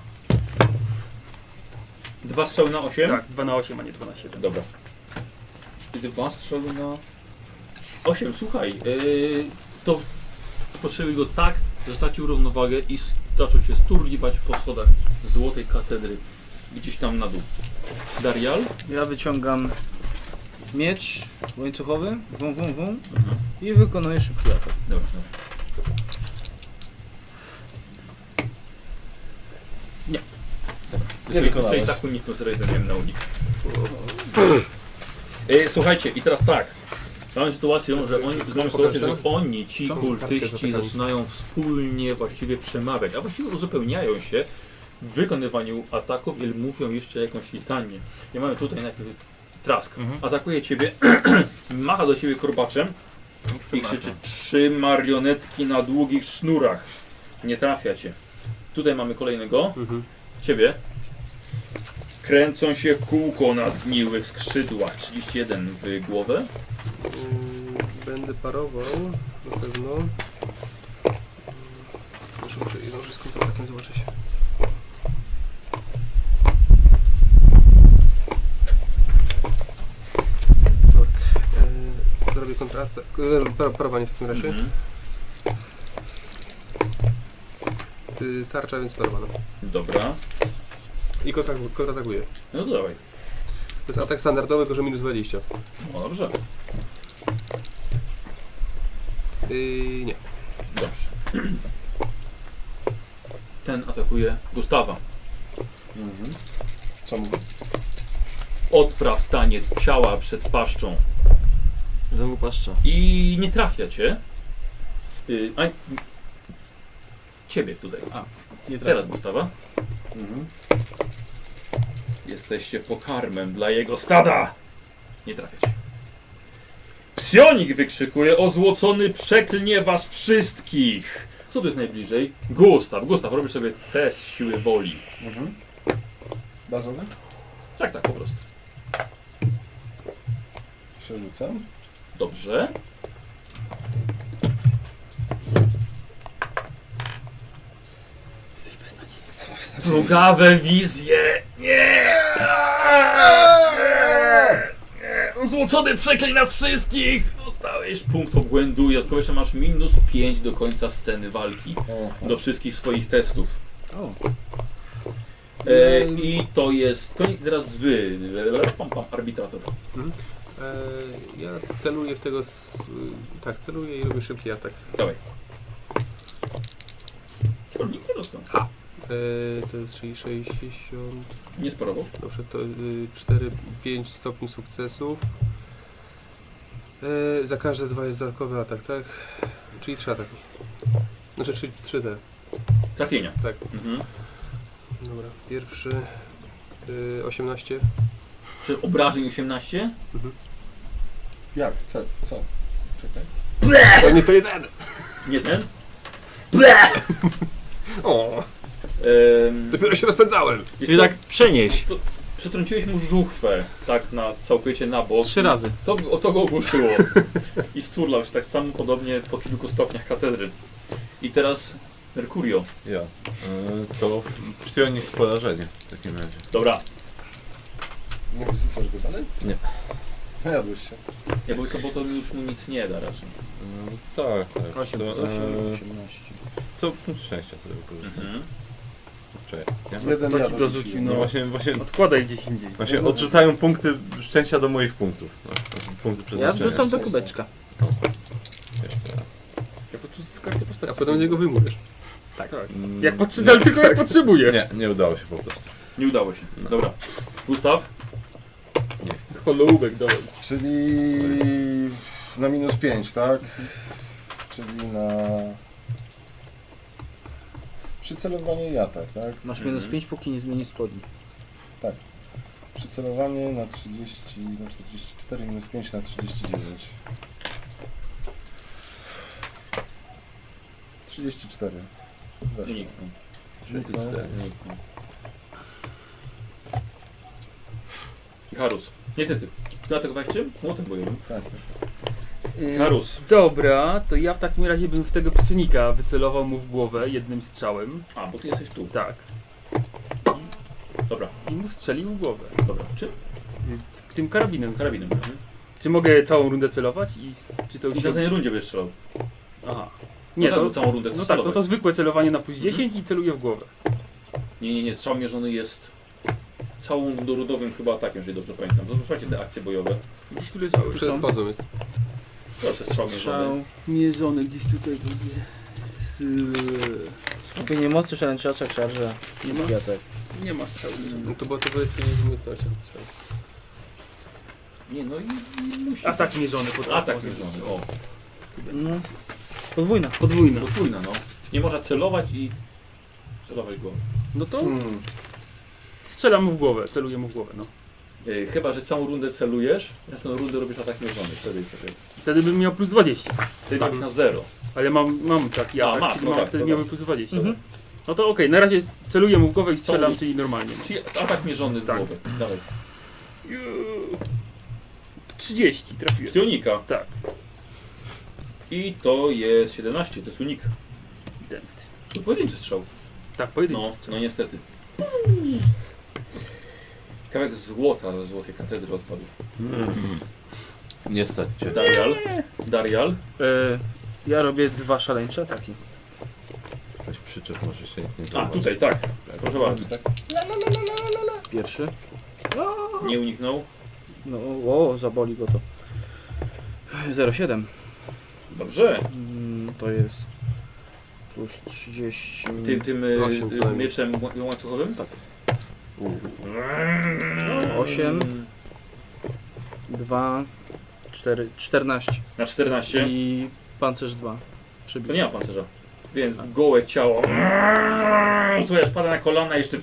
S1: Dwa strzały na 8.
S2: Tak, 2 na 8, a nie 2 na 7.
S1: Dobra. I Dwa strzały na 8. Słuchaj, yy, to poszyły go tak, że stracił równowagę i s- zaczął się sturliwać po schodach Złotej Katedry. Gdzieś tam na dół. Darial?
S6: Ja wyciągam miecz łańcuchowy, wą, wą, wą i wykonuję szybki atak.
S1: Dobra. Nie. Dobra. Nie sobie i tak uniknął z rejdeniem na unik. E, słuchajcie, i teraz tak. Mamy sytuację, że oni, mamy sytuację, że oni, ci
S5: Czemu kartkę
S1: kultyści,
S5: zapytałem?
S1: zaczynają wspólnie właściwie przemawiać, a właściwie uzupełniają się w wykonywaniu ataków i mówią jeszcze jakąś litanię. Ja mamy tutaj najpierw trask. Atakuje ciebie, macha do ciebie korbaczem, i krzyczy trzy marionetki na długich sznurach. Nie trafia cię. Tutaj mamy kolejnego. Ciebie. Kręcą się w kółko na zgniłych skrzydłach. 31 w głowę.
S5: Mm, Będę parował na pewno. Mm, Muszę, muszę, muszę skontrolować, nie zobaczyć. Dobra, e, Zrobię kontratak. e, par- Parowanie w takim razie.
S1: Mhm.
S5: Y, Tarcza, więc parowana.
S1: Dobra.
S5: I kontratak, kontratakuje.
S1: No to dawaj.
S5: To jest atak standardowy, tylko że minus 20.
S1: No dobrze.
S5: Yy, nie.
S1: Dobrze. Ten atakuje Gustawa.
S4: Mhm. Co mówię?
S1: Odpraw taniec ciała przed paszczą.
S9: Znowu paszcza.
S1: I nie trafia cię. Y, a, ciebie tutaj.
S9: Nie trafię.
S1: Teraz Gustawa.
S4: Mhm.
S1: Jesteście pokarmem dla jego stada! Nie trafiacie. Psionik wykrzykuje, ozłocony przeklnie was wszystkich! Kto tu jest najbliżej? Gustaw. Gustaw, robisz sobie test siły woli.
S4: Mhm. Bazowy?
S1: Tak, tak, po prostu.
S4: Przerzucam.
S1: Dobrze. Drugawe wizje! Nie! Nie! Złocony przeklej nas wszystkich! Dostałeś punkt obłędu i dodatkowo jeszcze masz minus 5 do końca sceny walki. Do wszystkich swoich testów. E, I to jest koniec. Teraz wy, pam, pam, arbitrator.
S5: E, ja celuję w tego. S- y, tak, celuję i robię szybki atak.
S1: Dawaj. Ciągnik nie dostał.
S5: E, to jest czyli 60.
S1: Nie sparował.
S5: Dobrze, to y, 4, 5 stopni sukcesów. E, za każde dwa jest dodatkowy atak, tak? Czyli trzy ataki. Znaczy 3, 3 D.
S1: Trafienia.
S5: Tak.
S1: Mhm.
S5: Dobra, pierwszy. Y, 18.
S1: Czy obrażeń 18?
S4: Jak? Co? Co? Czekaj.
S5: To nie, to nie ten!
S1: Nie ten.
S5: O,
S1: Ehm,
S5: dopiero się rozpędzałem!
S1: wiesz
S6: I
S1: co?
S6: tak przenieś.
S1: Przetrąciłeś mu żuchwę tak na całkowicie na bok.
S6: Trzy razy.
S1: To, o, to go ogłuszyło. I sturlał się tak samo podobnie po kilku stopniach katedry. I teraz Merkurio.
S3: Ja. Yy, to f- psionik porażenie w takim razie.
S1: Dobra.
S4: Nie wysysasz go dalej?
S3: Nie.
S4: Najadłeś się.
S1: Ja bo sobotom już mu nic nie da raczej.
S3: Mm, tak, tak.
S9: 8
S3: Do-
S9: plus 8,
S3: e,
S9: 18.
S3: Co punkt szczęścia sobie
S1: Mhm.
S3: wykorzystam.
S6: Mhm.
S3: Czekaj. Ja
S4: Jeden
S2: To ci
S4: ja
S2: dorzucił,
S4: dorzuciłem.
S3: no właśnie, właśnie,
S2: Odkładaj gdzieś indziej.
S3: właśnie odrzucają punkty szczęścia do moich punktów. No, znaczy punkty
S6: Ja
S3: przeznaczenia.
S6: wrzucam do kubeczka.
S3: Jeszcze raz.
S2: Ja po prostu z karty postaci.
S5: A potem z niego wymówisz.
S3: Mm,
S2: Jak potrzebuje, tylko jak potrzebuje.
S3: Nie, nie udało się po prostu.
S1: Nie udało się.
S6: No.
S1: Dobra. Gustaw?
S3: Nie chcę.
S2: Holoubek, dawaj.
S4: Czyli na minus 5, tak? Czyli na... Przycelowanie i atak, tak?
S6: Masz minus
S1: Mhm.
S6: 5, póki nie zmieni spodni.
S4: Przycelowanie na 30, na 44, minus 5 na 39. 34. Weszło.
S1: Nikt. Harus. Niestety. Ty atakowałeś czym? Młotem bojowym.
S4: Tak.
S2: Y,
S1: Harus.
S2: Dobra, to ja w takim razie bym w tego psunika wycelował mu w głowę jednym strzałem.
S1: A, bo ty jesteś tu.
S2: Tak.
S1: Dobra,
S2: I mu strzelił w głowę.
S1: dobra. Czy?
S2: K- Tym karabinem.
S1: Karabinem.
S2: Czy mogę całą rundę celować? I s- czy to
S1: I
S2: już.
S1: w następnej rundzie będziesz strzelał.
S2: Aha.
S1: Nie,
S2: Nie,
S1: no, to
S2: to.
S1: całą rundę chcesz
S2: No tak, to, to
S1: celować.
S2: zwykłe celowanie na plus 10 i celuję w głowę.
S1: Nie, nie, nie. Strzał mierzony jest całą dorodowym chyba atakiem, jeżeli dobrze pamiętam. Zobaczcie te akcje bojowe.
S2: Gdzieś tu leżały.
S5: Przed bazą jest.
S1: Proszę, strzał mierzony.
S6: Strzał mierzony gdzieś tutaj będzie. Z... Skupienie mocy, szalęczy aczek, szarże
S2: Nie ma?
S6: i kwiatek.
S2: Nie ma strzału.
S5: No to było to jest z umiejętnością.
S1: Nie, no i, i musi.
S2: Atak mierzony pod
S1: Atak mierzony, o.
S6: No. Podwójna. Podwójna.
S1: Potrójna, no. Nie można celować i celować go.
S2: No to
S4: Hmm.
S2: strzelam mu w głowę, celuję mu w głowę. No.
S1: Yy, chyba, że całą rundę celujesz, następną rundę robisz atak mierzony. Wtedy jest okej.
S2: Wtedy bym miał plus 20.
S1: Wtedy tak na zero.
S2: Ale mam, mam taki
S1: A,
S2: atak,
S1: masz,
S2: czyli
S1: no
S2: mam,
S1: tak,
S2: wtedy
S1: dobra.
S2: miałbym plus 20.
S1: Mhm.
S2: No to okej, na razie celuję mu w głowę i strzelam,
S1: Co?
S2: czyli normalnie. no.
S1: Czyli atak mierzony w
S2: Tak.
S1: głowę. Dawaj.
S2: Ju, 30 trafiłem.
S1: Psionika.
S2: Tak.
S1: I to jest 17, to jest unik.
S2: Dent.
S1: To pojedynczy strzał.
S2: Tak, pojedynczy.
S1: No, no niestety. Kawałek złota ze złotej katedry odpadł.
S3: Mhm. Nie stać cię.
S1: Darial. Darial.
S6: E, ja robię dwa szaleńcze ataki.
S3: Weź przyczep, może się nikt nie
S1: A,
S3: zauważy.
S1: tutaj, tak. Proszę bardzo.
S6: Pierwszy.
S1: Nie uniknął.
S6: No, o, zaboli go to. 0,7.
S1: Dobrze.
S6: Mm, To jest plus 30.
S1: Tym, tym y,
S5: Osiem co
S1: y,
S5: najmniej.
S1: mieczem ła- łańcuchowym? Mm. Tak.
S6: 8, 2, 4, 14.
S1: Na 14.
S6: I pancerz 2. Przebij.
S1: To nie ma pancerza. Więc w gołe ciało. Słuchaj, aż pada na kolana jeszcze.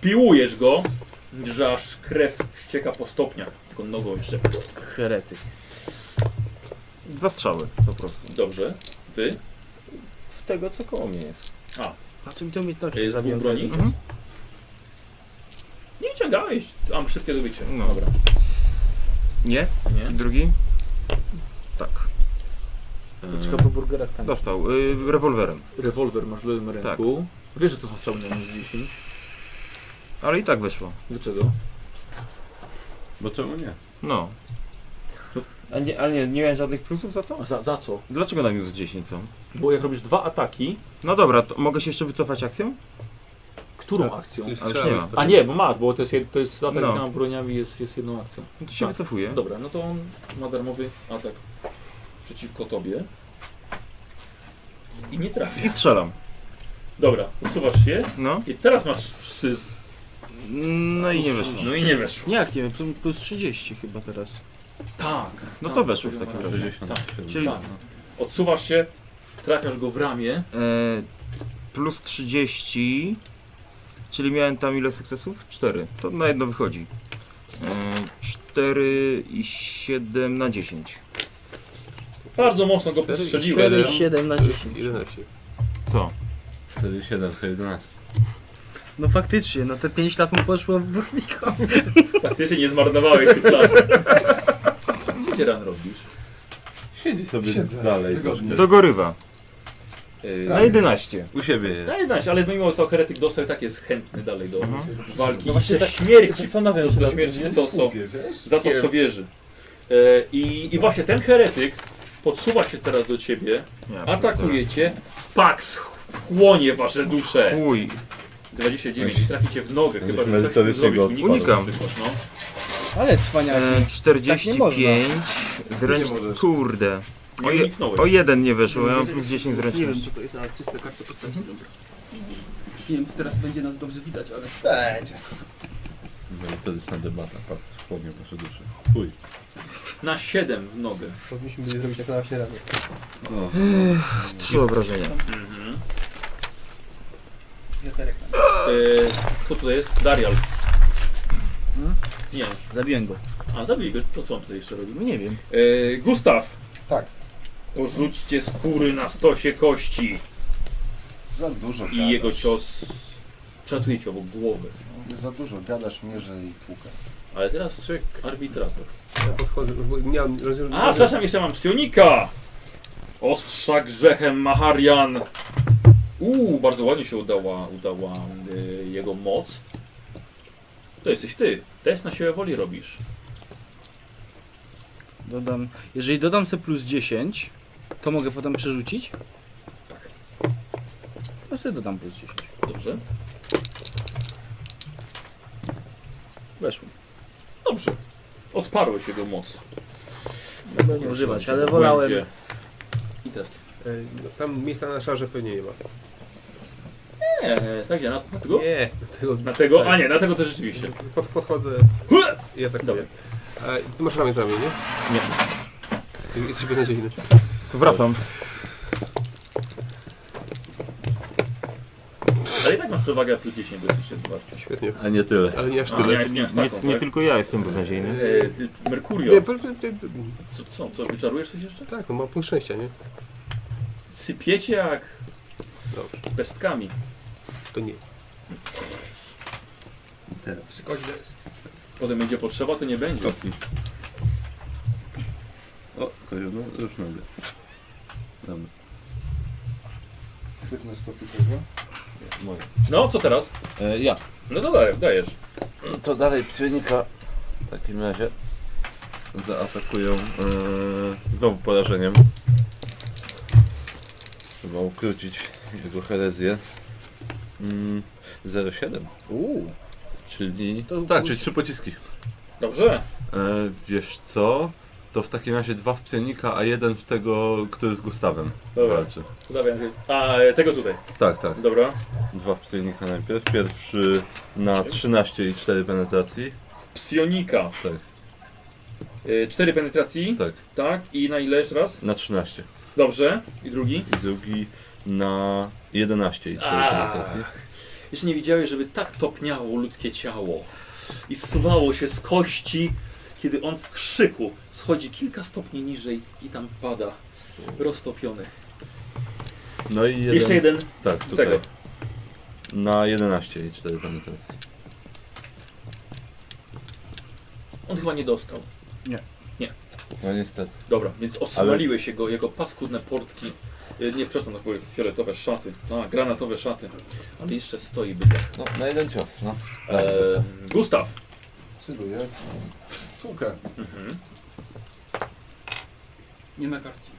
S1: Piłujesz go, że aż krew ścieka po stopniach. Tylko nogą jeszcze.
S6: Heretyk.
S9: Dwa strzały po prostu.
S1: Dobrze. Wy?
S9: W tego, co koło mnie jest.
S6: A co mi to umiejętności?
S1: Jest dwóch
S6: zawiązane?
S1: broni?
S6: Mhm.
S1: Nie wyciągałeś. Mam szybkie dobycie.
S9: No.
S1: Dobra.
S9: Nie?
S1: Nie?
S9: Drugi? Tak.
S6: Tylko po burgerach tam.
S9: Dostał. Y, rewolwerem.
S1: Rewolwer masz w lewym ręku.
S9: Tak.
S1: Wiesz, że to strzał na minus 10.
S9: Ale i tak wyszło.
S1: Dlaczego?
S3: Bo czemu nie?
S9: No. A nie, ale nie, nie miałem żadnych plusów za to?
S1: Za, za co?
S9: Dlaczego na minus 10 są?
S1: Bo jak robisz dwa ataki,
S9: No dobra, to mogę się jeszcze wycofać akcją?
S1: którą
S9: Tak.
S1: akcją?
S5: Jest
S9: A już
S5: strzał,
S9: nie
S5: jest
S1: A nie, bo masz, bo to jest, jed- to jest atak
S9: No.
S1: z broniami jest, jest jedną akcją.
S9: No to się
S1: Tak.
S9: wycofuję.
S1: Dobra, no to on ma darmowy atak przeciwko tobie. I nie trafi.
S9: I strzelam.
S1: Dobra, zobacz się.
S9: No.
S1: I teraz masz psy.
S9: No i nie wyszło.
S1: No i nie weszło.
S6: Jakie? Plus- Plus 30 chyba teraz.
S1: Tak.
S9: No
S1: tak,
S9: to weszło w
S1: tak,
S9: takim razie.
S3: 60.
S1: Tak.
S9: Czyli
S1: Tak. Odsuwasz się, trafiasz go w ramię.
S9: e, plus 30, czyli miałem tam ile sukcesów? 4. To na jedno wychodzi. E, 4 i 7 na 10.
S1: Bardzo mocno go
S5: Cztery i
S1: postrzeliłeś.
S5: siedem.
S6: 7 na
S5: To jest
S6: 10.
S5: 11.
S9: Co?
S3: Wtedy 7, to 11.
S6: No faktycznie, no te 5 lat mu poszło w burniko.
S1: Faktycznie nie zmarnowałeś tych lat. Co ty ran robisz?
S3: Siedzi sobie
S4: Siedzę,
S3: dalej.
S4: wygodnie.
S3: troszkę.
S9: Dogorywa.
S1: Yy,
S9: Na 11.
S3: U siebie.
S4: Tak?
S1: Na 11, ale mimo to heretyk dostał i tak jest chętny dalej do walki.
S2: No
S1: No
S2: właśnie
S1: właśnie
S2: tak-
S1: śmierci,
S2: zastanawiam się
S1: do
S2: nad-
S1: śmierci w
S4: Jest
S1: to,
S3: No
S1: co,
S4: głupie, wiesz?
S1: za to, w co wierzy. E, I, I właśnie ten heretyk podsuwa się teraz do ciebie,
S9: Ja
S1: atakuje cię, Pax wchłonie wasze dusze.
S9: Chuj.
S1: 29, traficie w nogę, chyba że coś z tym
S3: Merytorycznie
S1: zrobisz,
S3: go
S1: unikasz na
S9: odpadł.
S1: przykład, no.
S6: Ale cwaniaki.
S9: E, 45.
S4: Nie możesz.
S9: Zręcz... Kurde.
S1: Nie
S9: O, je,
S1: uniknąłeś.
S9: o jeden nie weszło, ja mam plus 10
S2: Nie wiem,
S9: zręczności.
S2: co to jest, ale czyste karty postaci, dobra. Nie wiem, czy teraz będzie nas dobrze widać, ale...
S3: Merytoryczna debata, tak, wchłonie wasze dusze. Chuj.
S1: Na 7 w nogę.
S5: Powinniśmy byli zrobić jak na właśnie razem.
S9: Trzy obrażenia.
S1: Mhm.
S2: Wiaterek tam.
S1: E, kto tutaj jest? Darial. Nie.
S6: Zabiłem go.
S1: A, zabij go, to co on tutaj jeszcze robi?
S6: No nie wiem.
S1: E, Gustaw.
S4: Tak.
S1: Porzućcie skóry na stosie kości.
S4: Za dużo gadasz.
S1: I jego cios przelatuje ci obok głowy.
S4: Mówię, Za dużo gadasz, mierzę i tłukę.
S1: Ale teraz arbitrator.
S5: Ja podchodzę, bo miałem rozwiążę.
S1: A, przepraszam, jeszcze mam psionika! Ostrza grzechem Maharian. Uuu, bardzo ładnie się udała, udała y, jego moc. To jesteś ty. Test na siłę woli robisz.
S6: Dodam. Jeżeli dodam sobie plus 10, to mogę potem przerzucić?
S1: Tak.
S6: To sobie dodam plus 10.
S1: Dobrze?
S6: Weszło.
S1: Dobrze. Odparłeś jego moc.
S6: Mogę używać, ale
S1: W
S6: wolałem.
S1: błędzie. I test.
S5: E, no, Tam miejsca na szarze pewnie nie ma.
S1: Nie, tak, na, na tego?
S5: Nie. Tego,
S1: Na tego? A nie, na tego to rzeczywiście.
S5: pod, podchodzę i
S1: Dobra.
S5: atakuję. A, ty masz ramię prawie, nie?
S1: Nie.
S5: Jesteś- Jesteś no. beznadziejny.
S9: To wracam.
S1: Ale i tak masz przewagę plus 10 do 32.
S5: Świetnie.
S3: A nie tyle.
S5: Ale nie aż
S1: A,
S5: tyle.
S1: No, nie, nie aż
S9: Nie,
S1: taką,
S9: nie
S1: tak?
S9: tylko ja jestem beznadziejny.
S1: E, ty- ty- Merkurio.
S5: Nie, po- po- po-
S1: Co, co, co, wyczarujesz coś jeszcze?
S5: tak, no ma punkt szczęścia, nie?
S1: Sypiecie jak
S5: Dobrze,
S1: pestkami.
S5: to nie.
S2: Przy koźle jest.
S1: Potem będzie potrzeba, to nie będzie.
S3: Kopnij. O, kojono, już nogę. Dobra,
S4: Chwyt na stopie tego.
S3: moja.
S1: No, co teraz?
S3: E, ja.
S1: No to dalej, dajesz.
S3: To dalej psionika. W takim razie zaatakują e, znowu porażeniem. Trzeba ukrócić jego herezję. Mm, 0,7.
S1: Uuu.
S3: Czyli.
S6: To
S3: tak, czyli trzy pociski.
S1: Dobrze.
S3: E, wiesz co? To w takim razie dwa w psionika, a jeden w tego, który z Gustawem
S1: Dobra.
S3: walczy.
S1: Dawaj. Andrzej. A, e, tego tutaj.
S3: Tak, tak.
S1: Dobra.
S3: Dwa w psionika najpierw. Pierwszy na 13 i 4 penetracji.
S1: Psionika.
S3: Tak,
S1: E, Cztery penetracji.
S3: tak.
S1: Tak. I na ile jeszcze raz?
S3: Na 13.
S1: Dobrze. I drugi?
S3: I drugi na 11 i 4
S1: Ach.
S3: penetracji.
S1: Jeszcze nie widziałeś, żeby tak topniało ludzkie ciało i zsuwało się z kości, kiedy on w krzyku schodzi kilka stopni niżej i tam pada, roztopiony.
S3: No i jeden.
S1: Jeszcze jeden
S3: Tak,
S1: z
S3: tutaj.
S1: tego.
S3: Na 11 i 4 penetracji.
S1: On chyba nie dostał.
S3: No niestety.
S1: Dobra, więc osmoliły się go, jego paskudne portki. y, Nie, przepraszam, to były fioletowe szaty. A, granatowe szaty. Ale jeszcze stoi bydlak.
S3: No, na jeden cios, no.
S1: Eee, Gustaw.
S4: Cyluję. Tłukę.
S1: Mhm.
S2: Nie na karcie.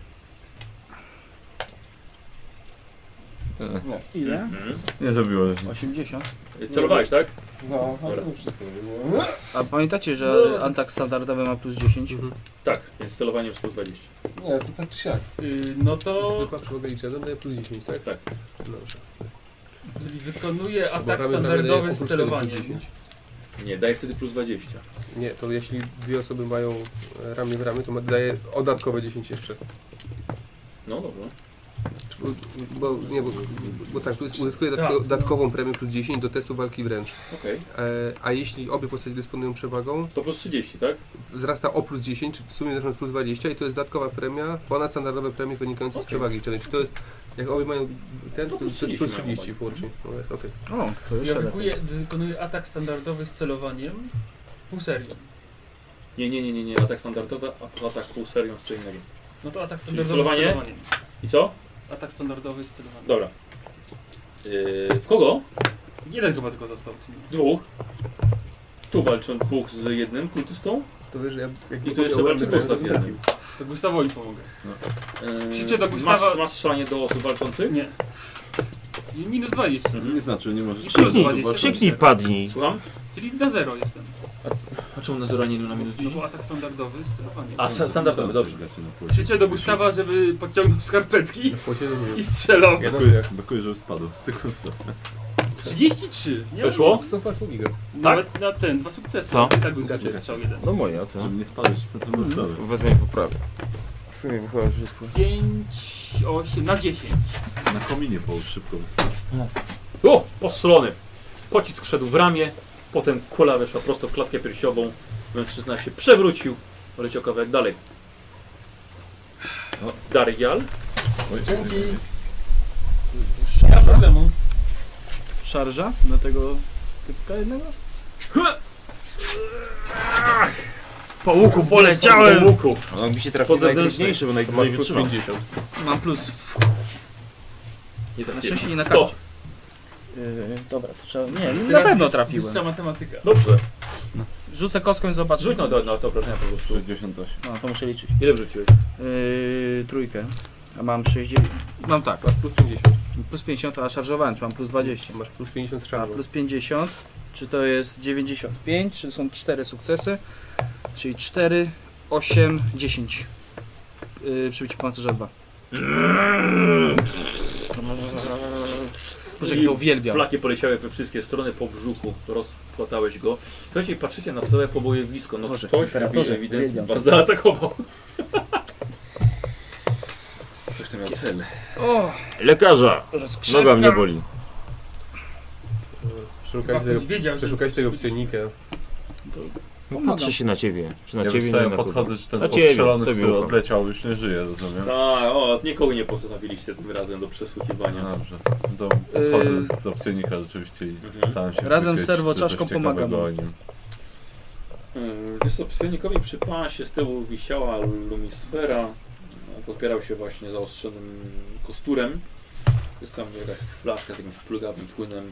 S6: E. Ile?
S1: Mhm.
S3: Nie zrobiło różnicy.
S6: 80.
S1: Y, Celowałeś, tak?
S4: No, ale
S1: Dobra.
S4: to wszystko.
S6: A pamiętacie, że
S1: No.
S6: atak standardowy ma plus 10?
S1: Tak, więc celowanie jest plus 20.
S4: Nie, to tak czy siak.
S2: Yy, no to...
S5: Zwykła przewaga liczebna daje plus 10, tak?
S1: Tak.
S5: Dobrze.
S2: Czyli wykonuje
S5: Bo
S2: atak
S5: ramię daje
S2: standardowy
S5: oprócz
S2: z
S5: tego plus
S2: celowaniem.
S5: 10.
S1: Nie, daje wtedy plus 20.
S5: Nie, to jeśli dwie osoby mają e, ramię w ramię, to ma- daje dodatkowe 10 jeszcze.
S1: No dobrze.
S5: Bo, bo, nie, bo, bo tak, tu jest- uzyskuje dodatko-
S2: Tak.
S5: dodatkową premię plus 10 do testu walki wręcz.
S1: Okej.
S5: E, a jeśli obie postaci dysponują przewagą,
S1: To plus 30, tak?
S5: wzrasta o plus 10, czy w sumie na przykład plus 20 i to jest dodatkowa premia, ponadstandardowe premie wynikające z
S1: Okej.
S5: przewagi liczebnej. Czyli to jest, jak obie mają ten,
S1: To
S5: to, to
S1: plus
S5: jest plus
S1: 30 mają
S5: 30
S1: obaj.
S5: włącznie. No, okay.
S6: O, to
S2: Ja
S6: jeszcze lepiej.
S2: wykonuje, wykonuje atak standardowy z celowaniem półserią.
S1: Nie, nie, nie, nie, nie. Atak standardowy, a atak pół serią z co innego.
S2: No to atak
S1: Czyli
S2: standardowy z
S1: celowanie?
S2: celowaniem.
S1: I co?
S2: atak standardowy jest celowany.
S1: Dobra. Yy, w kogo?
S2: No, Jeden chyba tylko został, czyli
S1: Dwóch. Tu walczą dwóch z jednym kultystą.
S7: To wiesz, ja jakby
S1: I tu jeszcze
S7: podjąłem
S1: walczy
S7: grę,
S1: Gustaw
S7: to tak,
S1: z
S7: bym
S1: jednym.
S2: to Gustawowi pomogę.
S1: Yy,
S2: Przyjdzie do Gustawa-
S1: masz, masz strzelanie do osób walczących?
S2: Nie. Czyli minus 20.
S3: Nie znaczy, nie możesz...
S9: Krzyknij,
S2: Zobaczymy.
S9: krzyknij padnij.
S1: Słucham?
S2: Czyli na zero jestem.
S1: A czemu na zero nie na minus
S2: No
S1: 10?
S2: bo atak standardowy jest celowany.
S1: A, sta- standardowy, dobrze.
S2: Krzyczę do Gustawa, żeby podciągnął skarpetki
S5: Posiedzenie.
S2: i strzelał.
S3: Bakuję, bakuję, że spadł. Tylko co?
S2: 33. Nie
S1: Weszło?
S5: Są fasługi gra.
S2: Nawet na ten, dwa sukcesy.
S9: Co?
S2: I tak bym strzał jeden.
S9: No moje, a co?
S3: Żeby nie spadać, to to dostawy.
S9: Wezmę i poprawię. W sumie chyba wszystko.
S2: 5, 8, na 10.
S3: Na kominie połóż szybko wystawić.
S1: O! Postrzelony. Pocisk wszedł w ramię, potem kula weszła prosto w klatkę piersiową. Mężczyzna się przewrócił, leciał kawałek dalej.
S3: No.
S1: Darial.
S4: Dzięki.
S2: Nie ma problemu.
S6: Szarża na tego typka jednego?
S9: Po łuku poleciałem!
S1: łuku.
S9: On No, mi się
S1: Po
S9: trafił
S1: zewnętrznej.
S9: najtrudniejszy, bo najdłużej
S3: plus
S9: wytrzymał.
S6: Mam plus w...
S1: Nie
S6: na
S1: trafiłem.
S6: szczęście nie na
S1: Sto.
S6: karcie.
S9: Yy, dobra, to trzeba... Nie, na
S2: Teraz
S9: pewno
S2: wyższa-
S9: trafiłem.
S2: Wyższa matematyka.
S1: Dobrze.
S6: Rzucę kostką i zobaczę.
S1: Rzuć na, to- na to obrażenia po prostu.
S3: 68.
S9: No, to muszę liczyć.
S1: Ile wrzuciłeś?
S9: Yy, trójkę. A mam 60... Mam tak,
S5: Masz plus 50.
S6: Plus 50, a szarżowałem, czy mam plus 20.
S5: Masz plus 50
S6: A
S5: strzałów.
S6: plus 50, czy to jest 95, czy są 4 sukcesy, czyli 4, 8, 10. Yy, przybicie pancerza 2. Boże, jak to uwielbiam.
S1: Flaki poleciały we wszystkie strony po brzuchu, rozkłatałeś go. Słuchajcie, patrzycie na całe pobojowisko. No
S6: Boże,
S1: ktoś
S6: imperatorze,
S1: ewidentnie
S6: uwielbiam
S1: was
S6: to.
S1: zaatakował. Ktoś tam miał cel.
S6: O,
S9: Lekarza! Noga mnie
S6: rozkrzewka.
S9: boli.
S2: Chyba
S5: Przeszukać
S2: ktoś
S5: tego,
S2: wiedział, że-
S5: przeszukać tego psionika.
S9: No, patrzę się na ciebie. Czy na
S3: Ja
S9: ciebie,
S3: już
S9: nie na
S3: sobie
S9: kogo.
S3: podchodzę, czy ten
S9: Na ciebie,
S3: ostrzelony,
S9: tobie
S3: który
S9: ufam.
S3: odleciał, już nie żyje, rozumiem.
S1: Tak, o, nikogo nie postanowiliście tym razem do przesłuchiwania.
S3: No Dobrze. To podchodzę do psionika rzeczywiście i staram się
S6: Y- Razem z
S3: wykryć,
S6: serwo
S3: czy coś
S6: czaszką
S3: ciekawego
S6: pomagam.
S3: o nim.
S1: Yy, Wiesz co, psionikowi przy pasie z tyłu wisiała lumisfera. No, Podpierał się właśnie zaostrzonym kosturem. Jest tam jakaś flaszka z jakimś plugawym płynem.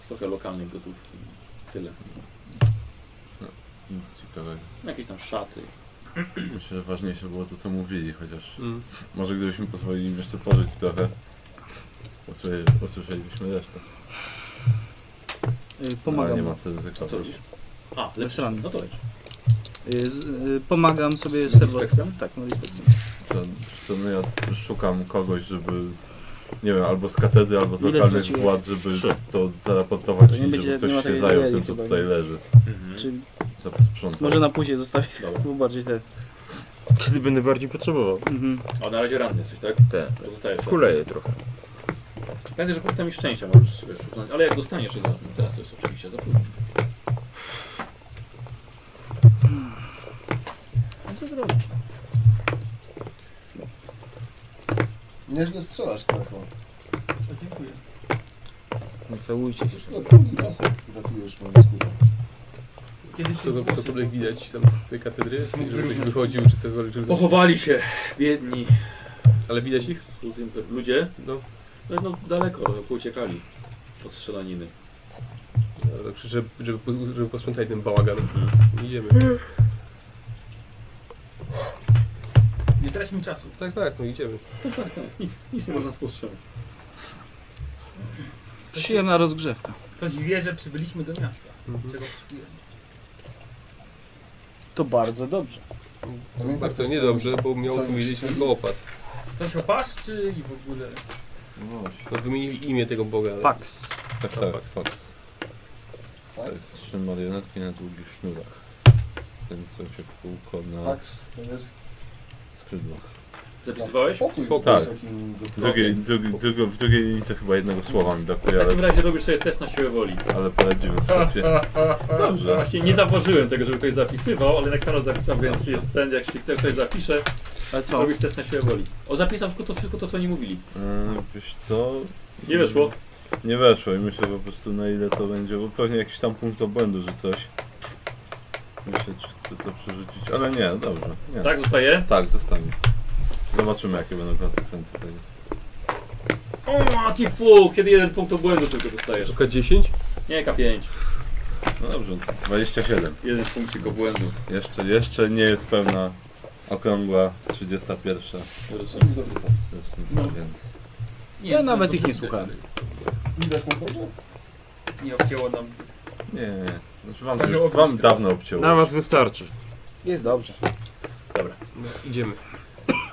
S1: Z trochę lokalnej gotówki. Tyle.
S3: Nic ciekawego.
S1: Jakieś tam szaty.
S3: Myślę, że ważniejsze było to, co mówili, chociaż
S5: Mm.
S3: może gdybyśmy pozwolili im jeszcze pożyć trochę, usłyszeli- usłyszelibyśmy resztę.
S6: Y,
S3: Ale nie
S6: Pomagam.
S3: ma co
S1: A co
S3: ryzykować.
S1: robisz? A, leczysz.
S6: ranny.
S1: No to lecz.
S6: Y, z- y, Pomagam sobie
S1: Z
S6: serwo.
S1: Lispexem?
S6: Tak, no Lispexem.
S3: To, to no ja szukam kogoś, żeby, nie wiem, albo z katedry, albo z
S6: Ile
S3: lokalnych
S6: straciłeś?
S3: władz, żeby
S9: Trzy.
S3: to zaraportować
S6: To
S3: i
S6: nie będzie-
S3: żeby
S6: nie ma
S3: ktoś się
S6: takiej
S3: zajął
S6: idei
S3: tym, co
S6: chyba,
S3: tutaj
S6: nie?
S3: leży.
S1: Mhm.
S6: Czy
S3: Zaposprzątał.
S6: może na później zostawię,
S1: Dobra.
S6: bo bardziej te...
S9: Kiedy będę bardziej potrzebował.
S6: Mhm.
S1: A na razie ranny jesteś, tak?
S9: Te.
S1: Pozostajesz.
S9: Kuleję trochę.
S1: Pamiętaj, że punktem i szczęścia możesz wiesz, uznać. Ale jak dostaniesz jeden, teraz to jest oczywiście za późno.
S6: No co zrobić?
S4: Nieźle strzelasz, Klecho.
S2: O, Dziękuję.
S9: Nie całujcie się.
S4: No drugi raz ratujesz moją skórę.
S2: Kiedyś
S5: To
S2: się
S5: cokolwiek widać tam z tej katedry, żeby ktoś wychodził czy cokolwiek. Żeby...
S1: Pochowali się, biedni.
S5: Ale widać ich?
S1: Słudzy imper- Ludzie?
S5: No.
S1: No, no daleko, no, uciekali od strzelaniny.
S5: Dobra, Krzyczę, żeby, żeby, po- żeby posprzątać ten bałagan. Idziemy.
S2: Nie traćmy czasu.
S5: Tak, tak, no idziemy.
S1: Tak, tak, tak. Nic, nic nie można spostrzegać.
S6: Przyjemna rozgrzewka.
S2: Ktoś wie, że przybyliśmy do miasta.
S5: Mhm.
S2: Czego oczekujemy.
S6: To bardzo dobrze.
S3: Tak,
S4: Pamiętaj,
S5: Bardzo
S4: co-
S5: niedobrze, bo miał
S4: co
S5: tu wiedzieć
S4: myślę?
S5: tylko opat.
S2: Ktoś opaszczy i w ogóle...
S3: No właśnie.
S5: No wymienił imię tego boga. ale-
S6: Pax.
S3: Tak, tak, fakt.
S4: Tak?
S3: To jest trzy marionetki na długich sznurach. Ten, co się w kółko na
S4: Pax to jest
S3: skrzydłach.
S1: Zapisywałeś?
S4: pokój,
S5: Pokój.
S4: wysokim
S3: Tak. W drugiej, drugi, drugi, w drugiej linijce chyba jednego słowa mi
S1: W
S3: brakuje, ale,
S1: takim razie robisz sobie test na siłę woli.
S3: ale poradziłem sobie.
S1: No
S3: Dobrze.
S1: Tak, Właśnie nie zauważyłem tego, żeby ktoś zapisywał, ale tak teraz zapisam, więc jest ten, jak się ktoś ktoś zapisze,
S6: Ale
S1: to
S6: co?
S1: robisz test na siłę woli. O, zapisał tylko to, tylko to, co oni mówili.
S3: Yy, wiesz co?
S1: Nie weszło.
S3: Nie weszło i myślę po prostu na ile to będzie, bo pewnie jakiś tam punkt obłędu, że coś. Myślę, czy chcę to przerzucić, ale nie, dobrze. Nie.
S1: Tak, zostaje?
S3: Tak, zostanie. Zobaczymy jakie będą konsekwencje tego.
S1: O, jaki fuch! Kiedy jeden punkt obłędu tylko dostajesz.
S7: Tylko 10?
S1: Nie, K5.
S3: No dobrze, 27.
S1: Jeden punkcik obłędu.
S3: Jeszcze, jeszcze nie jest pełna okrągła 31
S1: Rocznica.
S3: rocznica, więc...
S1: Nie,
S6: Ja
S1: to
S6: nawet
S1: jest
S6: ich nie
S1: dobrze.
S6: słuchałem.
S4: Widać nas dobrze?
S2: Nie obcięło nam.
S3: Nie, nie, nie. Znaczy wam,
S2: Także
S3: już,
S2: obniżkę.
S3: wam dawno obcięło.
S9: Na was wystarczy.
S6: Jest dobrze.
S7: No, idziemy.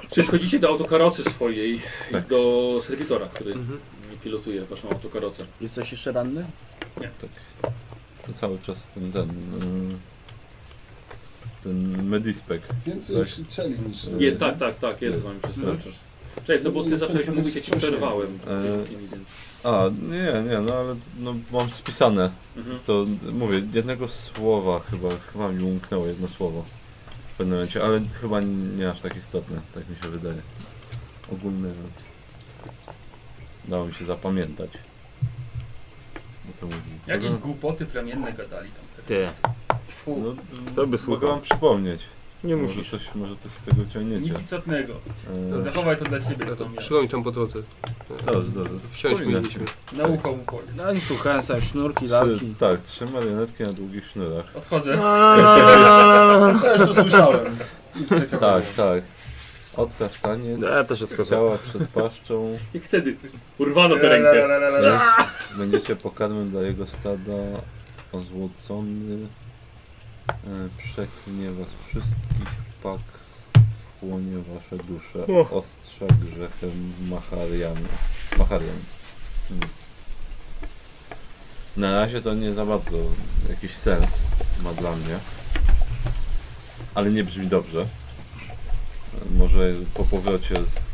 S1: Czy schodzicie do autokarocy swojej
S3: Tak.
S1: i do serwitora, który
S7: Mhm.
S1: pilotuje waszą autokarocę?
S6: Jesteś jeszcze ranny?
S3: No, Cały czas ten, ten... mm, Ten medispek.
S4: Więcej
S3: Tak.
S4: krzyczeli niż...
S1: Jest, tak, tak, tak, jest z wami przez cały
S6: Mhm.
S1: czas. Czekaj, co, bo ty zacząłeś mówić, ja ci przerwałem.
S3: E.
S1: tymi, więc-
S3: A, nie, nie, no ale no, mam spisane.
S1: Mhm.
S3: To mówię, jednego słowa chyba, chyba mi umknęło jedno słowo w pewnym momencie, ale chyba nie aż tak istotne, tak mi się wydaje. Ogólny. Dało mi się zapamiętać. O co mówi?
S2: Jakieś
S3: No,
S2: głupoty plemienne gadali tam.
S9: Ty.
S7: No,
S2: Tfu,
S9: Kto by
S3: Mogę
S9: słuchał?
S3: wam przypomnieć.
S9: Nie
S3: może
S9: musisz.
S3: coś, może coś z tego ciągniecie.
S2: nic istotnego.
S3: E,
S2: Zachowaj to dla
S7: No
S2: siebie, to
S7: to
S2: miał.
S7: przygoń tam po drodze.
S9: No,
S3: dobrze, dobrze.
S7: Wsiądźmy i
S3: Powinno
S7: idźmy.
S2: Nauką mu powiedz.
S6: No nie słuchałem, same sznurki,
S3: Trzy,
S6: lalki.
S3: tak, trzy marionetki na długich sznurach.
S2: Odchodzę.
S7: No,
S4: Też to słyszałem. Nic ciekawego.
S3: Tak, tak. Od kasztaniec.
S9: No, ja też odchodzę.
S3: Ciała przed paszczą.
S1: Jak wtedy urwano tę
S2: La,
S1: rękę.
S2: la, la, la, la.
S3: Tak. Będziecie pokarmem dla jego stada. Ozłocony. e, Przechnie was wszystkich. Pax wchłonie wasze dusze. Ostrza grzechem macharian. Macharian. Hmm. Na razie to nie za bardzo jakiś sens ma dla mnie. Ale nie brzmi dobrze. E, Może po powrocie z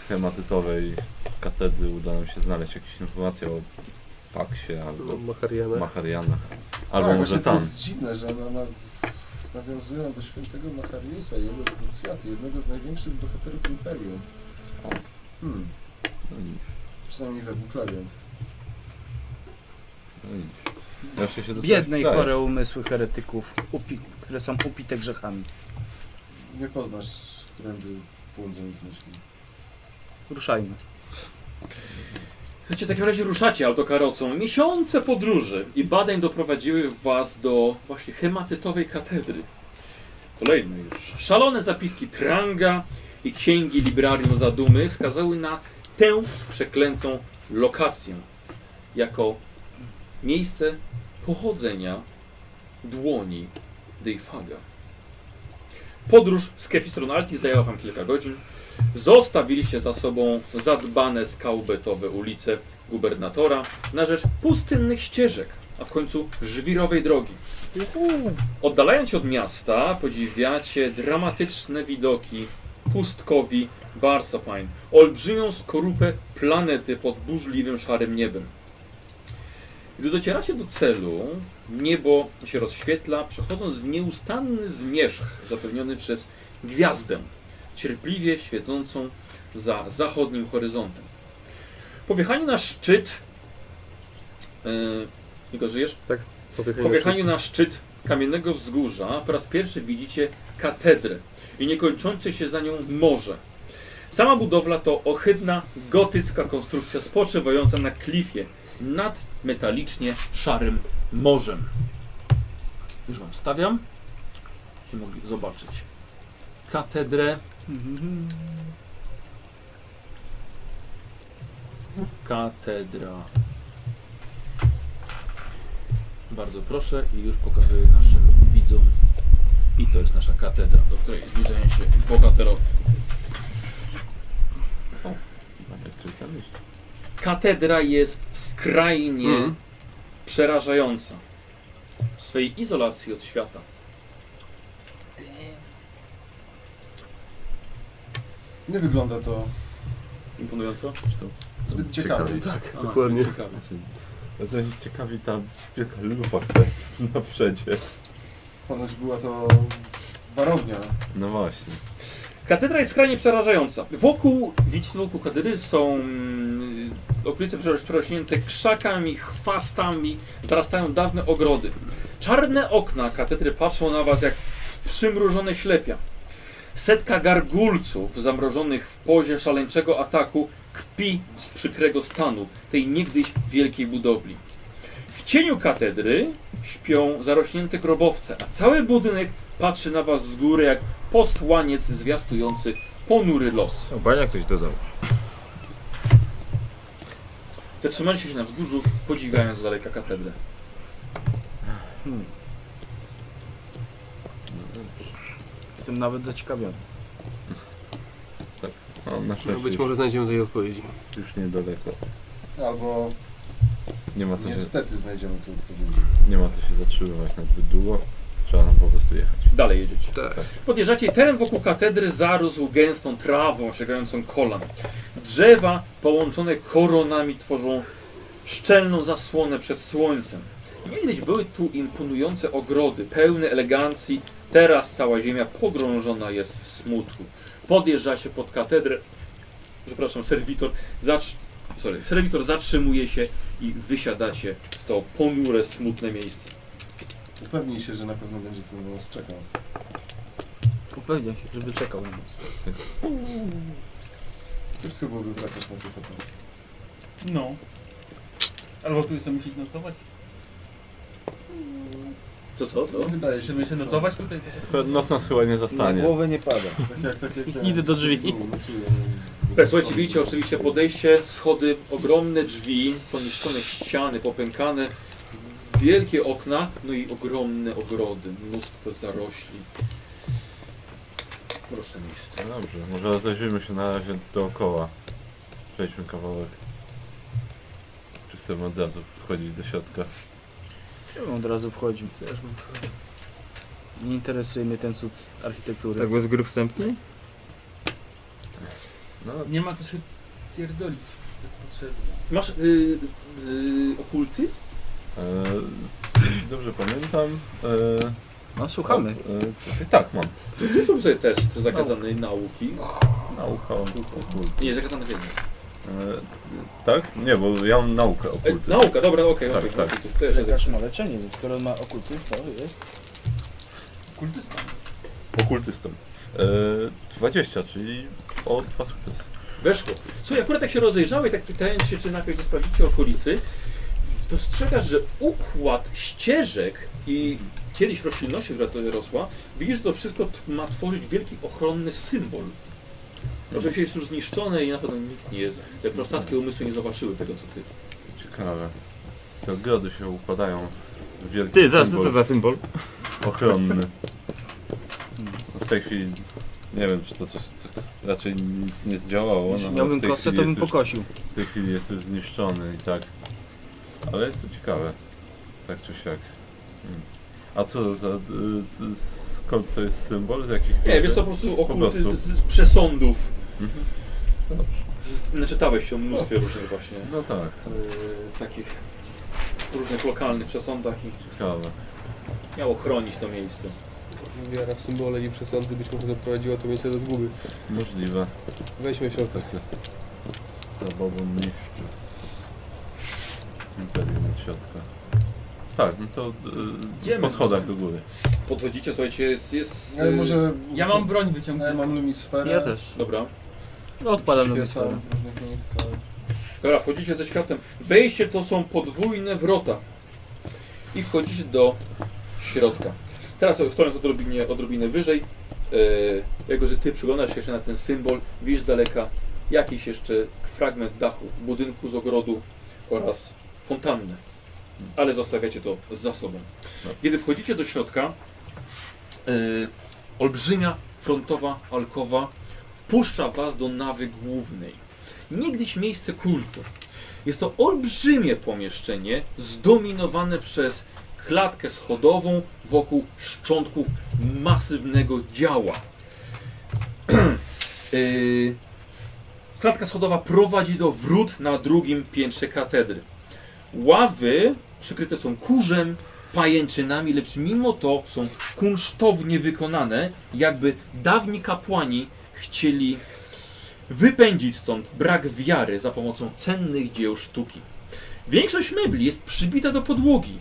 S3: schematytowej katedry uda nam się znaleźć jakieś informacje o Paksie
S7: No,
S3: albo
S7: Machariana.
S3: Macharianach.
S4: Tak,
S3: Albo może
S4: właśnie To
S3: tam.
S4: jest dziwne, że na, na, nawiązują do świętego Machariusa, jego krucjaty, jednego z największych bohaterów Imperium. Hmm,
S3: No nic,
S4: przynajmniej według legend.
S3: no nic. Wreszcie się do czegoś
S6: Biedne i
S3: wdaje.
S6: chore umysły heretyków, upi, które są upite grzechami.
S4: Nie poznasz, którędy błądzą ich myśli.
S6: Ruszajmy.
S1: Słuchajcie, w takim razie ruszacie autokarocą. Miesiące podróży i badań doprowadziły was do właśnie hematytowej katedry. Kolejne już. Szalone zapiski Tranga i księgi Librarium Zadumy wskazały na tę przeklętą lokację jako miejsce pochodzenia dłoni Deifaga. Podróż z Kefistronalti zajęła wam kilka godzin. Zostawiliście za sobą zadbane skałbetowe ulice gubernatora na rzecz pustynnych ścieżek, a w końcu żwirowej drogi. Oddalając się od miasta, podziwiacie dramatyczne widoki pustkowi Barsapine, olbrzymią skorupę planety pod burzliwym szarym niebem. Gdy docieracie do celu, niebo się rozświetla, przechodząc w nieustanny zmierzch zapewniony przez gwiazdę cierpliwie świecącą za zachodnim horyzontem. Po wjechaniu na szczyt. Yy, Niko, żyjesz? Po wjechaniu na szczyt kamiennego wzgórza po raz pierwszy widzicie katedrę i niekończące się za nią morze. Sama budowla to ohydna, gotycka konstrukcja spoczywająca na klifie nad metalicznie szarym morzem. Już wam stawiam, żebyście mogli zobaczyć katedrę. Katedra. Bardzo proszę i już pokazuję naszym widzom. I to jest nasza katedra, do której zbliżają się bohaterowie.
S3: Panie, coś zamyśl.
S1: Katedra jest skrajnie
S2: Mhm.
S7: mm,
S1: przerażająca w swej izolacji od świata.
S4: Nie wygląda to
S1: Imponująco?
S3: Zresztą
S4: zbyt ciekawie.
S3: Tak.
S1: A,
S7: Dokładnie.
S1: Ciekawe.
S3: Znaczy, Bardzo mnie ciekawi ta wielka lufa, która jest na przedzie.
S4: Ponoć była to warownia.
S3: No właśnie.
S1: Katedra jest skrajnie przerażająca. Wokół, widzicie, wokół katedry są mm, okolice przeroś- przerośnięte krzakami, chwastami, zarastają dawne ogrody. Czarne okna katedry patrzą na was jak przymrużone ślepia. Setka gargulców zamrożonych w pozie szaleńczego ataku kpi z przykrego stanu tej niegdyś wielkiej budowli. W cieniu katedry śpią zarośnięte grobowce, a cały budynek patrzy na was z góry jak posłaniec zwiastujący ponury los.
S9: O, Baniak coś dodał.
S1: Zatrzymaliście się na wzgórzu, podziwiając z daleka katedrę.
S6: Jestem nawet zaciekawiony.
S3: No, na
S5: No być
S3: szczęście
S5: może znajdziemy tutaj odpowiedzi.
S3: już niedaleko.
S4: Albo
S3: Nie ma co się,
S4: niestety znajdziemy tu odpowiedzi.
S3: nie ma co się zatrzymywać na zbyt długo. Trzeba nam po prostu jechać.
S1: Dalej jedziecie.
S5: Tak.
S1: Podjeżdżacie i teren wokół katedry zarósł gęstą trawą sięgającą kolan. Drzewa połączone koronami tworzą szczelną zasłonę przed słońcem. Niegdyś były tu imponujące ogrody, pełne elegancji. Teraz cała ziemia pogrążona jest w smutku. Podjeżdża się pod katedrę. Przepraszam, serwitor. Zatrzy... Sorry, serwitor zatrzymuje się i wysiadacie w to ponure, smutne miejsce.
S4: Upewnij się, że na pewno będzie tu na nas czekał.
S6: Upewniam się, żeby czekał na nas.
S4: Kiepsko byłoby wracać na to potem.
S2: No. Albo tu sobie musisz nocować?
S1: Co, co, co?
S4: Wydaje się,
S2: Żeby się nocować tutaj?
S3: Noc nas chyba nie zastanie.
S9: głowę nie pada.
S4: Tak jak, tak jak ja.
S9: Idę do drzwi.
S4: No, nocuję.
S1: Tak, słuchajcie, widzicie oczywiście podejście, schody, ogromne drzwi, poniszczone ściany, popękane, wielkie okna, no i ogromne ogrody, mnóstwo zarośli. Proszę miejsce.
S3: No dobrze, może rozejrzyjmy się na razie dookoła. Przejdźmy kawałek. Czy chcemy od razu wchodzić do środka?
S6: Ja bym od razu wchodził. Nie interesuje mnie ten cud architektury.
S9: Tak bez gry wstępnej?
S3: No,
S2: Nie ma co się pierdolić. To jest potrzebne.
S1: Masz y, y, okultyzm?
S3: e, jeśli dobrze pamiętam... E,
S6: No słuchamy.
S3: E, tak, mam.
S1: To Zrób sobie test zakazanej nauki.
S3: Nauka okultu.
S1: Nie, zakazana wiedza.
S3: E, tak? Nie, bo ja mam naukę
S1: E,
S3: okultu.
S6: no.
S1: nauka, dobra, okej,
S3: Tak,
S1: okej.
S3: tak.
S1: okultyzm, To jeszcze
S6: Lekarz
S1: zaczyna.
S6: ma leczenie, więc skoro ma okultyzm, to jest.
S2: Kultysta.
S3: Okultystą. E, 20, czyli o dwa sukcesy.
S1: Weszło. Słuchaj, akurat tak się rozejrzałeś, tak pytając się, czy najpierw nie sprawdzicie okolicy, dostrzegasz, że układ ścieżek i kiedyś roślinności, która tutaj rosła, widzisz, że to wszystko t- ma tworzyć wielki ochronny symbol. Oczywiście jest już zniszczone i na pewno nikt nie, te prostackie umysły nie zobaczyły tego, co ty.
S3: Ciekawe. Te ogrody się układają w wielki
S9: Ty, zaraz, co
S3: symbol
S9: to za symbol?
S3: ochronny.
S6: Hmm.
S3: W tej chwili nie wiem, czy to coś, co, raczej nic nie zdziałało.
S6: Jeśli
S3: bo
S6: miałbym
S3: w tej
S6: kostkę, to
S3: chwili
S6: bym
S3: jest już-
S6: pokosił.
S3: W tej chwili jest już zniszczony i tak. Ale jest to ciekawe. Tak czy siak. Hmm. A co za... y, c- skąd to jest symbol? Z jakich
S1: Nie, wiesz, to
S3: wiąże?
S1: po prostu okulty
S3: prostu.
S1: z, z przesądów. No
S3: Mhm. Dobrze.
S1: Z, naczytałeś się o mnóstwie różnych właśnie
S3: No tak,
S1: e, takich różnych lokalnych przesądach i
S3: ciekawe.
S1: miało chronić to miejsce.
S5: Wiara w symbole i przesądy być może doprowadziła to miejsce do zguby.
S3: Możliwe.
S5: Weźmy środek.
S3: Takie zabawą niszczy. Imperium od środka. Tak, no to y,
S1: Idziemy.
S3: po schodach do góry.
S1: Podchodzicie, słuchajcie, jest... jest
S4: Ja
S1: y,
S4: może...
S2: Ja mam broń
S4: Ja
S2: wyciągniętą.
S4: mam lumisferę.
S9: Ja też.
S1: Dobra.
S6: No, odpadam na
S4: świecę
S6: misję.
S4: w różnych miejscach.
S1: Dobra, wchodzicie ze światem. Wejście to są podwójne wrota. I wchodzicie do środka. Teraz stojąc odrobinie, odrobinę wyżej, yy, jako że ty przyglądasz się jeszcze na ten symbol, widzisz z daleka jakiś jeszcze fragment dachu, budynku z ogrodu oraz fontannę. Ale zostawiacie to za sobą. Kiedy wchodzicie do środka, yy, olbrzymia frontowa alkowa wpuszcza was do nawy głównej niegdyś miejsce kultu. Jest to olbrzymie pomieszczenie zdominowane przez klatkę schodową wokół szczątków masywnego działa. Yy, Klatka schodowa prowadzi do wrót na drugim piętrze katedry. Ławy przykryte są kurzem, pajęczynami, lecz mimo to są kunsztownie wykonane, jakby dawni kapłani chcieli wypędzić stąd brak wiary za pomocą cennych dzieł sztuki. Większość mebli jest przybita do podłogi,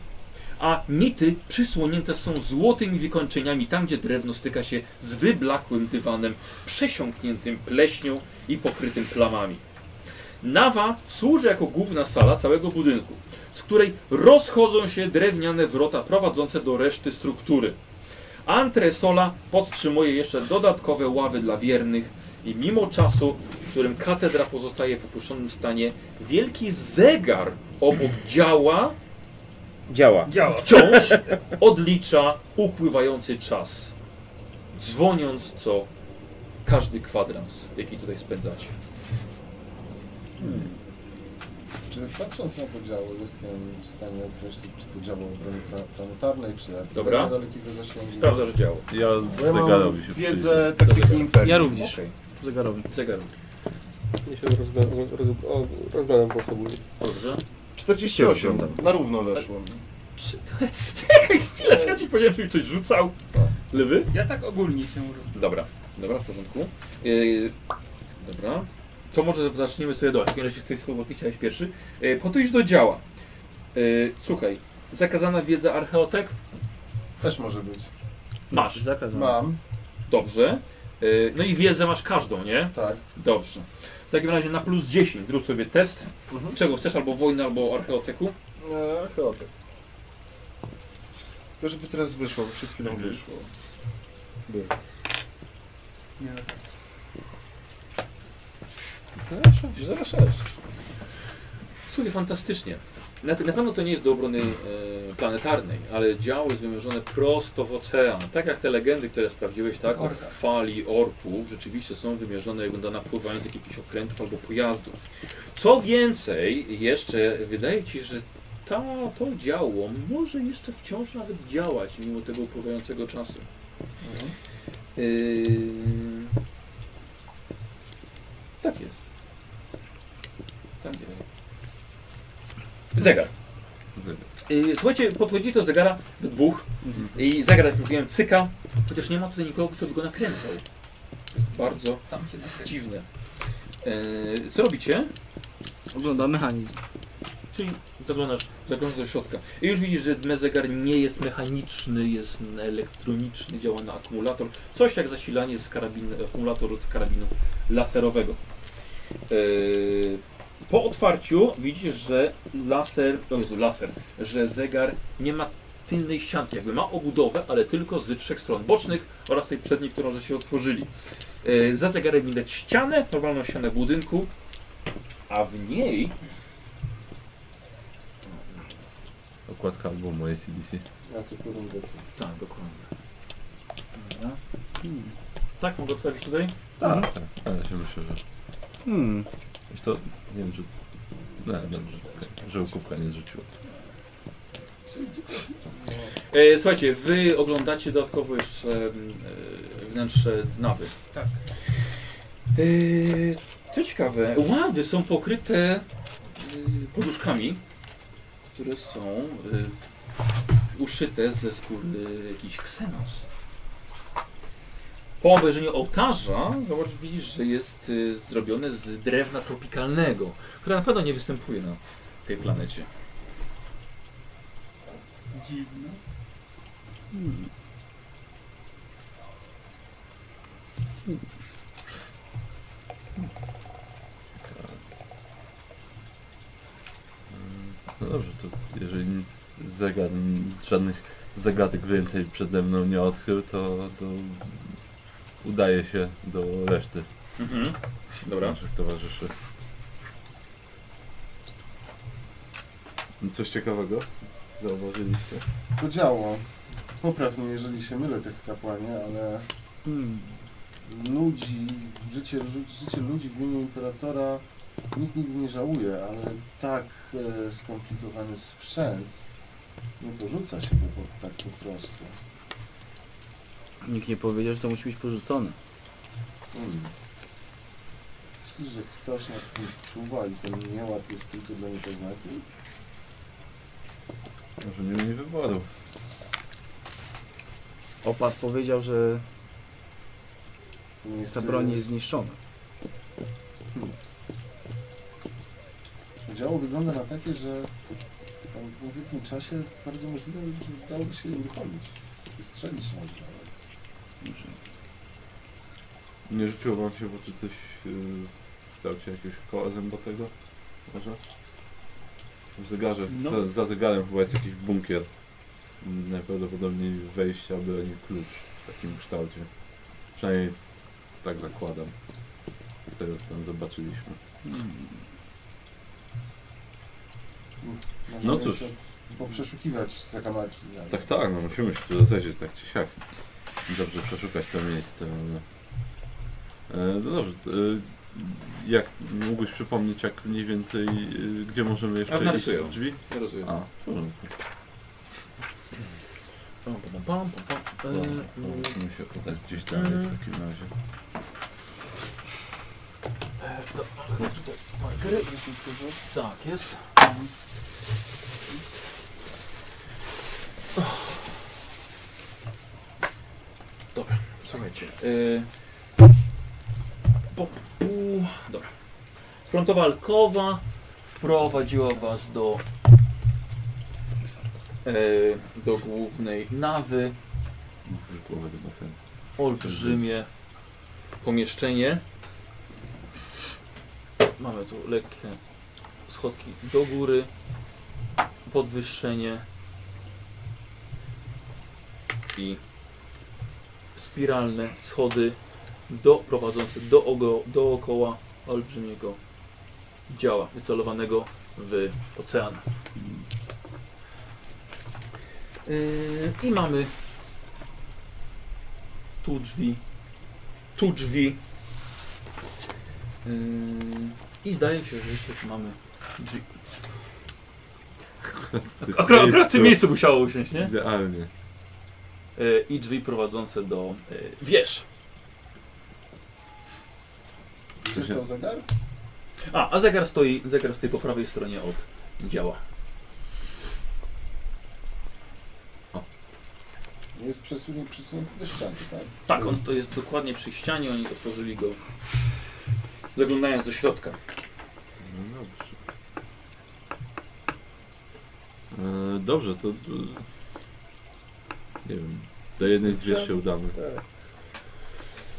S1: a nity przysłonięte są złotymi wykończeniami tam, gdzie drewno styka się z wyblakłym dywanem, przesiąkniętym pleśnią i pokrytym plamami. Nawa służy jako główna sala całego budynku, z której rozchodzą się drewniane wrota prowadzące do reszty struktury. Antresola podtrzymuje jeszcze dodatkowe ławy dla wiernych i mimo czasu, w którym katedra pozostaje w opuszczonym stanie, wielki zegar obok działa
S9: Działa.
S2: Działa.
S1: wciąż odlicza upływający czas, dzwoniąc co każdy kwadrans, jaki tutaj spędzacie.
S4: Czy patrząc na to działo, jestem w stanie określić, czy to działo broni pra- planetarnej, czy
S1: Dobra. Tak.
S4: artyleria dalekiego zasięgu?
S1: Sprawdzasz działa.
S3: Ja
S4: Bo ja mam
S3: zegarowi się
S4: wiedzę taktyki imperium.
S6: Ja również. Zegarowi.
S1: Zegar.
S5: Ja się rozglądam, roz- o, rozglądam po sobie.
S1: Dobrze.
S4: 48,
S9: Siedem.
S4: na równo weszło.
S1: Czy, czekaj chwilę, czy ja ci powiedziałem, żebym coś rzucał. Lewy?
S2: Ja tak ogólnie się roz...
S1: Dobra, dobra, w porządku. Yy, dobra. To może zaczniemy sobie dole. W takim razie ty, bo ty chciałeś pierwszy. Yy, po to iż do działa. Yy, słuchaj, zakazana wiedza archeotek?
S4: Też może być.
S1: Masz.
S6: Zakazane.
S4: Mam,
S1: Dobrze. Yy, no i wiedzę masz każdą, nie?
S4: tak.
S1: Dobrze. W takim razie na plus 10 zrób sobie test.
S4: Mhm.
S1: Czego chcesz, albo wojny, albo archeoteku?
S4: E, Archeotyp. Tylko żeby teraz wyszło, bo przed chwilą wyszło.
S2: Nie wiem.
S4: 06.
S1: Słuchaj, fantastycznie. Na, na pewno to nie jest do obrony e, planetarnej, ale działo jest wymierzone prosto w ocean. Tak jak te legendy, które sprawdziłeś, tak? O
S2: Orka.
S1: fali orków rzeczywiście są wymierzone jak na napływających jakichś okrętów albo pojazdów. Co więcej, jeszcze wydaje ci, że ta, to działo może jeszcze wciąż nawet działać mimo tego upływającego czasu. Yy... Tak jest. Tak jest. Zegar.
S3: Zegar.
S1: Yy, słuchajcie, podchodzicie do zegara we dwóch
S2: Mhm.
S1: i zegar, jak mówiłem, cyka, chociaż nie ma tutaj nikogo, kto by go nakręcał. To jest bardzo
S2: Sam się nakręcił.
S1: dziwne. Yy, co robicie?
S6: Oglądam mechanizm.
S1: Czyli zaglądasz, zaglądasz do środka. I już widzisz, że mezegar nie jest mechaniczny, jest elektroniczny, działa na akumulator. Coś jak zasilanie z karabin, akumulatoru z karabinu laserowego. Yy, po otwarciu widzisz, że laser, o Jezu, laser, że zegar nie ma tylnej ścianki, jakby ma obudowę, ale tylko z trzech stron bocznych oraz tej przedniej, którą żeście otworzyli. Yy, Za zegarem widać ścianę, normalną ścianę budynku, a w niej
S3: Okładka albumu ACDC.
S4: Na co płyną decy?
S1: Tak, dokładnie. Dobra. Tak, mogę wstawić tutaj?
S3: Tak. Ale się myślę, że...
S9: Hmm.
S3: Wiesz co, nie wiem, czy... No, dobrze, okej. żeby kubka nie zrzuciło.
S1: E, słuchajcie, wy oglądacie dodatkowo jeszcze mm, e, wnętrze nawy.
S2: Tak.
S1: E, co ciekawe, ławy są pokryte e, poduszkami, które są e, uszyte ze skóry jakiś ksenos. Po obejrzeniu ołtarza zobacz, widzisz, że jest e, zrobione z drewna tropikalnego, które na pewno nie występuje na tej planecie.
S2: Dziwne.
S3: No dobrze, to jeżeli nic z zegar, żadnych zagadek więcej przede mną nie odkrył, to, to udaje się do reszty
S1: Mhm. Dobra.
S3: naszych towarzyszy. Coś ciekawego zauważyliście?
S4: To działo. Popraw mnie, jeżeli się mylę, tych kapłanie, ale
S6: Hmm.
S4: ludzi, życie, życie ludzi w imieniu imperatora nikt nigdy nie żałuje, ale tak e, skomplikowany sprzęt nie porzuca się go po, tak po prostu.
S9: Nikt nie powiedział, że to musi być porzucone.
S4: Mm. Myślisz, że ktoś nad tym czuwa i ten nieład jest tylko dla niepoznaki?
S3: Może nie mieli wyboru.
S9: Opat powiedział, że
S4: To nie jest e,
S9: ta
S4: cel-
S9: broń jest zniszczona.
S4: Działo wygląda na takie, że tam w odpowiednim czasie bardzo możliwe, że udałoby się je uruchomić. i Strzelić na nawet.
S3: Nie rzuciło wam się w oczy coś, e, kształcie jakiegoś koła zębatego? Może? W zegarze,
S2: No.
S3: za, za zegarem chyba jest jakiś bunkier. Mm, Najprawdopodobniej wejście, a byle nie klucz w takim kształcie. Przynajmniej tak zakładam. Z tego co tam zobaczyliśmy.
S4: Możemy
S3: No cóż.
S4: się Poprzeszukiwać zakamarki. ale-
S3: Tak, tak, no musimy się tu rozejrzeć tak czy siak. Dobrze przeszukać to miejsce, ale... E, no dobrze, e, jak mógłbyś przypomnieć, jak mniej więcej, e, gdzie możemy jeszcze iść
S1: narysuję.
S3: z drzwi?
S1: Ja rozumiem.
S3: A, dobrze.
S1: Pam, pam, pam, pam, pam.
S3: Dobra,
S1: Eee,
S3: to Musimy się udać gdzieś dalej w takim razie.
S1: Tak, jest. Dobra, słuchajcie. y, po, pół, dobra. Frontowa alkowa wprowadziła was do y, do głównej nawy.
S3: Mówisz głowę do basenu.
S1: Olbrzymie pomieszczenie. Mamy tu lekkie schodki do góry, podwyższenie i spiralne schody do, prowadzące do ogo, dookoła olbrzymiego działa wycelowanego w ocean. Yy, I mamy tu drzwi, tu drzwi. Yy, I zdaje się, że jeszcze tu mamy drzwi.
S3: tym
S1: Akurat, akurat w tym
S3: miejscu.
S1: miejscu musiało usiąść, nie?
S3: Idealnie.
S1: Yy, I drzwi prowadzące do yy, wież.
S4: Gdzież tam zegar?
S1: A, a zegar stoi, zegar stoi po prawej stronie od działa.
S4: Jest przesunie przysunięty do ściany, tak?
S1: Tak, on to jest dokładnie przy ścianie, oni otworzyli go zaglądając do środka.
S3: No dobrze. E, dobrze, to... e, Nie wiem. Do jednej z wież się udamy.
S4: Tak.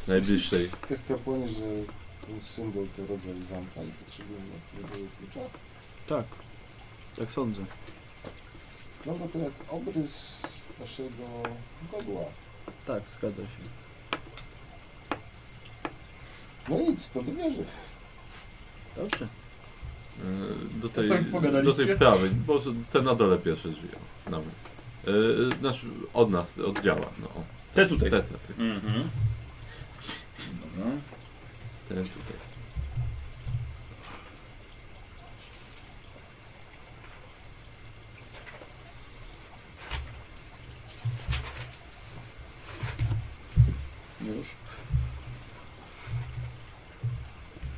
S3: Najbliższej.
S4: Tych kapłani, że ten symbol to rodzaj zamka i potrzebujemy odpowiedniego klucza.
S6: Tak. Tak sądzę.
S4: Wygląda No to jak obrys waszego godła.
S6: Tak, zgadza się.
S4: No nic, to do wieży.
S6: Dobrze.
S3: E, do
S2: To
S3: tej,
S2: sobie pogadaliście?
S3: do tej prawej, bo te na dole pierwsze drzwi. o, Mamy. E, Nasz, od nas, od działa. No, o.
S1: Te tutaj.
S3: Te, te, te,
S1: Mhm. Dobra.
S3: te tutaj.
S1: Już.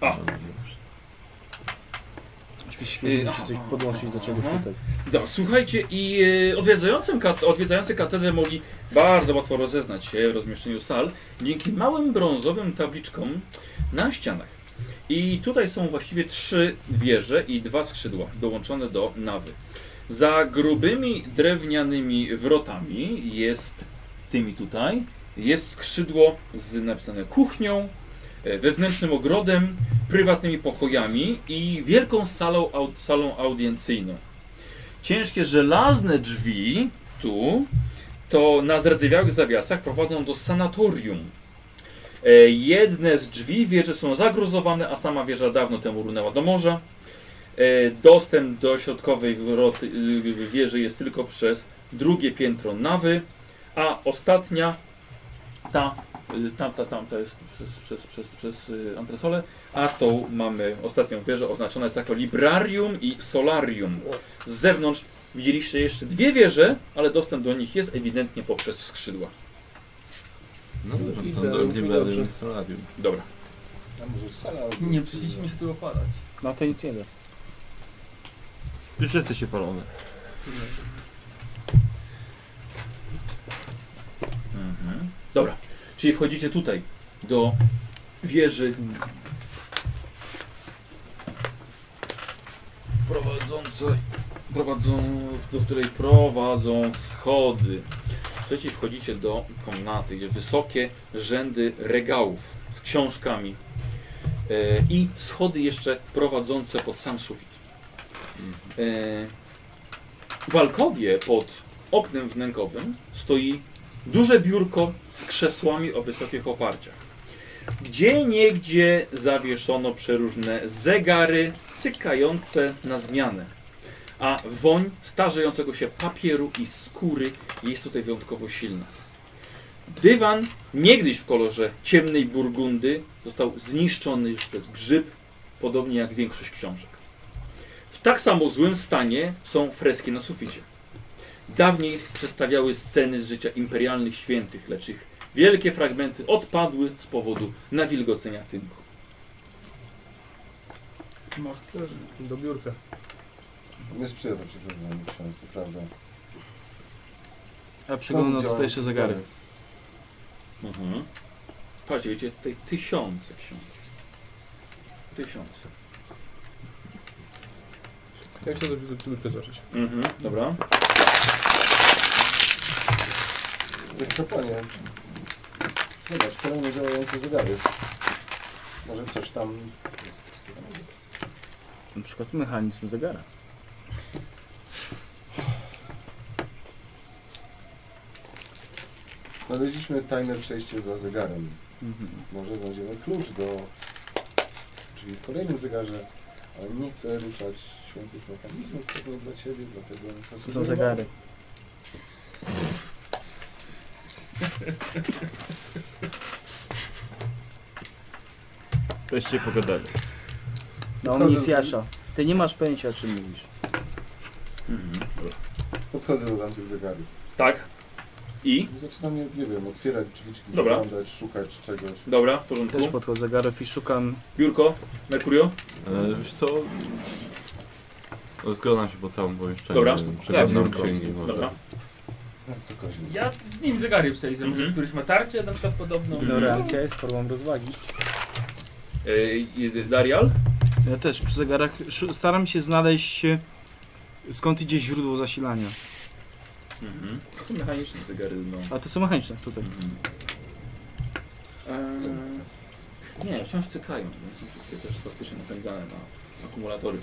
S3: No,
S1: A.
S3: dobrze.
S6: Myśmy świetnie się coś podłączyć do czegoś
S1: Aha.
S6: tutaj.
S1: Dobra, No, słuchajcie, i e, odwiedzającym kat odwiedzający katedrę mogli bardzo łatwo rozeznać się w rozmieszczeniu sal dzięki małym brązowym tabliczkom na ścianach. I tutaj są właściwie trzy wieże i dwa skrzydła dołączone do nawy. Za grubymi drewnianymi wrotami jest tymi tutaj jest skrzydło z napisane kuchnią, e, wewnętrznym ogrodem, prywatnymi pokojami i wielką salą, au, salą audiencyjną ciężkie żelazne drzwi tu, to na zardzewiałych zawiasach prowadzą do sanatorium. E, jedne z drzwi wieży są zagruzowane, a sama wieża dawno temu runęła do morza. E, dostęp do środkowej wroty, y, wieży jest tylko przez drugie piętro nawy, a ostatnia, ta, y, tamta, tamta jest przez, przez, przez, przez y, antresolę, a tą mamy, ostatnią wieżę oznaczona jest jako librarium i solarium. Z zewnątrz widzieliście jeszcze dwie wieże, ale dostęp do nich jest ewidentnie poprzez skrzydła.
S3: No dobrze, to
S5: Idealnie,
S3: nie
S5: dobrze.
S3: będę solarium.
S1: Dobra.
S4: A może sala
S2: Nie
S4: audiencyjna?
S2: przyszliśmy się tu opadać.
S6: No to nic nie da.
S9: Już jesteście palone.
S1: Mhm. Dobra. Czyli wchodzicie tutaj do wieży prowadzącej, prowadzą, do której prowadzą schody. Słuchajcie, wchodzicie do komnaty, gdzie wysokie rzędy regałów z książkami. E, I schody jeszcze prowadzące pod sam sufit. E, walkowie E, pod oknem wnękowym stoi duże biurko z krzesłami o wysokich oparciach. Gdzie niegdzie zawieszono przeróżne zegary cykające na zmianę. A woń starzejącego się papieru i skóry jest tutaj wyjątkowo silna. Dywan, niegdyś w kolorze ciemnej burgundy, został zniszczony już przez grzyb, podobnie jak większość książek. W tak samo złym stanie są freski na suficie. Dawniej przedstawiały sceny z życia imperialnych świętych, lecz ich wielkie fragmenty odpadły z powodu nawilgocenia tynku.
S2: Morskie.
S5: Do biurka.
S4: Nie sprzyja to przeglądaniu ksiąg, to prawda.
S6: A przeglądam tutaj jeszcze zegary.
S1: Mhm. Patrzcie, wiecie, tutaj tysiące ksiąg. Tysiące.
S5: Ja chcę do do- do biurka zacząć.
S1: Mhm, dobra.
S4: Jak to panie. Zobacz, pełne działające zegary. Może coś tam jest.
S6: Na przykład mechanizm zegara.
S4: Znaleźliśmy tajne przejście za zegarem.
S6: Mhm.
S4: Może znajdziemy klucz do drzwi w kolejnym zegarze, ale nie chcę ruszać świętych mechanizmów tego dla Ciebie, dlatego
S6: To są zegary.
S9: Weźcie pogadali.
S6: No on jest Jasza. Ty nie masz pojęcia o czym mówisz.
S1: Mhm.
S4: Podchodzę do tamtych zegarów.
S1: Tak. I?
S4: I Zaczynam, nie, nie wiem, otwierać drzwiczki,
S1: Dobra.
S4: zaglądać, szukać czegoś.
S1: Dobra, w porządku.
S6: Też podchodzę zegarów i szukam
S1: Biurko, Merkurio?
S3: E, wiesz co? Rozglądam się po całym pomieszczeniu.
S1: Dobra.
S3: Przeglądam
S9: Ja biurko.
S3: księgi może.
S1: Dobra.
S4: Jak Tak, to koźle.
S2: Ja z nim zegary przejrzę, może
S1: Mhm.
S2: któryś ma tarczę na przykład podobną.
S1: Mhm.
S6: Tolerancja jest formą rozwagi.
S1: Yy, Darial?
S6: Ja też przy zegarach szu- staram się znaleźć e, skąd idzie źródło zasilania.
S1: Mhm. To są mechaniczne zegary, no.
S6: A te są mechaniczne tutaj.
S1: Mhm. Eee, nie, wciąż czekają. bo Są wszystkie też faktycznie napędzane na akumulatory.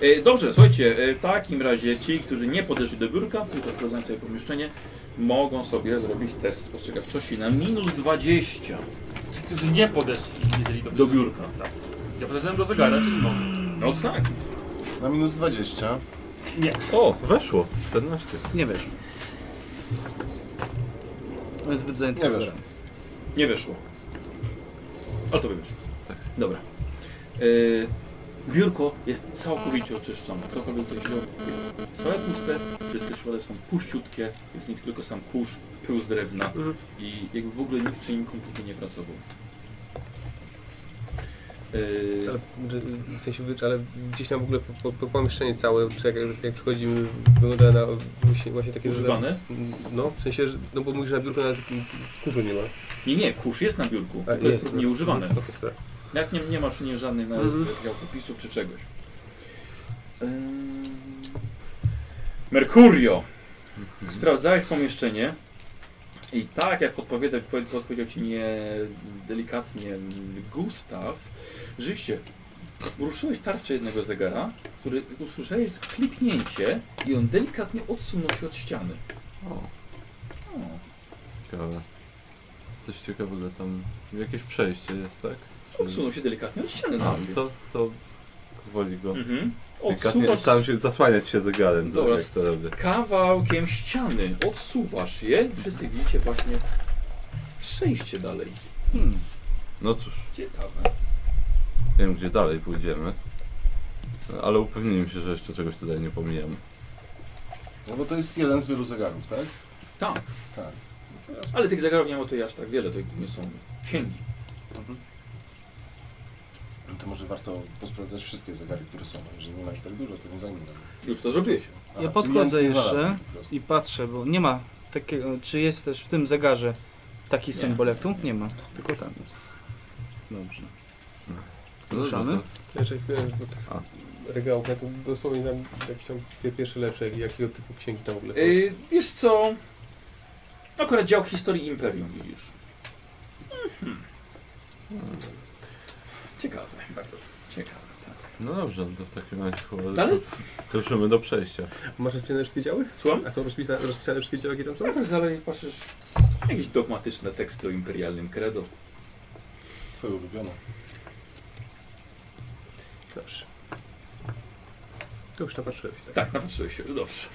S1: E, dobrze, słuchajcie, e, w takim razie ci, którzy nie podeszli do biurka, tylko sprawdzają sobie pomieszczenie, mogą sobie zrobić test spostrzegawczości na minus 20
S2: Ci, którzy nie podeszli, jeżeli do,
S1: do biurka.
S2: Tak. Ja podeszłem do zegara, czyli mogę.
S1: No tak.
S4: Na minus 20.
S3: O, weszło. 14.
S6: Nie wiesz. To jest zbyt
S4: Nie
S6: zainteresowany.
S4: wiesz.
S1: Nie weszło. Ale to by wyszło.
S3: Tak.
S1: Dobra. E, biurko jest całkowicie oczyszczone. Ktokolwiek tutaj siedział jest całe puste, wszystkie szuflady są puściutkie, jest w nich tylko sam kurz, pył z drewna i jakby w ogóle nikt przy nim kompletnie nie pracował. E,
S5: Ale, że- w sensie, wy- ale gdzieś tam w ogóle po, po, po pomieszczenie całe, czy jak, jak przychodzimy, wygląda na właśnie, właśnie takie... że-
S1: używane?
S5: No, w sensie, że- no bo mówisz, że na biurku nawet kurzu nie ma.
S1: Nie, nie, kurz jest na biurku,
S5: A,
S1: tylko jest,
S5: jest,
S1: jest
S5: no.
S1: nieużywane.
S5: Okej, dobra.
S1: Jak nie, nie masz nie żadnych nawet
S5: Mhm.
S1: jakichś autopisów czy czegoś. Ym... Mercurio!
S3: Mhm.
S1: Sprawdzałeś pomieszczenie i tak jak podpowiada, podpowi- podpowiedział ci nie delikatnie Gustaw, rzeczywiście ruszyłeś tarczę jednego zegara, który usłyszałeś kliknięcie i on delikatnie odsunął się od ściany.
S3: O,
S1: O,
S3: ciekawe. Coś ciekawego tam. Jakieś przejście jest, tak? Czy-
S1: odsunął się delikatnie od ściany na
S3: A,
S1: razie.
S3: to, to powoli go.
S1: Mhm.
S3: Delikatnie
S1: Odsuwasz
S3: staram się zasłaniać się zegarem,
S1: Dobra,
S3: tak jak to
S1: z
S3: robię.
S1: kawałkiem ściany. Odsuwasz je. Wszyscy widzicie właśnie przejście dalej.
S6: Hmm.
S3: No cóż,
S1: Ciekawe.
S3: nie wiem gdzie dalej pójdziemy. Ale upewniłem się, że jeszcze czegoś tutaj nie pomijam.
S4: No bo to jest jeden z wielu zegarów, tak?
S1: Tak.
S4: Tak.
S1: Ale tych zegarów nie ma tutaj aż tak wiele. To głównie są księgi.
S4: No To może warto posprawdzać wszystkie zegary, które są. Jeżeli nie ma ich tak dużo, to nie zajmie nam.
S1: Już to zrobiłeś.
S4: A,
S6: Ja
S4: czyli
S6: podchodzę
S4: nic nie
S6: jeszcze.
S4: znalazłem po prostu.
S6: I patrzę, bo nie ma takiego. Czy jest też w tym zegarze taki
S1: Nie.
S6: symbol jak tu? Nie ma. Tylko tam jest. Dobrze.
S3: No dobra,
S6: Ruszamy?
S3: to-
S5: Znaczy, bo tych
S3: A.
S5: regałów, ja to dosłownie tam jakiś tam pie- pierwszy lepszy, jak- jakiego typu księgi tam w ogóle są.
S1: Yy, wiesz co? Akurat dział historii Imperium widzisz. Mhm. Ciekawe. Bardzo. Ciekawe, tak.
S3: No dobrze, to w takim razie chyba
S1: Dalej?
S3: ruszymy do przejścia.
S5: Masz rozpisane wszystkie działy?
S1: Słucham?
S5: A są rozpisane, rozpisane wszystkie działy, jakie tam są?
S1: No tak zalej patrzysz jakieś dogmatyczne teksty o imperialnym credo.
S4: Twoje ulubione.
S5: Dobrze. To już napatrzyłem się. Tak.
S1: Tak, napatrzyłeś się, już dobrze.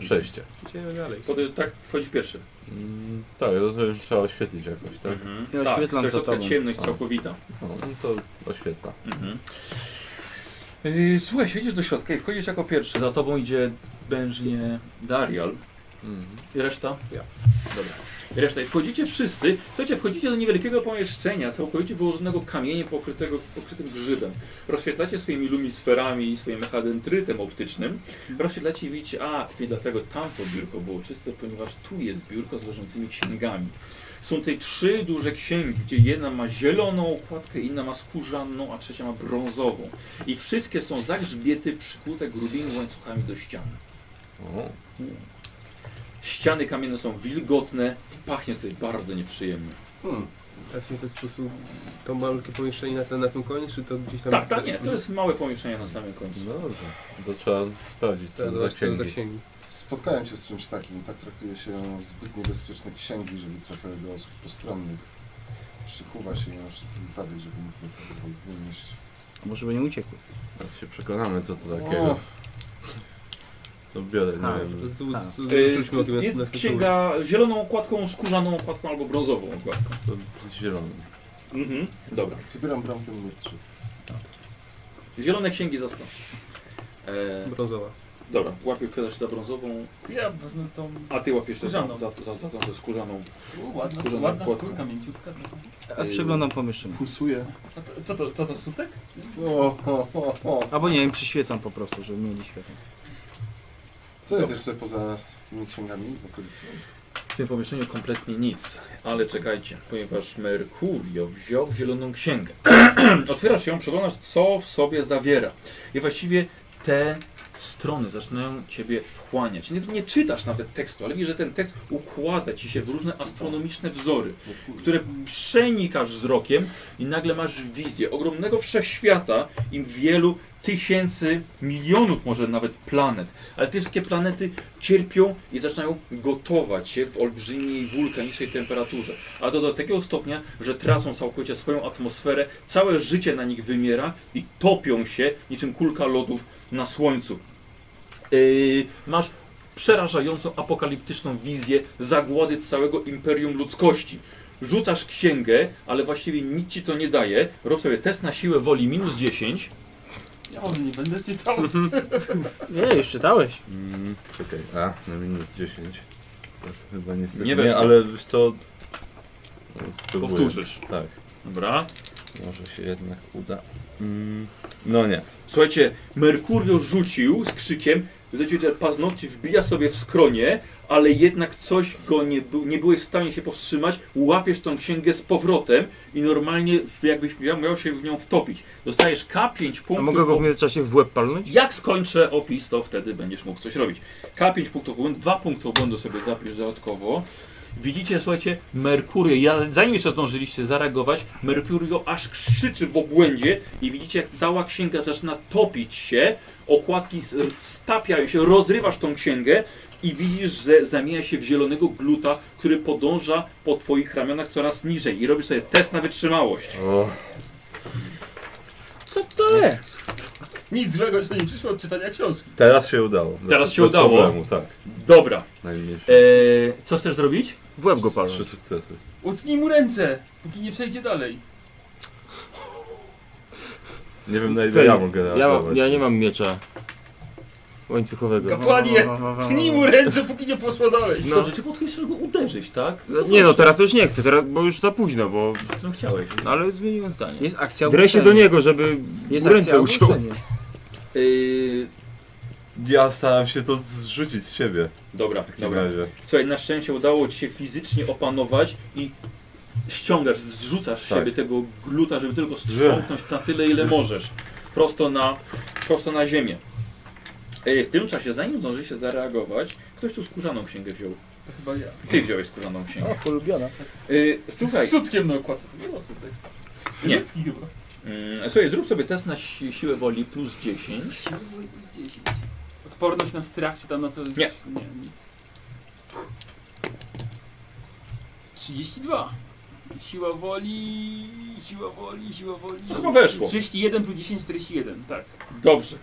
S3: Przejście.
S5: Idziemy dalej.
S1: Podej- tak, wchodzisz pierwszy.
S3: Mm, tak, rozumiem, że trzeba oświetlić jakoś, tak?
S1: Mhm.
S6: Ja
S1: tak,
S6: oświetlam
S1: chcesz
S6: za
S1: odkryć
S6: tobą.
S1: ciemność
S3: A.
S1: całkowita.
S3: No, no to oświetla.
S1: Mhm. Yy, słuchaj, siedzisz do środka i wchodzisz jako pierwszy. Za tobą idzie bężnie Darial.
S3: Mhm.
S1: I reszta?
S5: Ja.
S1: Dobra. Reszta. I wchodzicie wszyscy. Słuchajcie, wchodzicie do niewielkiego pomieszczenia, całkowicie wyłożonego kamieniem pokrytego, pokrytym grzybem. Rozświetlacie swoimi lumisferami i swoim mechadentrytem optycznym. Rozświetlacie i widzicie, a i dlatego tamto biurko było czyste, ponieważ tu jest biurko z leżącymi księgami. Są tutaj trzy duże księgi, gdzie jedna ma zieloną okładkę, inna ma skórzaną, a trzecia ma brązową. I wszystkie są zagrzbiety przykute grubymi łańcuchami do ścian.
S3: O,
S1: Ściany kamienne są wilgotne, pachnie tutaj bardzo nieprzyjemnie.
S4: Hmm.
S5: A w sumie to jest po prostu to malutkie pomieszczenie na, ten, na tym koniec, czy to gdzieś tam...
S1: Tak, tak, nie, to jest małe pomieszczenie na samym końcu.
S3: no dobrze. To trzeba sprawdzić, co
S5: Co
S3: za księgi.
S5: za księgi.
S4: Spotkałem się z czymś takim. Tak traktuje się zbyt niebezpieczne księgi, żeby trafiały do osób postronnych. Szykuwa się je na wszelki wypadek, żeby mógł je wynieść.
S6: Może by nie uciekł.
S3: Teraz się przekonamy, co to takiego.
S4: O.
S3: To biorę, nie
S5: Tak.
S6: A,
S3: wiem.
S4: Tak.
S5: Zrzućmy o tym na-
S1: Y,
S5: na
S1: Jest
S5: tytuł.
S1: księga zieloną okładką, skórzaną okładką albo brązową okładką.
S3: To z zielonym.
S1: Mhm. Dobra.
S4: Wybieram bramkę numer 3.
S1: Zielone księgi zostaną. E,
S5: Brązowa.
S1: dobra, łapię kwiatasz za brązową,
S2: Ja wezmę tą...
S1: a ty łapiesz za, za,
S2: Skórzaną.
S1: za, za tą ze skórzaną.
S2: U, ładna,
S1: Skórzaną
S2: ładna
S1: okładką.
S2: skórka, mięciutka. trochę.
S6: A przeglądam pomieszczenie.
S4: Pulsuje.
S2: A to, co to, to, to sutek?
S4: O, o, o, o.
S6: Albo nie wiem, przyświecam po prostu, żeby mieli światło.
S4: Co jest jeszcze poza tymi księgami w okolicy?
S1: W tym pomieszczeniu kompletnie nic, ale czekajcie, ponieważ Merkurio wziął zieloną księgę. Otwierasz ją, przeglądasz co w sobie zawiera i właściwie te strony zaczynają ciebie wchłaniać. Nie, nie czytasz nawet tekstu, ale widzisz, że ten tekst układa ci się w różne astronomiczne wzory,
S4: No
S1: które przenikasz wzrokiem i nagle masz wizję ogromnego wszechświata i wielu tysięcy, milionów może nawet planet. Ale te wszystkie planety cierpią i zaczynają gotować się w olbrzymiej wulkanicznej temperaturze. A to do takiego stopnia, że tracą całkowicie swoją atmosferę, całe życie na nich wymiera i topią się niczym kulka lodów na słońcu. Yy, masz przerażającą apokaliptyczną wizję zagłady całego imperium ludzkości. Rzucasz księgę, ale właściwie nic ci to nie daje. Rob sobie test na siłę woli minus 10.
S2: Ja może nie będę czytał.
S6: Nie, już czytałeś.
S3: Mm, czekaj, a, na minus 10. To jest chyba niestety...
S1: Nie
S3: Nie,
S1: weszło.
S3: ale wiesz co... No, spróbuję.
S1: Powtórzysz.
S3: Tak,
S1: Dobra.
S3: może się jednak uda. Mm, no nie.
S1: Słuchajcie, Merkurio rzucił z krzykiem, zlecił że paznokcie, wbija sobie w skronie, ale jednak coś go nie, był, nie byłeś w stanie się powstrzymać, łapiesz tą księgę z powrotem i normalnie w- jakbyś miał, miał się w nią wtopić. Dostajesz K5
S9: A
S1: punktów.
S9: mogę go
S1: o-
S9: w międzyczasie w łeb palnąć?
S1: Jak skończę opis, to wtedy będziesz mógł coś robić. K5 punktów błędu, 2 punkty obłędu sobie zapisz dodatkowo. Widzicie, słuchajcie, Merkurio, ja, zanim jeszcze zdążyliście zareagować, Merkurio aż krzyczy w obłędzie i widzicie, jak cała księga zaczyna topić się, okładki r- stapiają się, rozrywasz tą księgę i widzisz, że zamienia się w zielonego gluta, który podąża po twoich ramionach coraz niżej i robisz sobie test na wytrzymałość.
S3: O,
S6: Co to jest?
S2: Nic złego jeszcze nie przyszło od czytania książki.
S3: teraz się udało.
S1: Teraz się
S3: Bez
S1: udało.
S3: Problemu, tak,
S1: Dobra,
S3: najmniejsze.
S1: eee, co chcesz zrobić?
S9: W łeb go palnąć.
S3: Trzy sukcesy.
S2: Utnij mu ręce, póki nie przejdzie dalej.
S3: Nie wiem na ile
S9: Cel.
S3: ja mogę
S9: Ja,
S3: reagować.
S9: ja nie mam miecza łańcuchowego.
S2: Kapłanie,
S6: No,
S2: tnij mu ręce, póki nie poszło dalej.
S1: No.
S9: No.
S1: To rzeczy potrafisz go uderzyć, tak?
S9: Nie no, teraz to już nie chcę, teraz, bo już za późno, bo...
S1: Co chciałeś?
S9: Ale zmieniłem zdanie.
S6: Jest akcja
S9: Drę się do
S6: ogłuszenia.
S9: niego, żeby
S6: Jest akcja
S9: ręce uciął.
S6: ogłuszenia.
S1: Yy,
S3: Ja staram się to zrzucić z siebie.
S1: dobra,
S3: W takim
S1: dobra.
S3: razie.
S1: Słuchaj, na szczęście udało ci się fizycznie opanować i ściągasz, zrzucasz z
S3: Tak.
S1: siebie tego gluta, żeby tylko strząknąć na tyle, ile możesz. Prosto na, prosto na ziemię. Yy, w tym czasie, zanim zdąży się zareagować, ktoś tu skórzaną księgę wziął.
S2: To chyba ja.
S1: Ty wziąłeś skórzaną księgę.
S6: O, ulubiona.
S1: Yy,
S2: Z
S1: słuchaj,
S2: sutkiem na okładce. To było sutek.
S1: Nie.
S2: Ludzki chyba.
S1: Mm, słuchaj, zrób sobie test na si siłę woli plus 10.
S2: Siły woli plus 10. Odporność na strach czy tam na coś?
S1: Nie.
S2: Nie, nic. 32. Siła woli, siła woli, siła woli.
S1: Chyba weszło.
S2: 31 plus 10, 41, tak.
S1: Dobrze.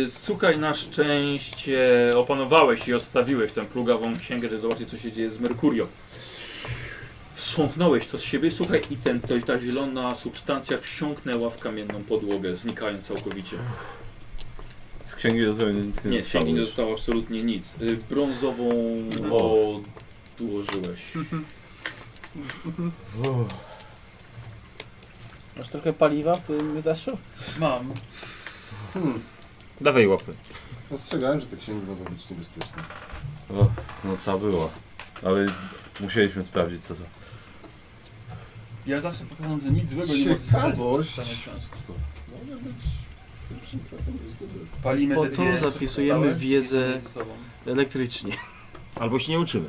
S1: Yy, słuchaj, na szczęście opanowałeś i odstawiłeś tę plugawą księgę, żeby zobaczyć, co się dzieje z Merkurio. Strząknąłeś to z siebie, słuchaj, i ten, to, ta zielona substancja wsiąknęła w kamienną podłogę, znikając całkowicie.
S3: Z księgi rozumiem nic nie
S1: Nie, z księgi nie
S3: dostałeś.
S1: zostało absolutnie nic. Yy, brązową
S3: O.
S1: odłożyłeś.
S2: Mhm.
S3: Uff.
S6: Masz trochę paliwa w tym miodaszu?
S2: Mam.
S4: Hmm,
S9: Dawaj łapy.
S4: ostrzegałem, że te księgi mogą być niebezpieczne.
S3: O, no ta była. Ale musieliśmy sprawdzić co to.
S2: Ja zawsze powtarzam, że nic złego nie może się stać.
S4: Ciekawość.
S2: podczas czytania książki.
S4: Może No, być pierwszym krokiem do zgody.
S2: Palimy
S6: Po
S2: te
S6: to
S2: dwie
S6: zapisujemy
S2: pozostałe i
S6: wiedzę.
S2: jedziemy ze sobą.
S6: Elektrycznie.
S9: Albo się nie uczymy.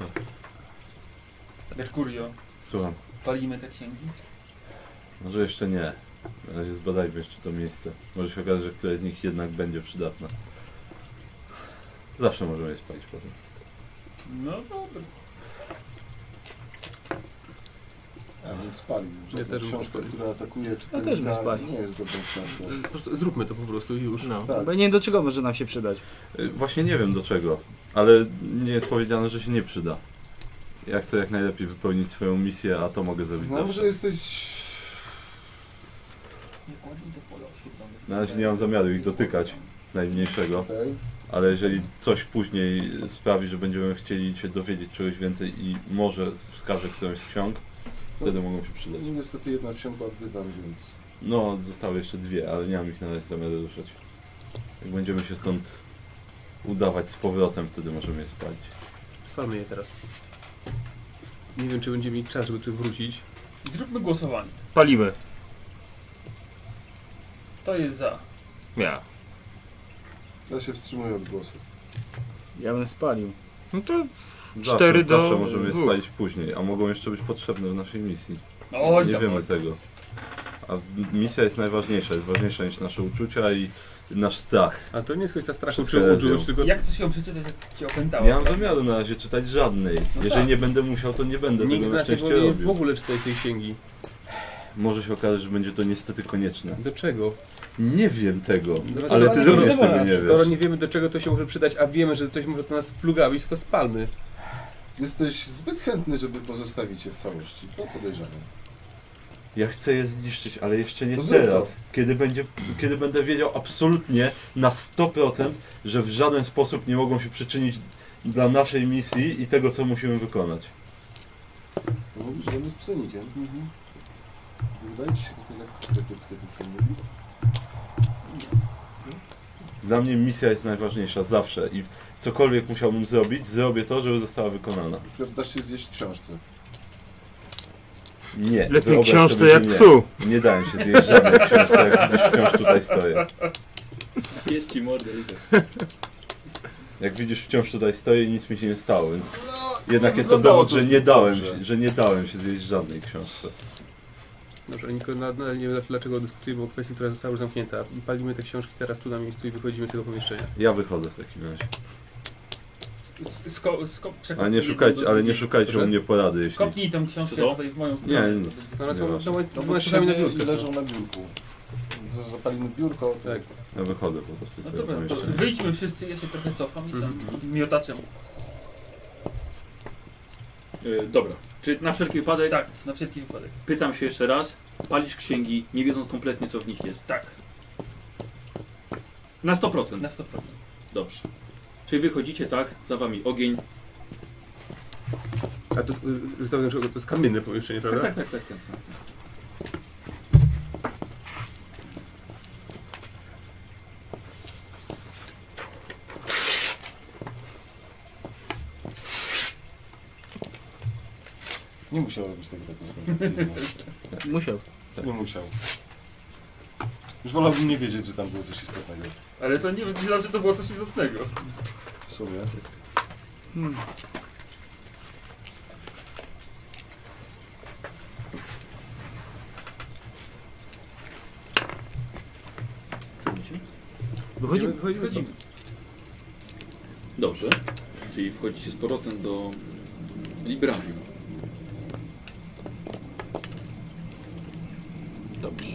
S2: Merkurio,
S3: Słucham,
S2: palimy te księgi.
S3: może jeszcze nie. Na razie zbadajmy jeszcze to miejsce. Może się okaże, że któraś z nich jednak będzie przydatna. Zawsze możemy je spalić potem.
S2: No dobra.
S4: Ja bym spalił.
S7: Ja też bym
S4: książka,
S7: spalił.
S4: która atakuje
S6: bym
S4: czytelnika,
S6: spalił.
S4: nie jest dobrą książką.
S7: Po prostu zróbmy to po prostu i już.
S6: No,
S4: Tak.
S6: bo nie wiem do czego może nam się przydać.
S3: Y, Właśnie nie wiem do czego, ale nie jest powiedziane, że się nie przyda. Ja chcę jak najlepiej wypełnić swoją misję, a to mogę zrobić
S4: No,
S3: zawsze.
S4: że jesteś...
S2: Jak ładnie to pole oświetlone.
S3: Na razie nie mam zamiaru ich dotykać. Najmniejszego.
S4: Okej.
S3: Ale jeżeli coś później sprawi, że będziemy chcieli się dowiedzieć czegoś więcej i może wskaże którąś z ksiąg, wtedy mogą się przydać.
S4: No, Niestety jedna wsiąkła w dywan, więc...
S3: No, zostały jeszcze dwie, ale nie mam ich na razie zamiaru ruszać. Jak będziemy się stąd udawać z powrotem, wtedy możemy je spalić.
S7: Spalmy je teraz. Nie wiem, czy będziemy mieć czas, żeby tu wrócić.
S2: Zróbmy głosowanie.
S9: Palimy.
S2: To jest za.
S9: Ja.
S4: Ja się wstrzymuję od głosu.
S6: Ja bym spalił.
S9: No to
S3: Zawsze,
S9: Cztery do
S3: zawsze możemy je
S9: dwóch.
S3: spalić później, a mogą jeszcze być potrzebne w naszej misji.
S2: Oj,
S3: nie
S2: No, tam,
S3: wiemy
S2: oj.
S3: tego. A misja jest najważniejsza, jest ważniejsza niż nasze uczucia i nasz strach.
S7: A to nie jest kwestia strachu
S3: Wszystko
S7: czy
S3: jest
S7: uczuć,
S3: ją.
S7: tylko
S2: Jak chcesz ją przeczytać, jak cię opętało?
S3: Nie mam zamiaru na razie czytać żadnej. Jeżeli
S2: tak.
S3: nie będę musiał, to nie będę
S7: No nikt z
S3: tego na
S7: nas nie
S3: szczęście
S7: powinien
S3: robił.
S7: w ogóle czytać tej księgi.
S3: Może się okaże, że będzie to niestety konieczne.
S7: Do czego?
S3: Nie wiem tego,
S7: Dlaczego?
S3: ale ty
S7: No, Skoro-
S3: również tego nie
S7: Skoro
S3: wiesz.
S7: nie wiemy do czego to się może przydać, a wiemy, że coś może to nas splugawić, to spalmy.
S4: Jesteś zbyt chętny, żeby pozostawić je w całości. To podejrzane.
S3: Ja chcę je zniszczyć, ale jeszcze nie
S4: To zrób
S3: teraz. Kiedy, będzie, kiedy będę wiedział absolutnie na 100%, że w żaden sposób nie mogą się przyczynić dla naszej misji i tego, co musimy wykonać.
S4: Mówisz, że on jest psionikiem. Nie Wydaje ci się takie lekko krytyckie to, co mówi.
S3: Dla mnie misja jest najważniejsza zawsze i cokolwiek musiałbym zrobić, zrobię to, żeby została wykonana.
S4: Na przykład dasz się zjeść książce.
S3: Nie.
S9: lepiej
S3: wyobraź
S9: książce
S3: sobie,
S9: jak
S3: że nie.
S9: psu.
S3: Nie dałem się zjeść żadnej książce, jak gdzieś wciąż tutaj stoję.
S1: Jest ci mordę, widzę.
S3: Jak widzisz, wciąż tutaj stoję i nic mi się nie stało, więc jednak
S4: no,
S3: jest to
S4: wyglądało
S3: dowód,
S4: to
S3: że nie
S4: zbyt
S3: dałem
S4: dobrze.
S3: się, że nie dałem się zjeść żadnej książce.
S7: Dobrze, ale niko- nadal nie wiem dlaczego dyskutujemy o kwestii, która została już zamknięta. I palimy te książki teraz tu na miejscu i wychodzimy z tego pomieszczenia.
S3: Ja wychodzę w takim razie.
S2: S- Sko, sko, przekop-
S3: Ale nie szukajcie, ale nie szukajcie u mnie porady, jeśli...
S2: Kopnij tą książkę
S1: Co?
S2: tutaj w moją
S3: Nie,
S2: stronę.
S3: nic.
S7: No ale są
S3: Nieważne.
S7: doma-
S4: No
S7: dwoma
S4: bo
S7: szybami na
S4: na
S7: biurku.
S4: i
S3: tak.
S4: leżą na biurku. Z- Zapalimy biurko. to-
S7: Tak.
S3: Ja wychodzę po prostu
S2: No
S3: z tego
S2: dobra, to
S3: pomieszczenia.
S2: wyjdźmy wszyscy, ja się trochę cofam i tam miotaczem.
S1: Yy, dobra. Czy na wszelki wypadek
S2: Tak, na wszelki wypadek.
S1: pytam się jeszcze raz, palisz księgi, nie wiedząc kompletnie co w nich jest.
S2: Tak,
S1: Na 100%.
S2: na 100%.
S1: Dobrze. Czyli wychodzicie tak, za wami ogień.
S7: A to jest, y, y, zauważyłem, że to jest kamienne pomieszczenie,
S1: Tak,
S7: prawda?
S1: tak, tak, tak, tak. tak.
S4: Nie musiał robić tego tak naprawdę.
S6: Musiał.
S4: Nie musiał. Już wolałbym nie wiedzieć, że tam było coś istotnego.
S2: Ale to nie wiem, czy znaczy to było coś istotnego.
S4: W sumie.
S6: Hmm.
S9: Wychodzimy.
S5: Wychodzimy stąd.
S1: Dobrze. Czyli wchodzicie z powrotem do Librarium. Dobrze.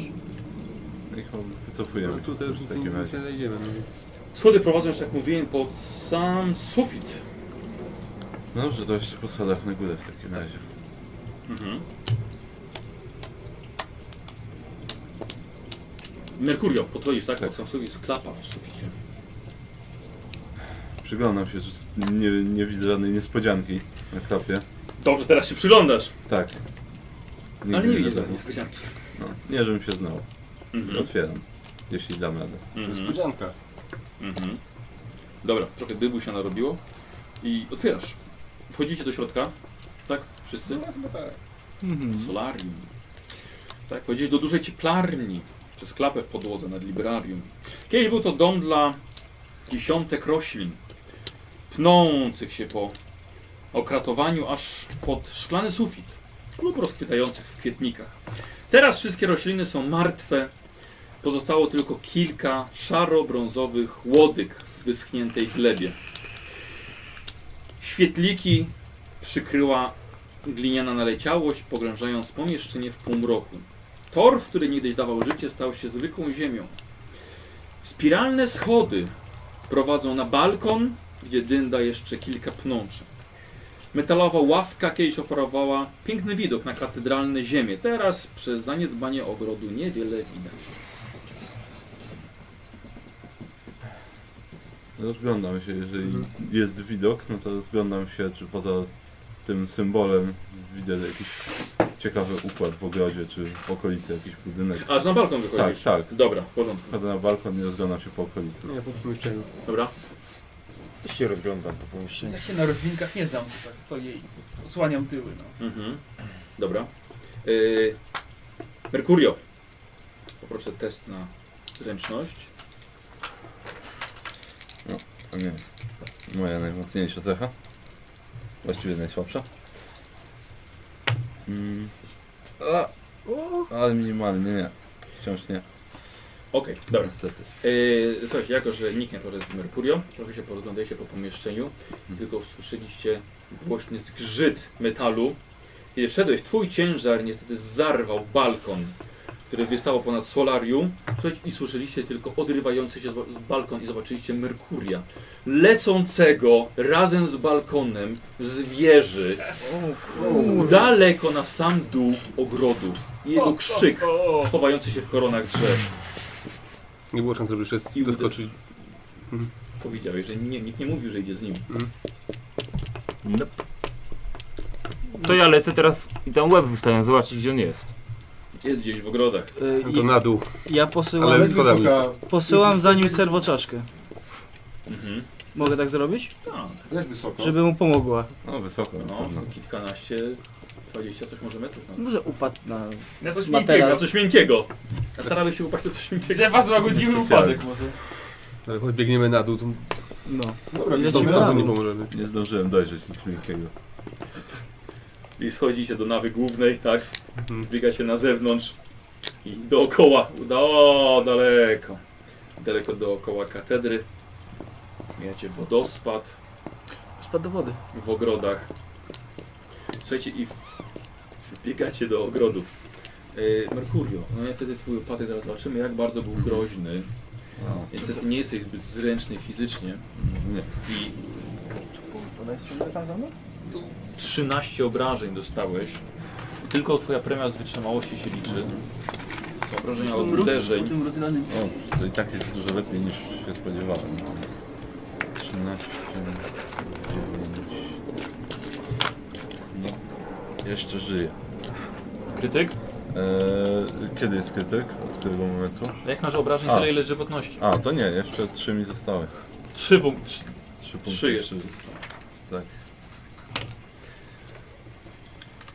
S3: Niech ją wycofujemy.
S5: No tutaj już nic,
S3: tak. W takim
S5: nic, nic
S3: razie.
S5: nie znajdziemy, no więc...
S1: Schody prowadzą, już jak mówiłem, pod sam sufit.
S3: No dobrze, to jeszcze po schodach na górę w takim razie.
S1: Mhm. Merkurio, podchodzisz, tak?
S3: Tak.
S1: Pod sam sufit jest klapa w suficie.
S3: Przyglądam się, że nie, nie widzę żadnej niespodzianki na klapie.
S1: Dobrze, teraz się przyglądasz.
S3: Tak.
S1: Ale nie
S3: widzę
S1: widzę
S3: żadnych.
S1: niespodzianki.
S3: No, nie, żebym się znał.
S1: Mhm.
S3: Otwieram, jeśli dam radę.
S1: Mhm.
S4: Niespodzianka.
S1: Mhm. Dobra, trochę dybu się narobiło. I otwierasz. Wchodzicie do środka, tak? Wszyscy?
S6: Mhm.
S1: Solarium. Tak, wchodzicie do dużej cieplarni przez klapę w podłodze nad Liberarium. Kiedyś był to dom dla dziesiątek roślin, pnących się po okratowaniu aż pod szklany sufit lub rozkwitających w kwietnikach. Teraz wszystkie rośliny są martwe. Pozostało tylko kilka szaro-brązowych łodyg w wyschniętej glebie. Świetliki przykryła Gliniana naleciałość, pogrążając pomieszczenie w półmroku. Torf, który niegdyś dawał życie, stał się zwykłą ziemią. Spiralne schody prowadzą na balkon, gdzie dynda jeszcze kilka pnączy. Metalowa ławka kiedyś oferowała piękny widok na katedralne ziemię. Teraz przez zaniedbanie ogrodu niewiele widać.
S3: Rozglądam się, jeżeli
S1: Mhm.
S3: jest widok, no to rozglądam się, czy poza tym symbolem widzę jakiś ciekawy układ w ogrodzie, czy w okolicy jakiś budynek.
S1: Aż na balkon
S3: Tak,
S1: wychodzisz.
S3: tak.
S1: Dobra, w porządku.
S3: Wchodzę na balkon i rozglądam się po okolicy.
S1: No.
S5: Nie, po pomieszczeniu.
S1: Dobra.
S9: Ja się rozglądam po pomieszczeniu.
S2: Ja się na roślinkach nie znam, tak stoję i osłaniam tyły. No.
S1: Mhm. Dobra. Yy, Merkurio. Poproszę test na zręczność.
S3: To nie jest moja najmocniejsza cecha. Właściwie najsłabsza. Mm. A, ale minimalnie, nie. Wciąż nie,
S1: Okej, dobra.
S3: niestety.
S1: Yy, słuchajcie, jako że nikt nie korzysta z Merkurio, trochę się porozglądajcie po pomieszczeniu, tylko usłyszeliście głośny zgrzyt metalu. Kiedy wszedłeś, twój ciężar niestety zarwał balkon, który wystało ponad solarium. Słuchajcie, i słyszeliście tylko odrywający się z z balkon i zobaczyliście Merkuria lecącego razem z balkonem z wieży daleko na sam dół ogrodu. I jego krzyk chowający się w koronach drzew.
S5: Nie było szans, żeby jeszcze
S1: I uda-
S5: doskoczyć.
S1: Powiedziałeś, że nie, nikt nie mówił, że idzie z nim.
S9: To ja lecę teraz i tam łeb wystawiam, zobaczyć gdzie on jest.
S1: Jest gdzieś w ogrodach.
S9: No
S6: Y,
S5: To na dół.
S6: ja
S5: Ale
S6: posyłam,
S5: jest
S4: Bez wysoka,
S6: posyłam za nim serwoczaszkę.
S1: Mhm.
S6: Mogę tak zrobić?
S1: Tak,
S4: jak wysoko?
S6: Żeby mu pomogła.
S3: No wysoko na
S1: no,
S3: pewno.
S1: kilkanaście, dwadzieścia coś może metrów. No.
S6: Może upadł na...
S2: Na coś
S6: Ma
S2: miękkiego.
S1: Na coś miękkiego. A starałeś się upaść na coś miękkiego.
S2: Drzewa złagodziły upadek może.
S5: Ale choć biegniemy na dół, to
S6: No.
S4: Dobra,
S6: Ile
S4: nie
S5: to
S6: ci
S4: zdążyłem.
S5: na dół nie
S6: dół.
S5: pomożemy.
S3: Nie zdążyłem dojrzeć nic miękkiego.
S1: I schodzi się do nawy głównej, tak?
S5: Mhm.
S1: Biega się na zewnątrz i dookoła. Uda o, daleko. Daleko dookoła katedry. Mijacie wodospad
S6: Spadł do wody.
S1: w ogrodach. Słuchajcie, i w... biegacie do ogrodów. Yy, Merkurio, no niestety twój upadek, zaraz zobaczymy jak bardzo był groźny.
S3: No,
S1: Niestety nie jesteś zbyt zręczny fizycznie
S3: nie.
S1: i
S9: Ona jest ciągle tam za mną?
S1: 13 obrażeń dostałeś. Tylko twoja premia z wytrzymałości się liczy.
S3: Mhm.
S1: Są obrażenia od uderzeń.
S3: O, to i tak jest dużo lepiej niż się spodziewałem. 13, 9. No, jeszcze żyję.
S1: Krytyk?
S3: Eee, kiedy jest krytyk? Od którego momentu?
S1: no Jak masz obrażeń
S3: A.
S1: tyle ile żywotności?
S3: A, to nie, jeszcze trzy mi zostały.
S1: 3 punkty. trz-
S3: Trzy punkty
S1: Trzy
S3: jeszcze zostały. Tak.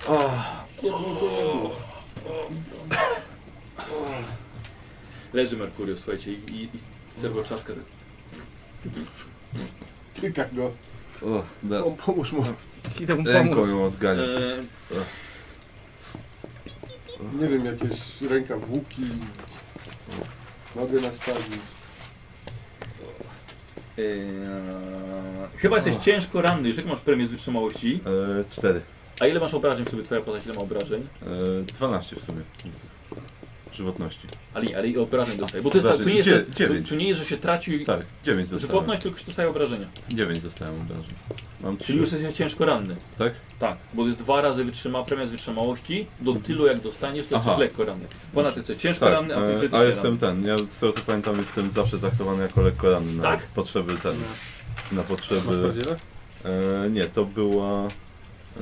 S3: O,
S1: Leży Merkurio, słuchajcie, i, i, i serwoczaszkę.
S4: Tyka go.
S3: o, da,
S5: O, pomóż mu.
S6: Idę tak mu
S3: ręką
S6: pomóc.
S3: ją odgania.
S1: Eee,
S4: Nie wiem, jakieś ręka włóki. Mogę nastawić.
S1: Eee, chyba jesteś ciężko ranny. Już jak masz premię z wytrzymałości?
S3: E, 4.
S1: A ile masz obrażeń w sobie? Twoja postać ile ma obrażeń?
S3: E, 12 w sumie. Żywotności.
S1: Ale, nie, ale ile obrażeń dostaje? Bo to jest tak,
S3: Obrażeń.
S1: tu nie jest, że-
S3: Dzie- dziewięć.
S1: tu, tu nie jest, że się traci
S3: Tak, 9 zostałem.
S1: żywotność, tylko się dostaje obrażenia.
S3: 9 zostałem obrażeń. Mam trzy.
S1: Czyli już jesteś ciężko ranny.
S3: Tak?
S1: Tak, bo to jest dwa razy wytrzyma, premia z wytrzymałości, do tylu jak dostaniesz, to
S3: Mhm. Aha.
S1: jesteś lekko ranny. Ponad jesteś ciężko
S3: tak,
S1: ranny, a ty
S3: e,
S1: krytycznie
S3: a
S1: ranny.
S3: jestem ten, ja z tego co pamiętam jestem zawsze traktowany jako lekko ranny na
S1: Tak?
S3: potrzeby ten, na
S4: Masz
S3: potrzeby...
S4: twardziela?
S3: E, nie, to była... E,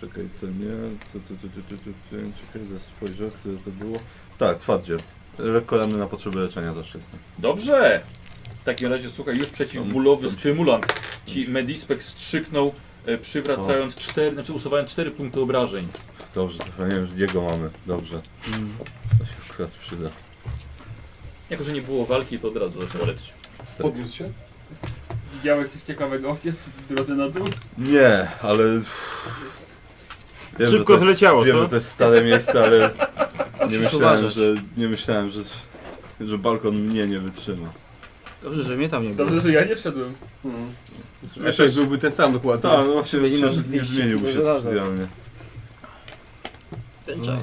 S3: czekaj, to nie... Tu, tu, tu, tu, tu, tu, tu, czekaj, zaraz spojrzę, które to było... Tak, twardzie. Lekko ranny na potrzeby leczenia zawsze jestem.
S1: Dobrze! W takim razie, słuchaj, już przeciwbólowy
S3: Dobrze.
S1: stymulant ci Medispek strzyknął, e, przywracając cztery, znaczy usuwając cztery punkty obrażeń.
S3: Dobrze, zapomniałem, że jego mamy. Dobrze. To się akurat przyda.
S1: Jako, że nie było walki, to od razu zaczęło leczyć.
S4: Podniósł się?
S2: Widziałeś coś ciekawego chociaż w drodze na dół?
S3: Nie, ale... Wiem,
S9: Szybko
S3: że to jest-
S9: zleciało,
S3: Wiem,
S9: co?
S3: że to jest stare miejsce, ale nie
S6: Musisz
S3: myślałem,
S6: uważać.
S3: że, nie myślałem, że, że balkon mnie nie wytrzyma.
S6: Dobrze, że mnie tam nie było.
S2: Dobrze, że ja nie wszedłem.
S5: Efekt byłby ten sam dokładnie.
S3: Tak, no właśnie
S6: Czyli
S3: myślę,
S6: masz
S3: że nie
S6: 200
S3: zmieniłby się
S6: żelaza.
S3: specjalnie.
S6: Ten czas.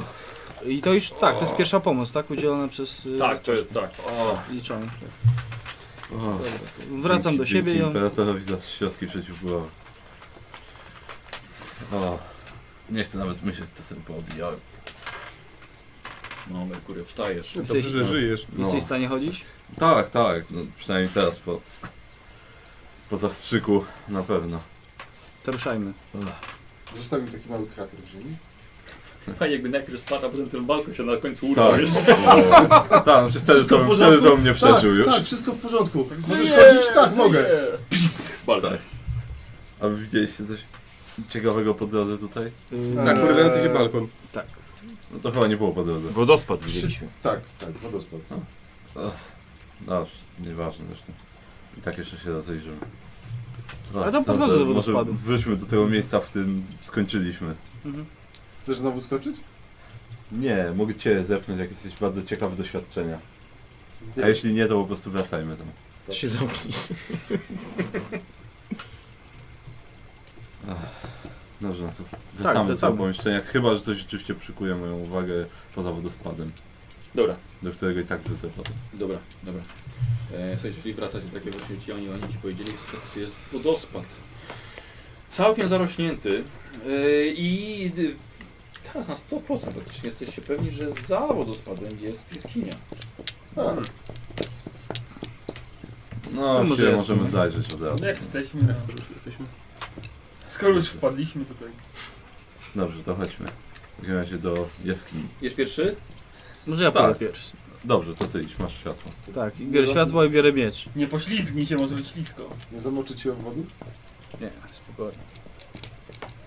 S6: I to już, tak, to jest pierwsza pomoc, tak? Udzielona przez... y,
S1: Tak, to jest tak. O,
S6: Liczony.
S3: O,
S6: Dobra, to Wracam do
S3: dzięki-
S6: siebie i
S3: dzięki
S6: on...
S3: Imperatorowi za środki przeciwbólowe. O, nie chcę nawet myśleć, co sobie poobijałem.
S1: no Merkury, wstajesz.
S5: Dobrze, że żyjesz.
S3: No.
S6: Jesteś w stanie chodzić?
S3: Tak, tak, no, przynajmniej teraz po, po zastrzyku na pewno.
S6: To ruszajmy.
S4: Zostawił taki mały krater w ziemi.
S1: Fajnie, jakby najpierw spadł, a potem ten balkon się na końcu urwał.
S3: Tak,
S1: wiesz?
S3: tak, znaczy wtedy,
S4: Wszystko w
S3: to,
S4: porządku?
S3: wtedy to mnie przeżył już.
S4: tak, Tak, wszystko w porządku. Możesz
S1: Żyję,
S4: chodzić? Tak, mogę.
S1: żyję. Pis! Balkon.
S3: A wy widzieliście coś ciekawego po drodze tutaj?
S6: Y,
S9: Tak.
S5: Na kurwający się balkon.
S3: No to chyba nie było po drodze.
S9: Wodospad
S4: Trzy-
S9: widzieliśmy.
S4: Tak, tak, wodospad.
S3: Dobrze, No, nieważne zresztą. I tak jeszcze się rozejrzymy.
S6: Ale tam po drodze do wodospadu.
S3: Może wróćmy do tego miejsca, w którym skończyliśmy.
S6: Mhm.
S4: Chcesz znowu skoczyć?
S3: Nie, mogę cię zepchnąć, jak jesteś bardzo ciekawy doświadczenia. A jeśli nie, to po prostu wracajmy tam.
S9: To się zamknij.
S3: Dobrze, no to wracamy do
S6: Tak, wracamy.
S3: tego pomieszczenia. Chyba, że coś rzeczywiście przykuje moją uwagę poza wodospadem,
S1: Dobra,
S3: do którego i tak wrócę potem.
S1: dobra, dobra. E, słuchajcie, czyli wracacie do takiego właśnie ci, oni, oni ci powiedzieli, że jest wodospad. Całkiem zarośnięty e, i e, teraz na 100% praktycznie jesteście pewni, że za wodospadem jest jaskinia.
S4: A,
S3: No,
S6: może
S3: się
S6: jest,
S3: możemy
S6: nie?
S3: zajrzeć od razu.
S2: No jak jesteśmy, no, skoro już jesteśmy. Skoro już wpadliśmy tutaj.
S3: Dobrze, to chodźmy. W takim razie do jaskini.
S1: Jest pierwszy?
S6: Może ja
S3: Tak.
S6: pójdę pierwszy.
S3: Dobrze, to ty idź, masz światło.
S6: Tak, i biorę
S9: No.
S6: światło i biorę miecz.
S2: Nie poślizgnij się, może być ślisko.
S4: nie zamoczyć się w wody?
S6: Nie, spokojnie.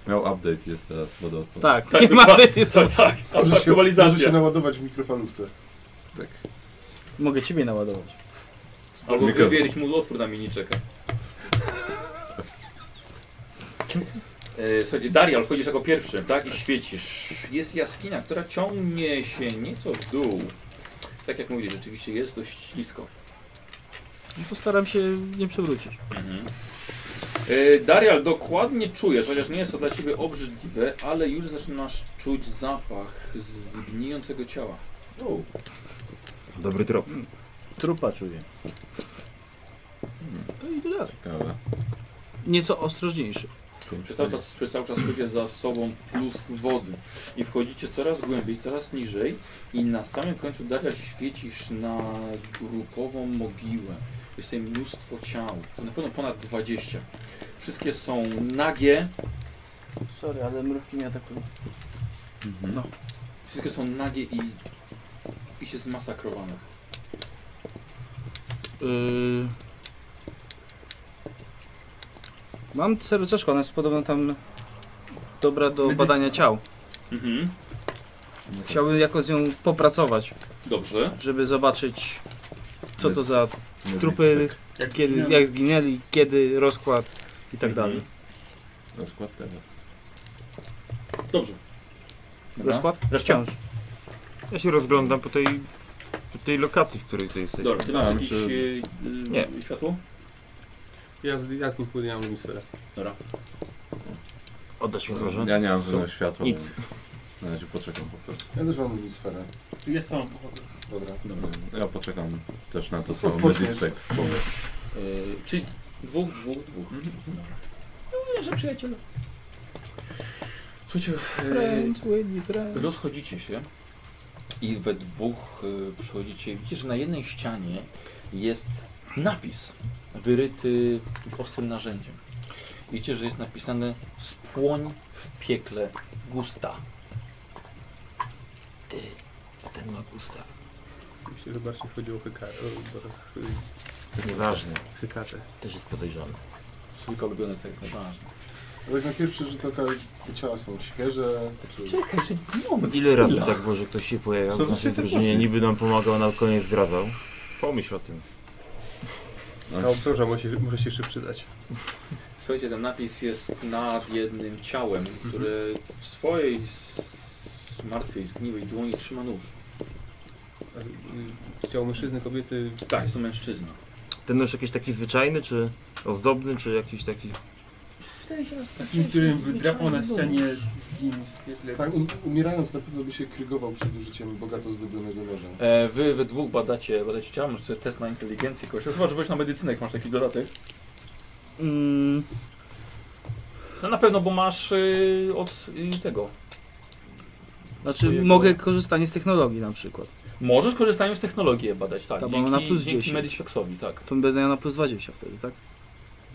S3: Miał update, jest teraz wodoodporny.
S6: Tak,
S1: Tak,
S6: nie ma
S1: dokładnie.
S6: jest
S1: Tak, tak,
S4: Może się, może się
S1: aktualizacja.
S4: naładować w mikrofalówce.
S3: Tak,
S6: Mogę ciebie naładować.
S1: Albo
S3: Mikrofon.
S1: wywierć mu otwór na miniczeka. E, Słuchajcie, Darial, wchodzisz jako pierwszy, tak? I świecisz. Jest jaskinia, która ciągnie się nieco w dół. Tak jak mówię, rzeczywiście jest dość ślisko.
S6: No Postaram się nie przewrócić.
S1: E, Darial, dokładnie czujesz, chociaż nie jest to dla ciebie obrzydliwe, ale już zaczynasz czuć zapach z gnijącego ciała.
S9: Dobry trop.
S6: Trupa czuję. Hmm, To idę dalej.
S3: Ciekawe.
S6: Nieco ostrożniejszy.
S3: Skąd
S1: Przez cały czas, przez cały czas czujecie za sobą plusk wody i wchodzicie coraz głębiej, coraz niżej i na samym końcu Daria świecisz na grupową mogiłę. Jest tutaj mnóstwo ciał, to na pewno ponad 20. Wszystkie są nagie,
S6: Sorry, ale mrówki mnie atakują.
S3: Mhm.
S6: No.
S1: wszystkie są nagie i, i się zmasakrowane.
S6: Yy... Mam serduszko, ona jest podobno tam dobra do
S2: Medyczna.
S6: badania ciał.
S1: Mhm.
S6: Chciałbym jakoś z nią popracować,
S1: Dobrze.
S6: żeby zobaczyć co to za
S3: Nie
S6: trupy,
S3: listek.
S2: Jak
S6: kiedy,
S2: zginiemy.
S6: jak zginęli, kiedy rozkład i tak
S1: Mhm.
S6: dalej.
S3: Rozkład teraz.
S1: Dobrze. Dobra.
S6: Rozkład? Wciąż.
S9: Ja się rozglądam po tej, po tej lokacji, w której tutaj jesteśmy.
S1: Dobra, ty
S3: Da,
S1: masz jakieś
S3: myślę,
S1: e,
S9: Nie.
S1: e, światło?
S7: Ja, ja z nim pójdę, ja mam lumisfera.
S1: Dobra.
S9: Oddasz mi proszę.
S3: Ja nie mam żadnego światła,
S9: Nic.
S3: więc na razie poczekam po prostu.
S4: Ja też mam lumisferę.
S2: Jest to, mam pochodzę.
S4: Dobra.
S3: Dobra, No ja poczekam też na to, co
S4: Odpoczniesz.
S3: Medistek powie.
S1: Yy, czyli dwóch, dwóch, dwóch. No, że przyjaciele. Słuchajcie, yy, rozchodzicie się i we dwóch yy, przychodzicie. Widzicie, że na jednej ścianie jest napis wyryty jakimś ostrym narzędziem. Widzicie, że jest napisane spłoń w piekle gusta.
S9: Ty, a ten ma gusta.
S7: Myślę, że bardziej chodziło o hyka- o- o- hy-
S9: Nieważne,
S7: hykatę.
S9: też jest podejrzany.
S1: Swój ulubiony tekst, najważniejszy.
S4: Jak na pierwszy rzut oka te ciała są świeże, czy
S1: Czekaj, że moment.
S9: Ile razy tak może ktoś się pojawiał w naszej drużynie, niby nam pomagał, a na koniec zdradzał? Pomyśl o tym.
S7: No, obroża może, się- może się jeszcze przydać.
S1: Słuchajcie, ten napis jest nad jednym ciałem,
S2: Mhm.
S1: które w swojej s- martwej, zgniłej dłoni trzyma nóż.
S7: A, y, Ciało mężczyzny, kobiety,
S1: Tak, jest to mężczyzna.
S9: Ten nóż jakiś taki zwyczajny, czy ozdobny, czy jakiś taki...
S1: Wydaje się, że
S2: Takim, którym wydrapał na ścianie zgin w piekle.
S4: Tak, um, umierając na pewno by się krygował przed użyciem bogato zdobionego noża.
S1: E, wy we dwóch badacie, badacie ciało, może sobie test na inteligencję kogoś. Chyba, że wejść na medycynę, jak masz taki dodatek.
S6: Mm,
S1: No na pewno, bo masz y, od y, tego.
S6: znaczy
S1: Swojego-
S6: mogę korzystanie z technologii na przykład.
S1: Możesz korzystając z technologii badać, tak.
S6: To mam
S1: dzięki
S6: na plus
S1: dzięki
S6: 10.
S1: Medispexowi, tak.
S6: To będę miał na plus 20 wtedy, tak?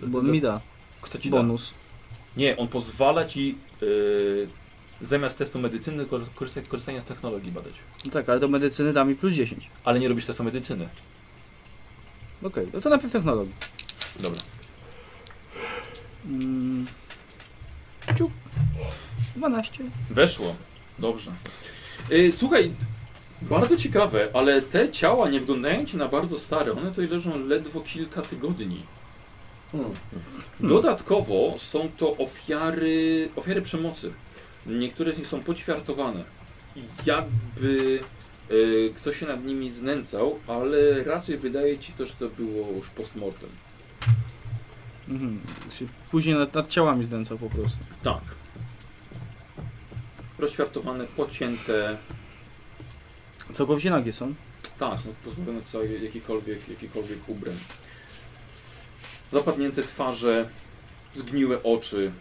S6: Bo on mi da
S1: Kto ci da?
S6: bonus.
S1: Nie, on pozwala ci y, zamiast testu medycyny korzysta- korzysta- korzystania z technologii badać.
S6: No tak, ale do medycyny da mi plus 10.
S1: Ale nie robisz testu medycyny.
S6: Okej, no to najpierw technologii.
S1: Dobra.
S6: Mm, ciuk. 12.
S1: Weszło. Dobrze. Y, słuchaj, bardzo ciekawe, ale te ciała nie wyglądają ci na bardzo stare. One tutaj leżą ledwo kilka tygodni.
S4: Hmm.
S1: Dodatkowo są to ofiary, ofiary przemocy. Niektóre z nich są poćwiartowane. I Jakby y, ktoś się nad nimi znęcał, ale raczej wydaje ci to, że to było już postmortem.
S6: Mhm. Się Później nad, nad ciałami zdęcał po prostu.
S1: Tak. Rozświartowane, pocięte,
S6: Całkowicie nagie są.
S1: Tak, są pozbawione całej jakiejkolwiek, jakiejkolwiek ubrań. Zapadnięte twarze, zgniłe oczy,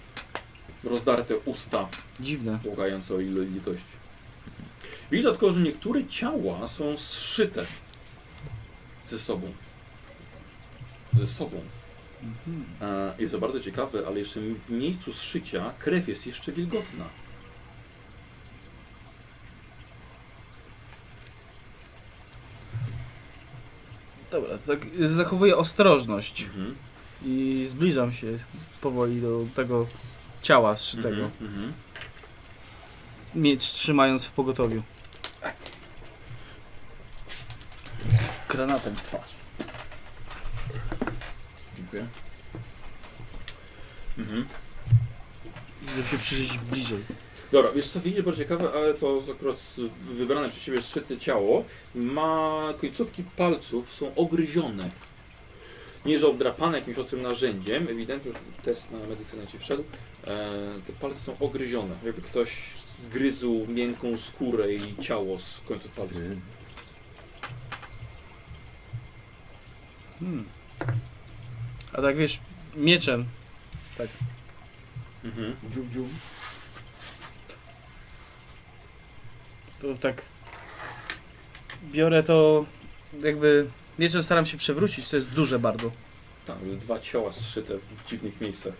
S1: rozdarte usta,
S6: Dziwne.
S1: błagające o ilo- litość. Widzisz dlatego, że niektóre ciała są zszyte ze sobą. Ze sobą.
S6: Mhm.
S1: E, Jest to bardzo ciekawe, ale jeszcze w miejscu zszycia krew jest jeszcze wilgotna.
S6: Dobra, to tak zachowuję ostrożność
S1: Mhm.
S6: i zbliżam się powoli do tego ciała zszytego,
S1: Mhm.
S6: miecz trzymając w pogotowiu. Granatem w twarz.
S1: Dziękuję. Mhm.
S6: Żeby się przyjrzeć bliżej.
S1: Dobra, wiesz co widzisz, bardzo ciekawe, ale to akurat s- wybrane przez siebie zszyte ciało ma końcówki palców, są ogryzione. Nie, że obdrapane jakimś ostrym narzędziem, ewidentnie już test na medycynę ci wszedł, e, te palce są ogryzione, jakby ktoś zgryzł miękką skórę i ciało z końców palców.
S3: Mhm.
S6: Hmm. A tak wiesz, mieczem.
S1: Mhm.
S4: Dziub, dziub.
S6: To tak biorę to jakby mieczem staram się przewrócić, to jest duże bardzo.
S1: Tak, dwa ciała zszyte w dziwnych miejscach.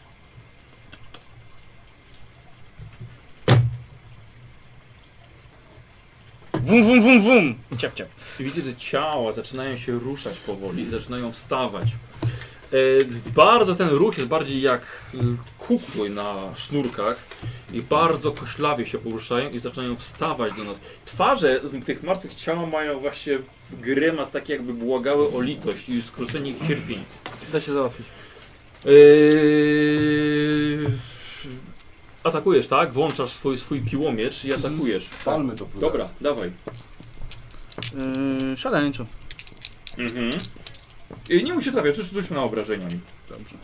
S6: Wum wum wum wum. Ciap ciap.
S1: I widzicie, że ciała zaczynają się ruszać powoli, zaczynają wstawać. E, bardzo ten ruch jest bardziej jak e, kukły na sznurkach i bardzo koślawie się poruszają i zaczynają wstawać do nas. Twarze tych martwych ciał mają właśnie grymas taki jakby błagały o litość i skrócenie ich cierpień.
S6: Da się załatwić.
S1: E, atakujesz, tak? Włączasz swój, swój piłomiecz i atakujesz.
S4: Palmy to plugasz.
S1: Dobra, dawaj.
S6: Yy, szaleńczo.
S1: Mhm. I nie musi trafiać, rzuć- rzućmy na obrażenia mi.
S6: Dobrze.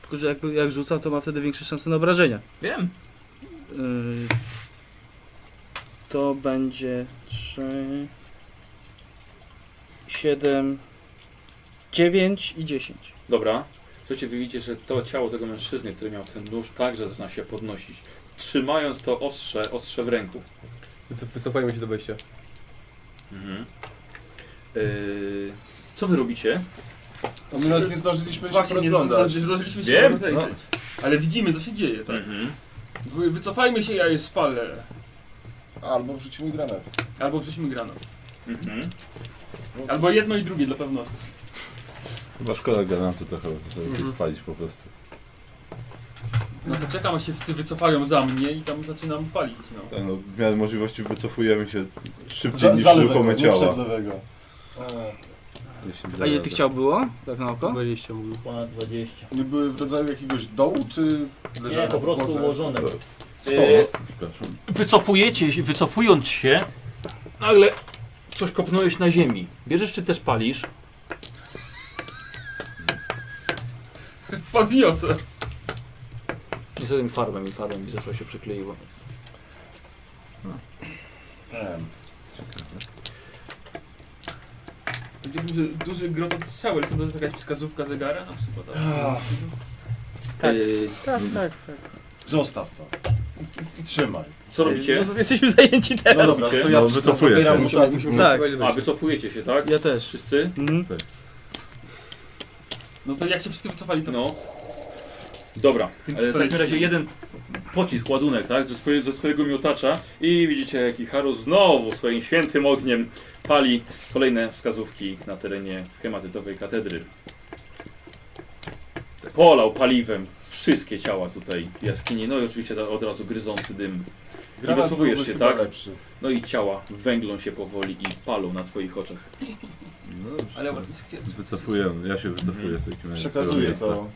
S6: Tylko, że jakby, jak rzucam, to ma wtedy większe szanse na obrażenia.
S1: Wiem.
S6: Yy, to będzie 3, 7, 9 i 10.
S1: Dobra. Słuchajcie, wy widzicie, że to ciało tego mężczyzny, który miał ten nóż, także zaczyna się podnosić. Trzymając to ostrze, ostrze w ręku.
S5: Wycof- Wycofajmy się do wejścia.
S1: Mhm. Yy, co wy robicie?
S4: A my nawet nie zdążyliśmy się
S2: Właśnie nie
S4: rozglądać.
S2: zdąży- zdążyliśmy się
S1: Wiem,
S2: rozejrzeć. Ale widzimy co się dzieje, tak?
S1: Mhm.
S2: Wy- Wycofajmy się, ja je spalę.
S4: Albo wrzucimy granat.
S2: Albo wrzućmy granat.
S1: Mhm.
S2: Albo jedno i drugie dla pewności.
S3: Chyba szkoda granatu trochę, żeby
S5: Mhm.
S3: spalić po prostu.
S2: No to czekam, aż się wszyscy wycofają za mnie i tam zaczynam palić, no.
S3: Tak, no, w miarę możliwości wycofujemy się szybciej
S4: Za,
S3: niż
S4: za lewego,
S3: ruchome
S4: nie przed
S3: ciała.
S4: lewego. E,
S3: Jeśli
S6: A
S3: da
S6: ile
S3: radę.
S6: tych ciał było? Tak na oko?
S7: 20 mówił.
S10: Ponad 20.
S4: Nie były w rodzaju jakiegoś dołu, czy leżały
S10: Nie, po prostu
S4: podłodze?
S10: ułożone.
S3: Sto, przepraszam.
S1: Wycofujecie się, wycofując się, nagle coś kopnąłeś na ziemi. Bierzesz czy też palisz?
S2: Podniosę.
S1: Niestety mi farbę, mi farbę mi zeszła się przykleiło.
S4: Nie.
S2: Będzie duży, duży grot od strzały, ale to jest jakaś wskazówka zegara na przykład.
S4: Ach,
S1: Tak.
S6: Tak, tak, tak.
S4: Zostaw to. Trzymaj.
S1: co robicie?
S6: No, jesteśmy zajęci
S4: No
S6: teraz.
S4: dobra, to ja
S3: No, wycofuję
S4: zabieram
S3: się.
S4: mu
S5: Musimy,
S4: tak.
S5: musimy
S6: Tak.
S5: wycofać do
S1: A,
S5: wejścia.
S1: wycofujecie się, tak?
S6: Ja też.
S1: Wszyscy?
S6: Mhm.
S2: No to jak się wszyscy wycofali, to
S1: No. Dobra,
S2: Tym
S1: e, w takim
S2: pistoletem.
S1: razie jeden pocisk, ładunek, tak? Ze, swoje, ze swojego miotacza i widzicie, jak Iharu znowu swoim świętym ogniem pali kolejne wskazówki na terenie hematytowej katedry. Polał paliwem wszystkie ciała tutaj w jaskini, no i oczywiście ta- od razu gryzący dym.
S4: Granat
S1: wycofujesz
S4: byłby
S1: się,
S4: chyba
S1: tak?
S4: Lepszy.
S1: No i ciała węglą się powoli i palą na twoich oczach.
S3: No dobrze.
S2: Ale ładnie skwierdzę.
S3: Wycofuję, ja się wycofuję w takim razie. z tego
S4: Przekazuję
S3: miejsca.
S4: to.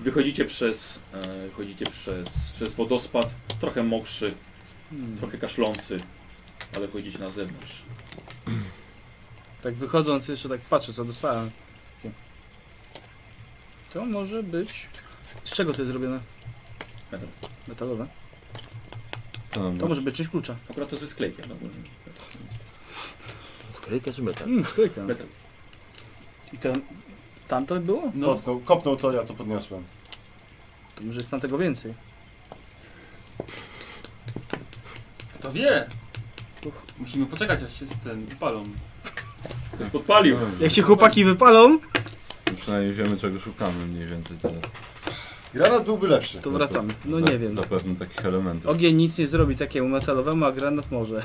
S1: Wychodzicie przez, e, wychodzicie przez, przez wodospad, trochę mokrzy, trochę kaszlący, ale wchodzicie na zewnątrz.
S6: Tak wychodząc jeszcze tak patrzę co dostałem. To może być... Z czego to jest zrobione?
S1: Metal.
S6: Metalowe.
S3: Tam,
S6: To może być część klucza.
S1: Akurat to ze sklejkiem. No, bo nie-
S9: Sklejka czy metal?
S6: Mm, sklejka.
S1: metal.
S6: I to... Tamto było?
S2: No.
S4: Kopnął, kopnął to, ja to podniosłem.
S6: To może jest tam tego więcej.
S2: Kto wie? Musimy poczekać, aż się z ten palą.
S1: Coś podpalił.
S6: Jak się chłopaki wypalą,
S3: no, Przynajmniej wiemy czego szukamy mniej więcej teraz. No
S4: Granat byłby lepszy.
S6: to wracamy. No
S3: Za-
S6: nie wiem.
S3: Zapewne takich elementów.
S6: Ogień nic nie zrobi takiemu metalowemu, a granat może.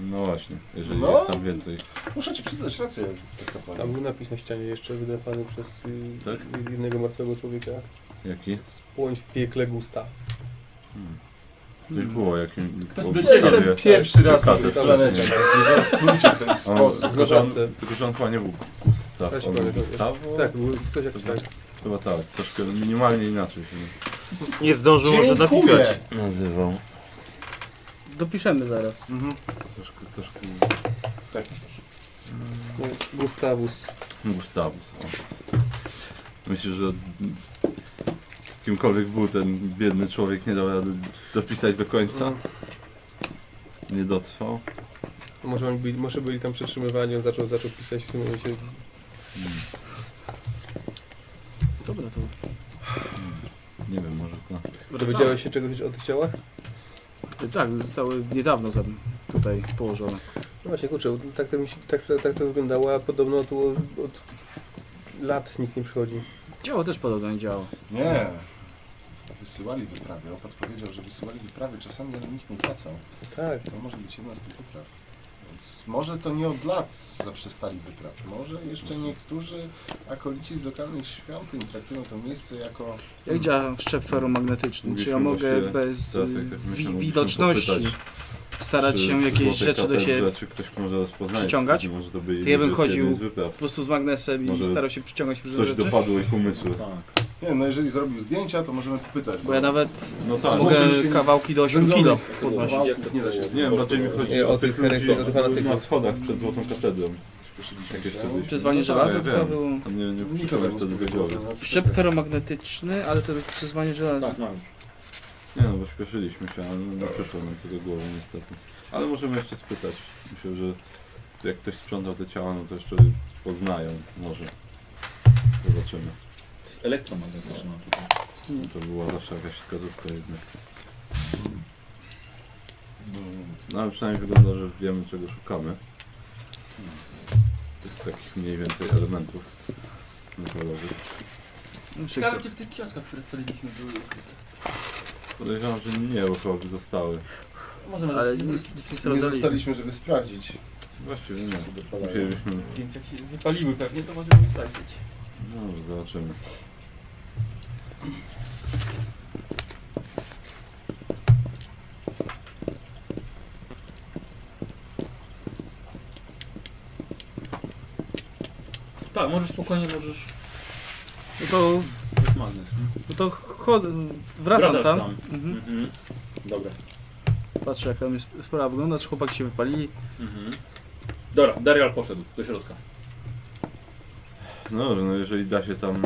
S3: No właśnie, jeżeli
S4: No.
S3: jest tam więcej.
S4: Muszę ci przyznać rację. tak naprawdę.
S5: Tam był napis na ścianie jeszcze wydrapany przez y,
S3: Tak?
S5: jednego martwego człowieka.
S3: Jaki?
S5: Spłoń w piekle gusta.
S3: Hmm. Coś było, jakim... było
S2: by-
S4: To jest ten
S3: ciekawie.
S4: pierwszy raz na
S3: Wypadek.
S4: tej planecie. Ludzie w ten
S3: On,
S4: sposób.
S3: tylko, że on,
S5: Zobaczę.
S3: tylko, że on chyba nie był Gustaw,
S5: Też
S3: on był
S5: pamiętam.
S3: Gustawo?
S5: Tak, był coś jak tak.
S3: Chyba tak, troszkę minimalnie inaczej się
S9: Nie zdążył może napisać.
S4: Dziękuję.
S3: nazywał.
S6: Dopiszemy zaraz.
S4: Mhm.
S3: Troszkę, troszkę...
S4: Tak.
S5: Gustawus.
S3: Gustawus. O. Myślę, że kimkolwiek był ten biedny człowiek nie dał rady dopisać do końca. Nie dotrwał.
S5: Może, oni byli, może byli tam przetrzymywani, on zaczął, zaczął pisać w tym momencie.
S3: Mm,
S6: Dobra, to
S3: Nie wiem, może to...
S5: Dowiedziałeś się czegoś o tych ciałach?
S6: Y, Tak, zostały niedawno za- tutaj położone.
S5: No właśnie, kurczę, tak to, mi się, tak, tak to wyglądało, a podobno tu od, od lat nikt nie przychodzi.
S6: Działo też podobno nie działo.
S4: Nie. Wysyłali wyprawy. Opat powiedział, że wysyłali wyprawy czasami, ale nikt nie wracał.
S5: Tak.
S4: To może być jedna z tych wypraw. Więc może to nie od lat zaprzestali wypraw. Może jeszcze niektórzy akolici z lokalnych świątyń traktują to miejsce jako...
S6: Jak działa wszczep feromagnetyczny? Czy ja
S3: Mogliśmy
S6: mogę
S3: właśnie
S6: bez
S3: teraz,
S6: y,
S3: jak tak myślę,
S6: wi-
S3: mogliśmy
S6: widoczności
S3: popytać,
S6: starać
S3: czy-
S6: się
S3: czy
S6: jakieś
S3: złotej
S6: rzeczy do siebie?
S3: katedrze, Czy ktoś może rozpoznać?
S6: przyciągać?
S3: Może to byli
S6: To ja bym
S3: ludzie z
S6: chodził-
S3: jednej z wypraw.
S6: Po prostu z magnesem i
S3: Może
S6: starał się przyciągać różne
S3: Coś
S6: rzeczy?
S3: dopadło ich umysłu.
S1: Tak.
S4: Nie wiem, no jeżeli zrobił zdjęcia, to możemy popytać.
S6: Bo ja nawet
S3: No tak.
S6: mogę
S4: Mógłbyś-
S6: kawałki do 8
S4: Zędzonych
S6: kilo
S4: kawałków
S6: podnosić.
S4: Nie da się
S3: Nie wiem, bardziej mi chodzi
S5: Nie,
S3: o
S5: o
S3: tych
S5: tych herezjach,
S3: ludzi,
S5: o tych
S3: którzy
S5: fanatykach.
S3: na schodach przed Złotą Katedrą.
S4: Spieszyliśmy
S3: Jak
S4: się.
S3: jeszcze byliśmy?
S6: Przyzwanie
S3: No tak,
S6: żelaza
S3: ja
S6: to
S3: wiem.
S6: było...
S3: Nie, nie
S4: Nikogo
S3: przyszedłem
S4: nie
S3: wtedy
S4: spodziewało
S3: wiedziałem.
S4: się na
S6: Szczep
S4: cebę.
S6: ferromagnetyczny, ale to przyzwanie żelaza.
S1: Tak, mam już.
S3: Nie no, bo śpieszyliśmy się, ale nie przyszło nam tego głową niestety. Ale możemy jeszcze spytać. Myślę, że jak ktoś sprzątał te ciała, no to jeszcze poznają może. Zobaczymy.
S1: To jest elektromagnetyczna tutaj.
S3: No to była zawsze jakaś wskazówka jednak. No, No ale przynajmniej wygląda, że wiemy czego szukamy. Tych takich mniej więcej elementów metalowych.
S2: No, Ciekawe, czy w tych książkach, które spaliliśmy, były ukryte.
S3: Podejrzewam, że nie, bo chyba by zostały.
S2: Możemy
S6: Ale
S2: zacząć-
S6: nie,
S4: Nie
S6: sprawdzali.
S4: zostaliśmy, żeby sprawdzić.
S3: Właściwie nie.
S4: co dopalają.
S3: Musielibyśmy...
S2: Więc jak się wypaliły pewnie, to możemy ich zajrzeć.
S3: No, zobaczymy.
S1: Tak, możesz spokojnie, możesz...
S6: No to,
S1: Jest magnes. nie?
S6: no to chod... wracam
S1: Wracasz
S6: tam.
S1: tam.
S6: Mhm.
S1: Mhm. Dobra.
S6: Patrzę jak tam jest sprawa wygląda, czy chłopaki się wypalili.
S1: Mhm. Dobra, Darial poszedł do środka.
S3: No dobrze, no jeżeli da się tam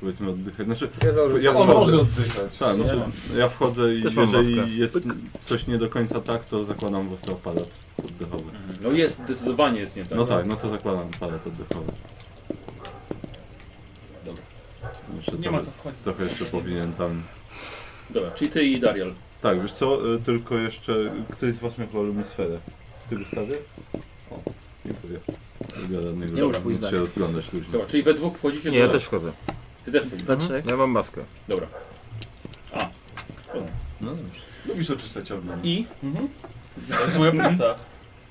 S3: powiedzmy oddychać. Znaczy,
S7: Ja
S3: w-
S7: założę
S3: ja
S4: On może
S3: wchodzę,
S4: oddychać.
S3: tak, znaczy, ja wchodzę i
S9: Też mam maskę.
S3: jeżeli jest coś nie do końca tak, to zakładam własny aparat oddechowy.
S1: No jest, zdecydowanie jest nie tak.
S3: No tak, no to zakładam aparat oddechowy.
S1: Dobra.
S3: Jeszcze
S2: Nie
S3: trochę,
S2: ma co wchodzić.
S3: trochę jeszcze powinien tam...
S1: Dobra, czyli ty i Darial.
S3: Tak, wiesz co, y, tylko jeszcze któryś z was miał chyba lumisferę. Ty wystawię? O, dziękuję. Nie
S6: Nie
S3: dobra,
S6: mógł pójść
S3: muszę się rozglądać później.
S1: Dobra, czyli we dwóch wchodzicie
S9: Nie,
S1: do
S9: ja
S1: domu.
S9: też wchodzę.
S1: Ty też wchodzisz.
S6: Dla trzech.
S9: Ja mam maskę.
S1: Dobra.
S3: No dobrze.
S4: Lubisz oczyszczać od mnie.
S1: I?
S2: Mhm. To jest moja praca.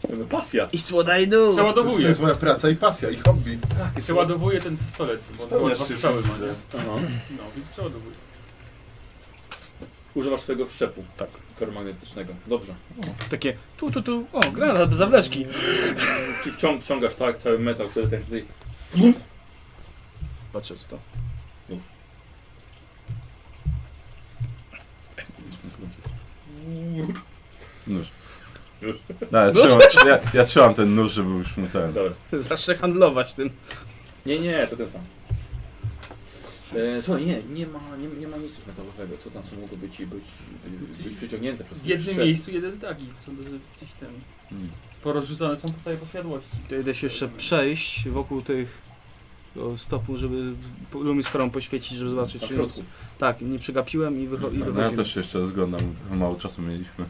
S1: Jakby Pasja.
S6: I what I
S1: Mhm.
S6: do!
S4: To
S2: Przeładowuję.
S4: jest moja praca i pasja, i hobby.
S2: Tak, i przeładowuję ten pistolet, bo to
S4: Spełniasz
S2: dwa
S4: się,
S2: strzały ma,
S4: widzę.
S2: nie?
S1: Aha.
S2: No i przeładowuję.
S1: Używasz swojego wszczepu. Tak. Fermagnetycznego. Dobrze.
S6: Takie tu, tu, tu. O, granat, zawleczki.
S1: Czyli wcią wciągasz tak cały metal, który ten tutaj...
S6: Patrzę co to.
S3: Nóż.
S1: Już?
S3: No, ja, trzymam, ja, ja trzymam ten nóż, żeby już mu ten.
S1: Dobra.
S6: Zawsze handlować tym.
S1: Nie, nie, to ten sam. E, słuchaj, nie, nie ma, nie, nie ma nic metalowego. Co tam, co mogło być, być, być, być przyciągnięte przez
S2: W jednym
S1: wszczep?
S2: miejscu jeden tagi, są do- gdzieś ten...
S3: Mm.
S2: Porozrzucane są po całej posiadłości.
S6: To idę się jeszcze przejść wokół tych o, stopu, żeby po- lumisferą poświecić, żeby zobaczyć
S1: Tam w
S6: czy
S1: środku.
S6: Tak, nie przegapiłem i, wycho- i
S3: No ja
S6: wychodzimy.
S3: też się jeszcze rozglądam, trochę mało czasu mieliśmy.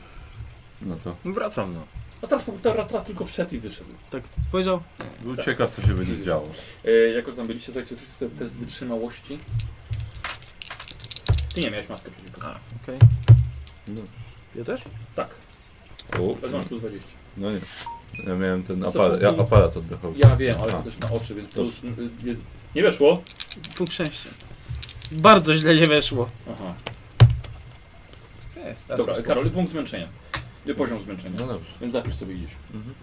S3: No to
S9: Wracam no.
S1: A teraz, teraz, teraz tylko wszedł i wyszedł.
S6: Tak, spojrzał.
S3: był
S1: Tak.
S3: ciekaw, co się będzie działo.
S1: E, jako, że tam byliście, tak, to jest ten test wytrzymałości. Ty nie miałeś maskę przeciwko.
S6: Okej.
S3: No.
S6: Ja też?
S1: Tak,
S3: O,
S1: teraz masz plus 20.
S3: no nie. Ja miałem ten
S1: Co
S3: aparat, ja,
S1: powinni-
S3: aparat oddechowy.
S1: Ja wiem, ale to
S3: A.
S1: też na oczy, więc plus... y, y, Nie weszło.
S6: Punkt szczęścia. Bardzo źle nie weszło.
S1: Aha.
S6: Jest,
S1: Dobra, Karol, punkt zmęczenia. Y, Poziom zmęczenia.
S3: No dobrze.
S1: Więc zapisz sobie gdzieś.
S3: Mhm.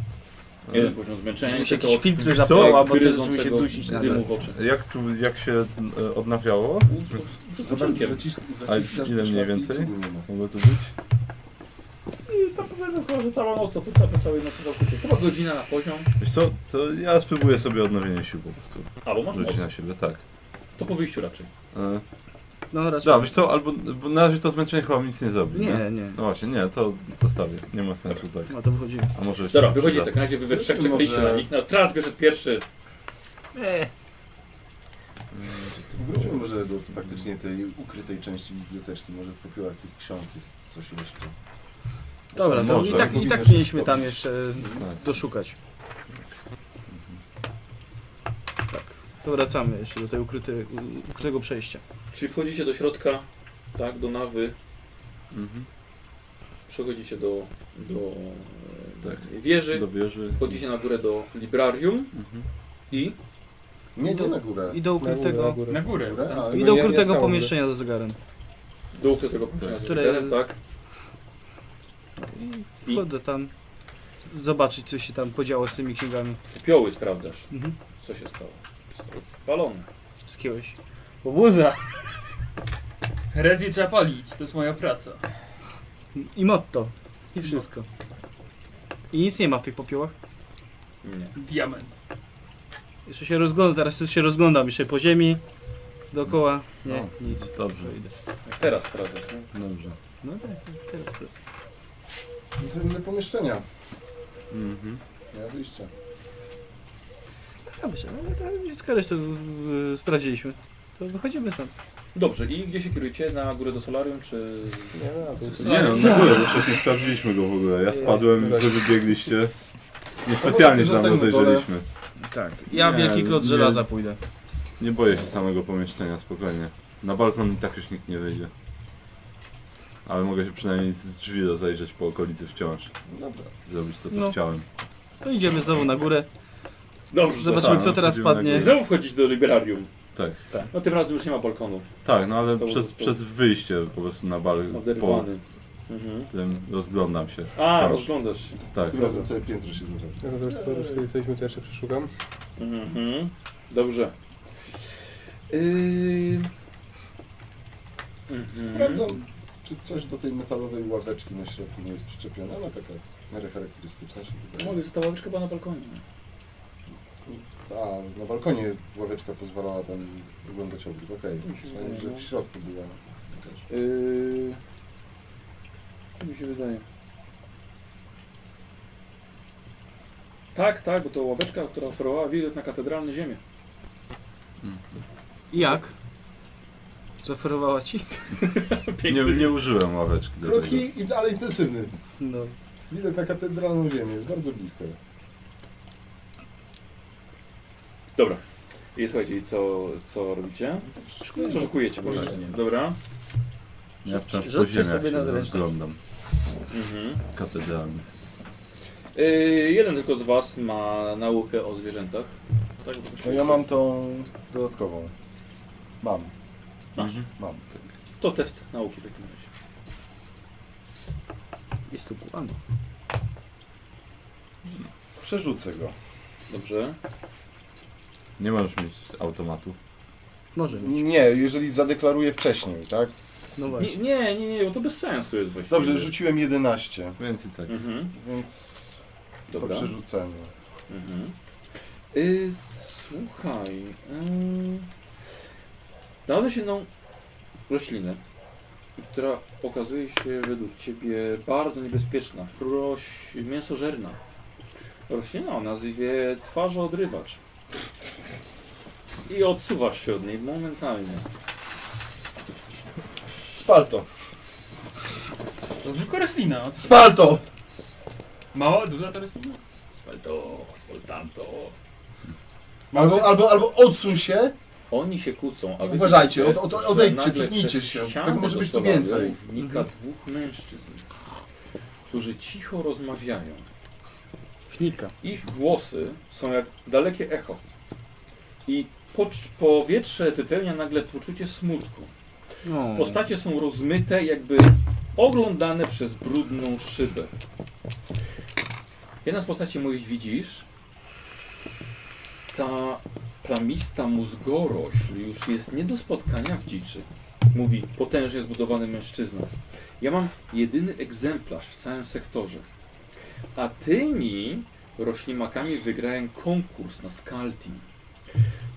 S1: Jeden poziom zmęczenia
S6: mi
S1: i
S6: się
S1: tego
S6: jakieś filtry
S3: co?
S6: zapało, bo to mi się
S1: gryzącego
S6: dusić
S1: dymu
S6: nagle.
S1: w oczy.
S3: Jak tu, jak się e, odnawiało?
S4: Zobacz,
S1: Zaczynkiem.
S4: zacisz-
S3: A
S4: zaciskasz
S3: ile
S4: te
S3: mniej
S4: szlaki i
S3: więcej?
S4: cudu nie ma.
S3: Mogło tu być?
S1: I tam powiedzmy chyba, że cała noc to pizza po całej nocy zakupy. Chyba godzina na poziom.
S3: Wiesz co, to ja spróbuję sobie odnowienie sił po prostu.
S1: Albo masz moc.
S3: Rzucić na siebie, tak.
S1: To po wyjściu raczej.
S3: E,
S6: No raz.
S3: da, wiesz co, albo bo na razie to zmęczenie chyba mi nic nie zrobi, nie?
S6: Nie, nie.
S3: No właśnie, nie, to zostawię. Nie ma sensu tak.
S6: No to wychodzimy.
S3: A może jeszcze
S1: Dobra, wychodzi
S3: przyda.
S1: tak na razie, wy we trzech
S4: Może-
S1: czekaliście na nich. No, teraz wyszedł pierwszy.
S4: Wróćmy może do faktycznie tej ukrytej części biblioteczki. Może w popiołach tych ksiąg jest coś jeszcze.
S6: Dobra, to
S3: Może.
S6: i tak, i
S4: Mówimy,
S6: tak
S4: że
S6: mieliśmy
S4: stop.
S6: tam jeszcze e,
S3: Tak.
S6: doszukać. Tak. To wracamy jeszcze do tej ukrytej, ukrytego przejścia.
S1: Czyli wchodzicie do środka, tak, do nawy.
S3: Mhm.
S1: Przechodzicie do, do e,
S3: Tak.
S1: wieży.
S3: Do wieży.
S1: Wchodzicie na górę do librarium
S3: Mhm.
S1: i
S4: Nie, nie na górę.
S6: I do ukrytego,
S2: Na górę. Tak.
S4: Dobra,
S2: Tam
S4: ale no,
S6: i
S4: nie-
S6: do
S5: Ja- ja
S6: ukrytego
S5: sam
S6: pomieszczenia za zegarem.
S1: do ukrytego pomieszczenia z
S6: Które-
S1: liderem, tak. I?
S6: Wchodzę tam z- zobaczyć, co się tam podziało z tymi księgami.
S1: Popioły sprawdzasz,
S6: Mhm.
S1: co się stało. Zostały spalone.
S6: Z jakiegoś łobuza
S2: Herezję trzeba palić, to jest moja praca.
S6: i motto. I wszystko. I nic nie ma w tych popiołach.
S1: Nie.
S2: Diament.
S6: Jeszcze się rozglądam, teraz już się rozglądam, jeszcze po ziemi, dookoła, nie,
S3: No.
S6: nic.
S3: Dobrze, idę.
S1: Teraz sprawdzasz, nie?
S3: Dobrze.
S6: No tak, teraz prosto.
S4: Intymne pomieszczenia.
S3: Mhm.
S4: Nie, wyjście.
S6: Dobrze, no to skoro już to y, sprawdziliśmy, to wychodzimy stąd.
S1: Dobrze, i gdzie się kierujecie? Na górę do solarium, czy...
S5: Nie, no, to
S3: Nie no, na górę, bo wcześniej sprawdziliśmy go w ogóle. Ja spadłem, wy wybiegliście. Niespecjalnie się tam
S4: Zostańmy w dole.
S3: rozejrzeliśmy.
S9: Tak. Ja
S3: Nie,
S9: wielki klot
S3: nie.
S9: żelaza pójdę.
S3: Nie boję się samego pomieszczenia, spokojnie. Na balkon i tak już nikt nie wyjdzie. Ale mogę się przynajmniej z drzwi rozejrzeć po okolicy wciąż.
S4: Dobra.
S3: Zrobić to, co
S6: No.
S3: chciałem.
S6: To idziemy znowu na górę,
S1: Dobrze,
S3: Zobacz-
S6: zobaczymy
S3: tak,
S6: kto teraz
S3: idziemy na
S6: padnie.
S1: I znowu wchodzić do liberarium.
S3: Tak.
S1: No tym razem już nie ma balkonu,
S3: Tak, no ale
S1: Zostało
S3: przez,
S1: to-
S3: przez wyjście po prostu na balkon. Po
S1: oderwany. Mhm.
S3: tym rozglądam się.
S1: A,
S3: wciąż.
S1: rozglądasz się.
S3: Tak.
S4: Tym razem całe piętro się zrobi.
S5: No to teraz skoro już jesteśmy, to jeszcze przeszukam.
S1: Mhm. Dobrze. Yy... mhm.
S4: Sprawdzam, czy coś do tej metalowej ławeczki na środku nie jest przyczepione. Ona taka w miarę charakterystyczna się
S1: No,
S4: wydaje.
S1: jest ta ławeczka była na balkonie.
S4: A, na balkonie ławeczka pozwalała tam oglądać obrót. Okej. Myślałem, że w środku była jakaś.
S1: Yy... Co mi się wydaje? Tak, tak, bo to ławeczka, która oferowała widok na katedralne ziemię.
S6: I Jak? Zaoferowała ci?
S3: Nie, nie użyłem ławeczki do tego.
S4: Krótki i ale intensywny.
S6: No.
S4: Widok na katedralną ziemię, jest bardzo blisko.
S1: Dobra. I słuchajcie, i co, co robicie? No, Przeszukujecie po prostu. Dobra.
S3: Ja wciąż po
S6: Rzućcie
S3: ziemiach
S6: sobie
S3: się
S6: na zręczność.
S3: rozglądam.
S1: Mhm.
S3: Katedralny.
S1: Yy, jeden tylko z was ma naukę o zwierzętach. Tak, bo
S4: No
S1: się-
S4: ja mam tą dodatkową. Mam,
S1: Masz.
S4: mam. tak.
S1: To test nauki w takim razie.
S6: Jest tu plan.
S4: Przerzucę go.
S1: Dobrze.
S3: Nie możesz mieć automatu.
S6: Może mieć.
S4: Nie, jeżeli zadeklaruję wcześniej, tak?
S6: No
S1: Nie,
S6: właśnie.
S1: nie, nie, nie, bo to bez sensu jest właściwie.
S4: Dobrze, rzuciłem 11,
S3: Więc i tak.
S1: Mhm.
S4: więc
S1: Dobra.
S4: po przerzuceniu.
S1: Mhm. Y, słuchaj. Yy, Znalazła się jedną roślinę, która okazuje się według ciebie bardzo niebezpieczna. Proś mięsożerna. Roślina o nazwie twarzoodrywacz. I odsuwasz się od niej momentalnie.
S4: Spal to!
S2: To zwykła roślina.
S4: Spal to!
S2: Mała, duża ta roślina?
S1: Spalto, spaltanto.
S4: Albo, albo, albo odsuń się,
S1: Oni się kłócą, a wy
S4: uważajcie,
S1: widzicie,
S4: od, od,
S1: że
S4: odejdźcie,
S1: nagle
S4: cofnijcie
S1: przez
S4: się.
S1: ścianę
S4: Tego może
S1: do
S4: być tu
S1: solarium
S4: więcej. Mhm.
S1: Wnika dwóch mężczyzn, którzy cicho rozmawiają.
S6: Wnika.
S1: Ich głosy są jak dalekie echo. I pocz- powietrze wypełnia nagle poczucie smutku.
S6: No.
S1: Postacie są rozmyte, jakby oglądane przez brudną szybę. Jedna z postaci moich widzisz. Ta plamista mózgorośl już jest nie do spotkania w dziczy. Mówi potężnie zbudowany mężczyzna. Ja mam jedyny egzemplarz w całym sektorze. A tymi roślimakami wygrałem konkurs na Skaltin.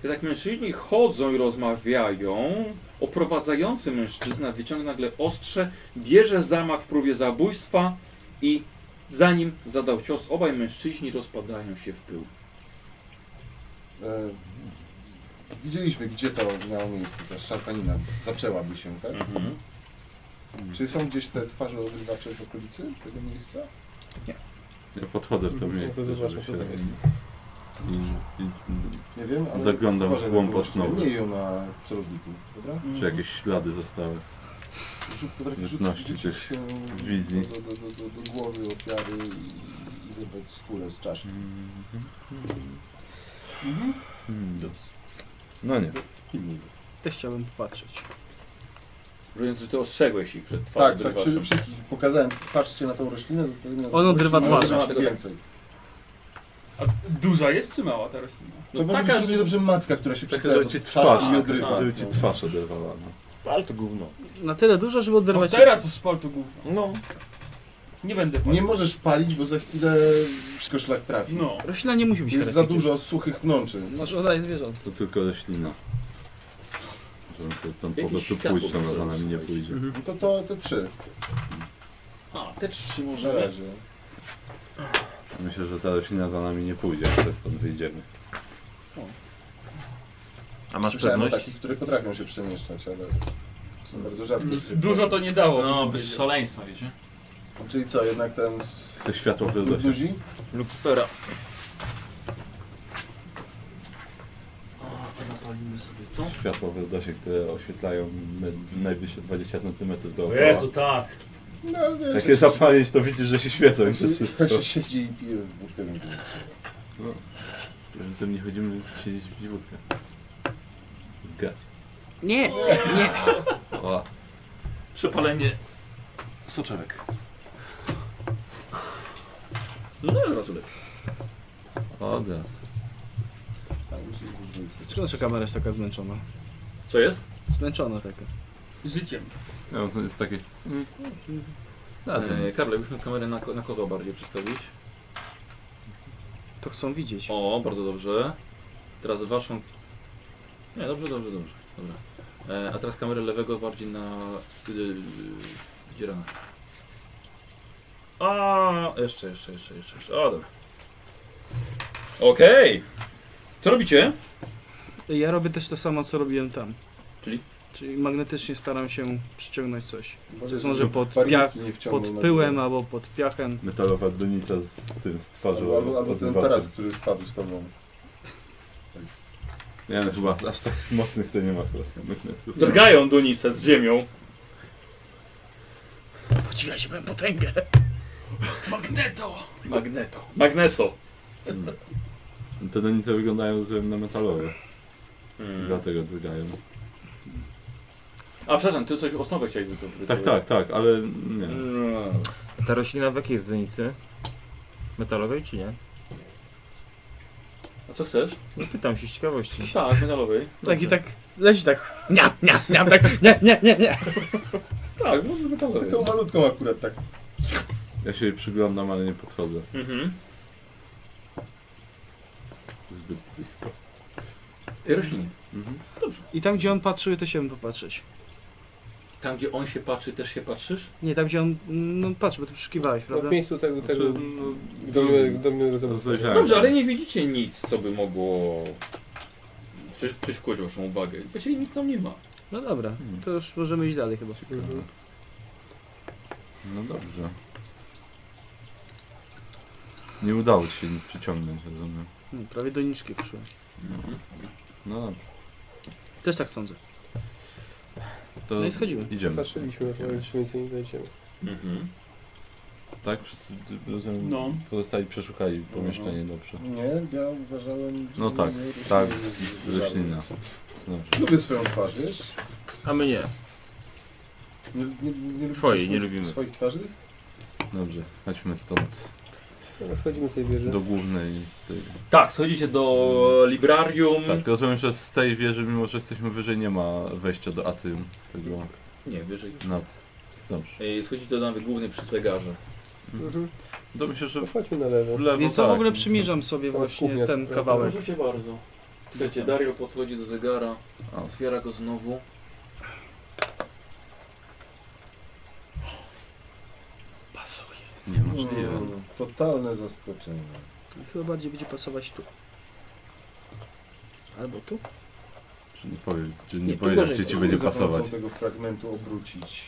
S1: Gdy tak mężczyźni chodzą i rozmawiają, oprowadzający mężczyzna wyciąga nagle ostrze, bierze zamach w próbie zabójstwa i zanim zadał cios, obaj mężczyźni rozpadają się w pył.
S4: E, widzieliśmy, gdzie to miało miejsce, ta szarpanina zaczęłaby się, tak?
S3: Mhm.
S4: Czy są gdzieś te twarze odrywacze w okolicy tego miejsca?
S3: Ja podchodzę w to
S5: Mhm,
S3: miejsce,
S5: to zobaczmy,
S3: żeby się...
S5: co tam jest.
S3: I, i,
S4: Nie wiem, ale...
S3: Zaglądam w
S4: uważaj na
S3: głąb
S4: tą roślinę.
S3: osnowy.
S4: Miej ją na celowniku, dobra?
S3: czy jakieś ślady zostały.
S4: Rzut potrafi
S3: Żywności
S4: rzucić
S3: tych
S4: się
S3: wizji.
S4: Do, do, do, do, do głowy ofiary i, i zebrać skórę z czaszki.
S2: Mhm.
S3: Hmm,
S1: Mhm.
S3: dos. No nie.
S6: Też chciałbym popatrzeć.
S1: Mówiąc, że ty ostrzegłeś ich przed
S4: Tak,
S1: twarzą
S4: tak, przy, wszystkich pokazałem. Patrzcie na tą roślinę. zapewne
S6: Ono odrywa
S4: roślina
S6: twarz.
S4: ma tego więcej.
S2: A duża jest czy mała ta roślina?
S4: To może być równie dobrze macka, która się
S3: Taka,
S4: przykleja
S3: żeby
S4: do
S3: ci
S4: twarzy
S3: twarz,
S4: i odrywa.
S3: żeby ci twarz oderwała. No.
S9: Ale to gówno.
S6: Na tyle dużo, żeby
S2: No
S6: oderwać...
S2: teraz to spal to gówno.
S9: No.
S2: Nie będę
S4: Nie
S2: palił.
S4: możesz palić, bo za chwilę wszystko szlak trafi.
S2: No.
S9: Roślina nie musi być
S4: Jest za dużo suchych pnączy. No,
S6: Masz oddaję zwierząt.
S3: To tylko roślina. Żebym sobie stąd po
S1: Jakieś
S3: prostu
S1: światło
S3: pójść, tam
S1: może Mhm.
S3: za nami nie
S1: słuchajcie.
S3: pójdzie.
S4: No To, to te trzy.
S1: A, te trzy możemy.
S4: Zależy.
S3: Myślę, że ta roślina za nami nie pójdzie, jak stąd wyjdziemy.
S9: A masz
S4: Słyszałem o
S9: pewność?
S6: tak.
S4: takich, które potrafią się przemieszczać, ale są bardzo rzadkie.
S2: Dużo to nie dało.
S1: No,
S2: bym
S1: bez
S2: powiedział.
S1: szaleństwa, wiecie?
S4: Czyli co, jednak ten z
S3: Te światło wyrośnie.
S4: ludzi?
S9: Lub stara.
S1: A, to napalimy sobie to.
S3: Światło wyrośnie, które oświetlają me- najwyższe 20 cm
S1: O
S3: dookoła.
S1: Jezu, tak.
S4: No, ale wiesz,
S3: Jak
S4: jak
S3: je zapalić, to widzisz, że się świecą i przez
S4: się,
S3: wszystko.
S4: tak się siedzi i pije wódkę między innymi.
S3: Że tym nie chodzimy siedzieć w wódkę. Gać.
S6: Nie!
S3: O,
S1: Przepalenie.
S3: soczewek.
S1: No, rozumiem.
S3: Od razu.
S4: Tam się różni.
S6: Szkoda, że kamera jest taka zmęczona.
S1: Co jest?
S6: Zmęczona taka.
S2: Życiem.
S3: No, to jest takie... A, to
S1: E,
S3: nic.
S1: Karle, byśmy kamerę na, ko- na kozła bardziej przestawić.
S6: To chcą widzieć.
S1: O, bardzo dobrze. Teraz waszą... Nie, dobrze, dobrze, dobrze. Dobra. E, a teraz kamerę lewego bardziej na... Yy, gdzie rana? A, jeszcze, jeszcze, jeszcze, jeszcze, jeszcze. O, dobra. Okej. Co robicie?
S6: Ja robię też to samo, co robiłem tam.
S1: Czyli?
S6: Czyli magnetycznie staram się przyciągnąć coś.
S4: Bo
S6: To
S4: wiesz,
S6: może
S4: że
S6: pod
S4: parniki
S6: piach-
S4: nie wciągną
S6: Pod
S4: na
S6: pyłem
S4: górę.
S6: albo pod piachem.
S3: Metalowa dunica z tym, z twarzą.
S4: Albo, albo, albo ten
S3: odbywaczem.
S4: taras, który spadł z tobą.
S3: Nie no, chyba aż tak mocnych to nie ma chyba. tych magnesów.
S1: Drgają Dunisę z ziemią.
S6: Podziwia się moją potęgę.
S1: Magneto! Magneto. Magneso.
S3: No, Te donice wyglądają zupełnie na metalowe,
S1: Mm.
S3: dlatego drgają.
S1: A przepraszam, ty coś osnowę chciałeś wycofać.
S3: Tak, tak, tak, ale nie.
S1: Mm.
S9: Ta roślina w jakiej jest donicy? Metalowej czy nie?
S1: A co chcesz?
S9: No pytam się z ciekawości.
S1: Tak, metalowej.
S6: Tak i tak, leci tak. Nia, nia, nia, tak. Nie, nie, nie, nie.
S1: Tak, może metalowej.
S4: Taką malutką akurat tak.
S3: Ja się jej przyglądam, ale nie podchodzę
S1: Mhm.
S3: zbyt blisko.
S1: Tej rośliny.
S3: Mhm.
S6: I tam, gdzie on patrzył, to się bym popatrzeć.
S1: Tam, gdzie on się patrzy, też się patrzysz?
S6: Nie, tam, gdzie on no, patrzy, bo ty przyszukiwałeś,
S5: No,
S6: prawda?
S5: w miejscu tego,
S3: Znaczy,
S5: tego
S3: no,
S5: domniemego- domniemego zabójstwa.
S3: rozejrzałem
S1: Dobrze,
S3: się.
S1: ale nie widzicie nic, co by mogło przy, przyśkuć waszą uwagę. Właściwie nic tam nie ma.
S6: No dobra,
S3: Hmm.
S6: to już możemy iść dalej chyba.
S5: Mhm.
S3: No dobrze. Nie udało ci się nic przyciągnąć, rozumiem.
S6: Hmm, prawie doniczki poszły.
S1: Mhm.
S3: No dobrze,
S6: Też tak sądzę.
S3: to
S6: No i schodzimy.
S3: idziemy.
S5: Patrzyliśmy na to,
S3: Idziemy.
S5: już więcej nie znajdziemy.
S1: Mhm.
S3: Tak, wszyscy rozumiem,
S2: No.
S3: pozostali przeszukali pomieszczenie dobrze.
S4: Nie, ja uważałem, że...
S3: No tak,
S4: nie, rośliny
S3: tak,
S4: jest
S3: roślina.
S4: żadna.
S3: Dobrze.
S4: Lubię swoją twarz, wiesz?
S9: A my nie.
S4: Nie, nie, nie lubicie
S9: Twojej, nie
S4: swoich-
S9: lubimy.
S4: Swoich twarzy?
S3: Dobrze, chodźmy stąd
S5: Dobra, No, wchodzimy sobie w wieżę.
S3: do głównej tej.
S1: Tak, schodzicie do librarium.
S3: Tak, rozumiem, że z tej wieży, mimo że jesteśmy wyżej, nie ma wejścia do atrium tego
S1: Nie, wyżej już.
S3: nad. Dobrze.
S1: Ej, Schodzicie do nawy głównej przy zegarze.
S5: Mhm.
S3: To myślę, że
S5: No,
S3: w
S5: Chodźmy na lewo.
S3: lewo
S6: Więc ja
S3: tak.
S6: w ogóle przymierzam sobie
S5: Tam
S6: właśnie
S5: kuchnia,
S6: ten
S5: co-
S6: kawałek.
S1: Proszę bardzo. Wiecie, Dario podchodzi do zegara,
S3: A,
S1: otwiera go znowu.
S3: niemożliwe.
S4: Mm, Totalne zaskoczenie.
S6: Chyba bardziej będzie pasować tu. Albo tu?
S3: Czy nie powiem, czy nie,
S1: Nie, tu
S3: powiedział,
S1: gorzej
S3: czy ci
S1: to.
S3: będzie
S4: Za pomocą
S3: pasować.
S4: tego fragmentu obrócić.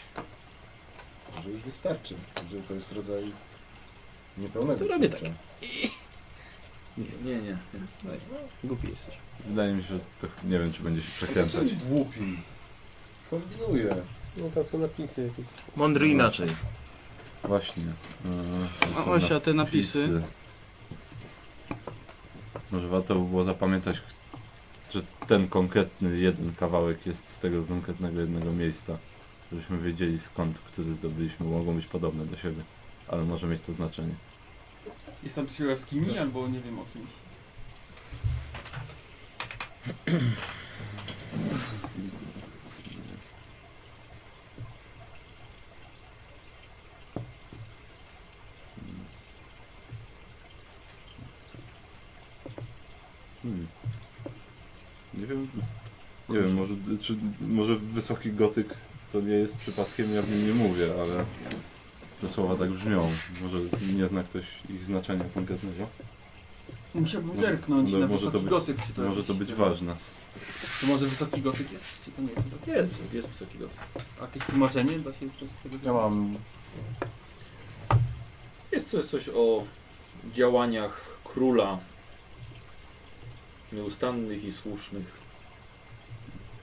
S4: Może już wystarczy, że to jest rodzaj niepełnego
S6: To robię
S4: klucza.
S9: tak.
S1: Nie, nie, nie.
S6: Głupi jesteś.
S3: Wydaje mi się, że to nie wiem, czy będzie się
S4: Co
S3: przekręcać.
S4: ty głupi? Kombinuję.
S5: No tam są napisy jakieś.
S9: Mądry inaczej.
S3: Właśnie. Yy,
S6: A
S3: są
S6: Osia, te napisy.
S3: Może warto by było zapamiętać, że ten konkretny jeden kawałek jest z tego konkretnego jednego miejsca. Żebyśmy wiedzieli skąd, który zdobyliśmy. Mogą być podobne do siebie, ale może mieć to znaczenie.
S2: Jest tam coś o jaskini albo nie wiem o kimś.
S3: Nie wiem, może, czy, może wysoki gotyk to nie jest przypadkiem, ja w nim nie mówię, ale te słowa tak brzmią. Może nie zna ktoś ich znaczenia konkretnego.
S2: No, Musiałbym zerknąć
S3: Może-
S2: na
S3: może to
S2: wysoki
S3: być-
S2: gotyk, czy to
S3: Może
S2: jakiś-
S3: to być ważne.
S2: To może wysoki gotyk jest, czy to nie jest wysoki?
S1: Jest, wysoki- jest wysoki gotyk.
S2: A jakieś tłumaczenie da się z tego
S8: Ja mam
S1: Jest coś, coś o działaniach króla nieustannych i słusznych,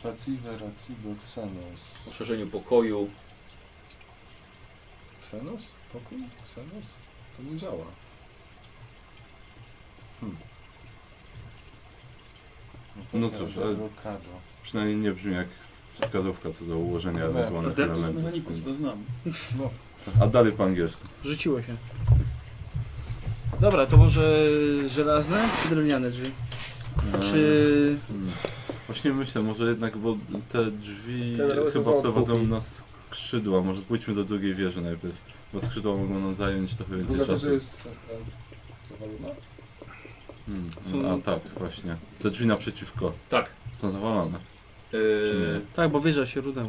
S4: Pacive racibo xenos.
S1: o szerzeniu pokoju.
S4: Xenos? Pokój? Xenos? To nie działa. Hmm. to
S3: No
S4: nie,
S3: cóż,
S4: to
S3: ale-
S4: blokado.
S3: Przynajmniej nie brzmi jak wskazówka co do ułożenia
S4: Nie.
S3: ewentualnych
S2: Adeptus
S3: elementów.
S2: mechanikus, to znam.
S3: A dalej po angielsku.
S6: Rzuciło się. Dobra, to może żelazne czy drewniane drzwi? Czy...
S3: Hmm. Właśnie myślę, może jednak, bo te drzwi
S5: Te naroły są
S3: chyba
S5: od
S3: prowadzą
S5: kuchni.
S3: na skrzydła. Może pójdźmy do drugiej wieży najpierw, bo skrzydła mogą nam zająć trochę więcej
S4: Druga
S3: czasu.
S4: to jest... e, zawalona?
S3: Hmm.
S6: Są-
S3: A tak, właśnie. Te drzwi naprzeciwko
S1: Tak.
S3: są zawalone.
S1: e,
S6: Tak, bo wieża się runęła.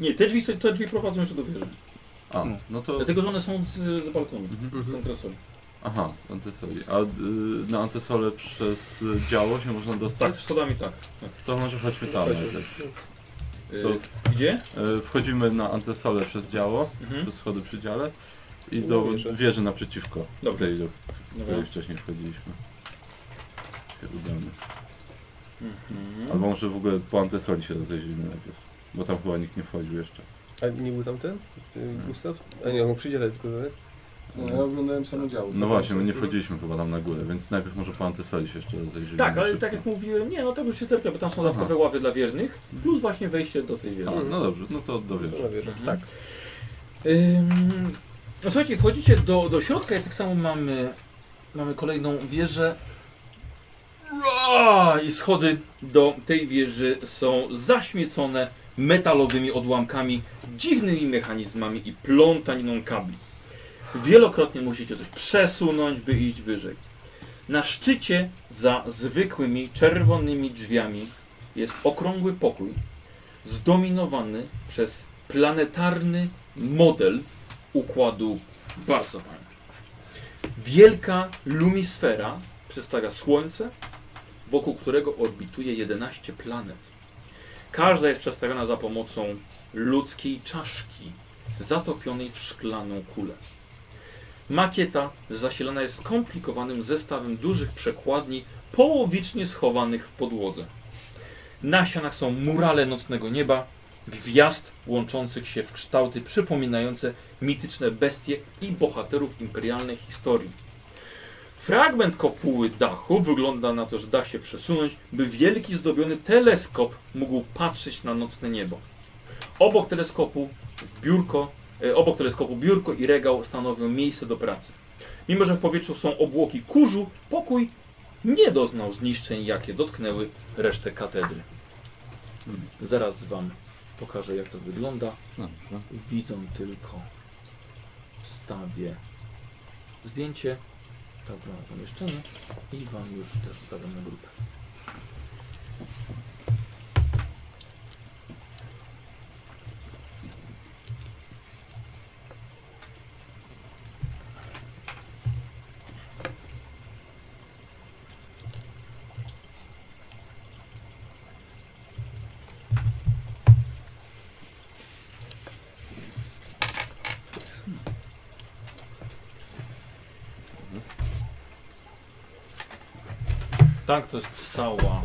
S1: nie, te drzwi, są- te drzwi prowadzą jeszcze do wieży.
S3: A,
S6: No.
S3: no to...
S1: Dlatego, że one są z, z balkonu.
S3: Mhm.
S1: Są trasą.
S3: Aha, z antysoli. A y, na antysole przez y, działo się można dostać?
S1: Tak, schodami tak. tak.
S3: To może chodźmy tam najpierw.
S1: E,
S3: To-
S1: Gdzie?
S3: Y, Wchodzimy na antysolę przez działo,
S1: Mhm.
S3: przez schody przy dziale i
S5: Na
S3: do
S5: wieżę.
S3: wieży naprzeciwko
S1: Dobrze.
S3: tej, do
S4: No.
S1: Dobra.
S3: której wcześniej wchodziliśmy. Się udamy.
S1: Mhm.
S3: Albo może w ogóle po antysoli się rozejrzyjmy najpierw, bo tam chyba nikt nie wchodził jeszcze.
S5: A nie był tam ten? Yy, Gustaw? A nie, on przydzielę tylko, tak?
S4: No, ja oglądałem samodział.
S3: No właśnie, my nie wchodziliśmy chyba tam na górę, więc najpierw może po antysoli się jeszcze rozejrzyjmy.
S1: Tak, ale
S3: szybko.
S1: tak jak mówiłem, nie, no tam już się terpia, bo tam są dodatkowe ławy dla wiernych, plus właśnie wejście do tej wieży.
S3: A, no dobrze, no to do
S5: To na
S3: wieży.
S5: wieżę.
S1: Tak. Ym, no słuchajcie, wchodzicie do, do środka i tak samo mamy, mamy kolejną wieżę. Ua! I schody do tej wieży są zaśmiecone metalowymi odłamkami, dziwnymi mechanizmami i plątaniną kabli. Wielokrotnie musicie coś przesunąć, by iść wyżej. Na szczycie za zwykłymi czerwonymi drzwiami jest okrągły pokój zdominowany przez planetarny model układu Barsopine. Wielka lumisfera przedstawia Słońce, wokół którego orbituje 11 planet. Każda jest przedstawiona za pomocą ludzkiej czaszki zatopionej w szklaną kulę. Makieta zasilana jest skomplikowanym zestawem dużych przekładni połowicznie schowanych w podłodze. Na ścianach są murale nocnego nieba, gwiazd łączących się w kształty przypominające mityczne bestie i bohaterów imperialnej historii. Fragment kopuły dachu wygląda na to, że da się przesunąć, by wielki zdobiony teleskop mógł patrzeć na nocne niebo. Obok teleskopu jest biurko, e, obok teleskopu biurko i regał stanowią miejsce do pracy. Mimo, że w powietrzu są obłoki kurzu, pokój nie doznał zniszczeń, jakie dotknęły resztę katedry. Zaraz wam pokażę, jak to wygląda.
S3: No, no.
S1: Widzą tylko wstawię zdjęcie, tabla na pomieszczenie i wam już też wstawiam na grupę. Tak, to jest cała,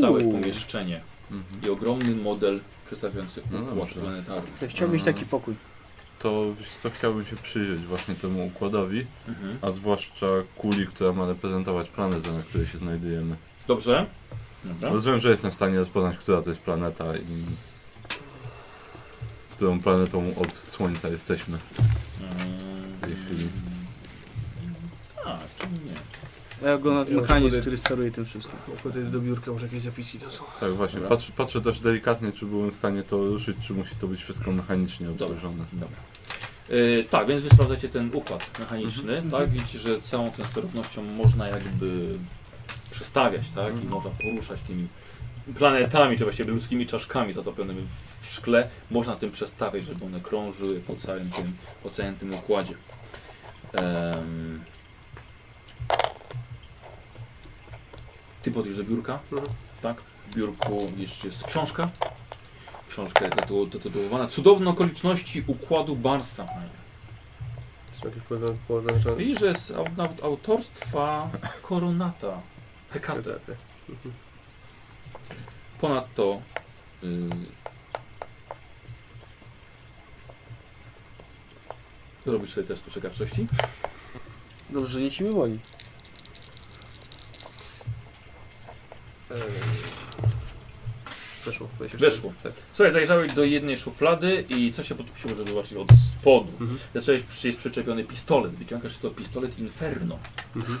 S1: całe pomieszczenie
S3: Mhm.
S1: i ogromny model przedstawiający
S3: No
S1: układ
S3: dobrze.
S1: planetarny.
S6: To chciał mieć taki pokój.
S3: To wiesz co, chciałbym się przyjrzeć właśnie temu układowi,
S1: Mhm.
S3: a zwłaszcza kuli, która ma reprezentować planetę, na której się znajdujemy.
S1: Dobrze? Dobra.
S3: Rozumiem, że jestem w stanie rozpoznać, która to jest planeta i którą planetą od Słońca jesteśmy.
S1: Mm,
S3: tej chwili.
S1: Tak, czemu nie?
S6: Ja oglądam
S5: Może
S6: mechanizm,
S5: podejść-
S6: który steruje tym wszystkim.
S7: Kładę do biurka, może jakieś zapiski to są.
S3: Tak właśnie,
S1: Dobra.
S3: patrzę, patrzę też delikatnie, czy byłem w stanie to ruszyć, czy musi to być wszystko mechanicznie
S1: Dobra.
S3: obłożone.
S1: Dobra. E, tak, więc wy sprawdzacie ten układ mechaniczny, tak? Widzicie, że całą tą sterownością można jakby przestawiać, tak? I
S3: Mhm.
S1: można poruszać tymi planetami, czy właściwie ludzkimi czaszkami zatopionymi w, w szkle. Można tym przestawiać, żeby one krążyły po całym tym, po całym tym układzie. Em, Ty podjesz do biurka, tak? W biurku jeszcze jest książka. Książka jest tytuł- tytułowana Cudowne okoliczności układu Barsa. Panie.
S7: Czy jakieś powiązane z było zaznaczone?
S1: Widzisz, że jest au- au- autorstwa Koronata Hekate.
S7: Mhm.
S1: Ponadto y, robisz sobie test poczekawczości.
S6: Dobrze, nie siły woli.
S7: Eee, Weszło, 24.
S1: Weszło.
S7: Tak.
S1: Słuchaj, zajrzałeś do jednej szuflady i co się podkusiło, żeby zobaczyć od spodu.
S7: Mhm.
S1: Zacząłeś, przy- jest przyczepiony pistolet. Wyciągasz to pistolet Inferno.
S7: Mhm.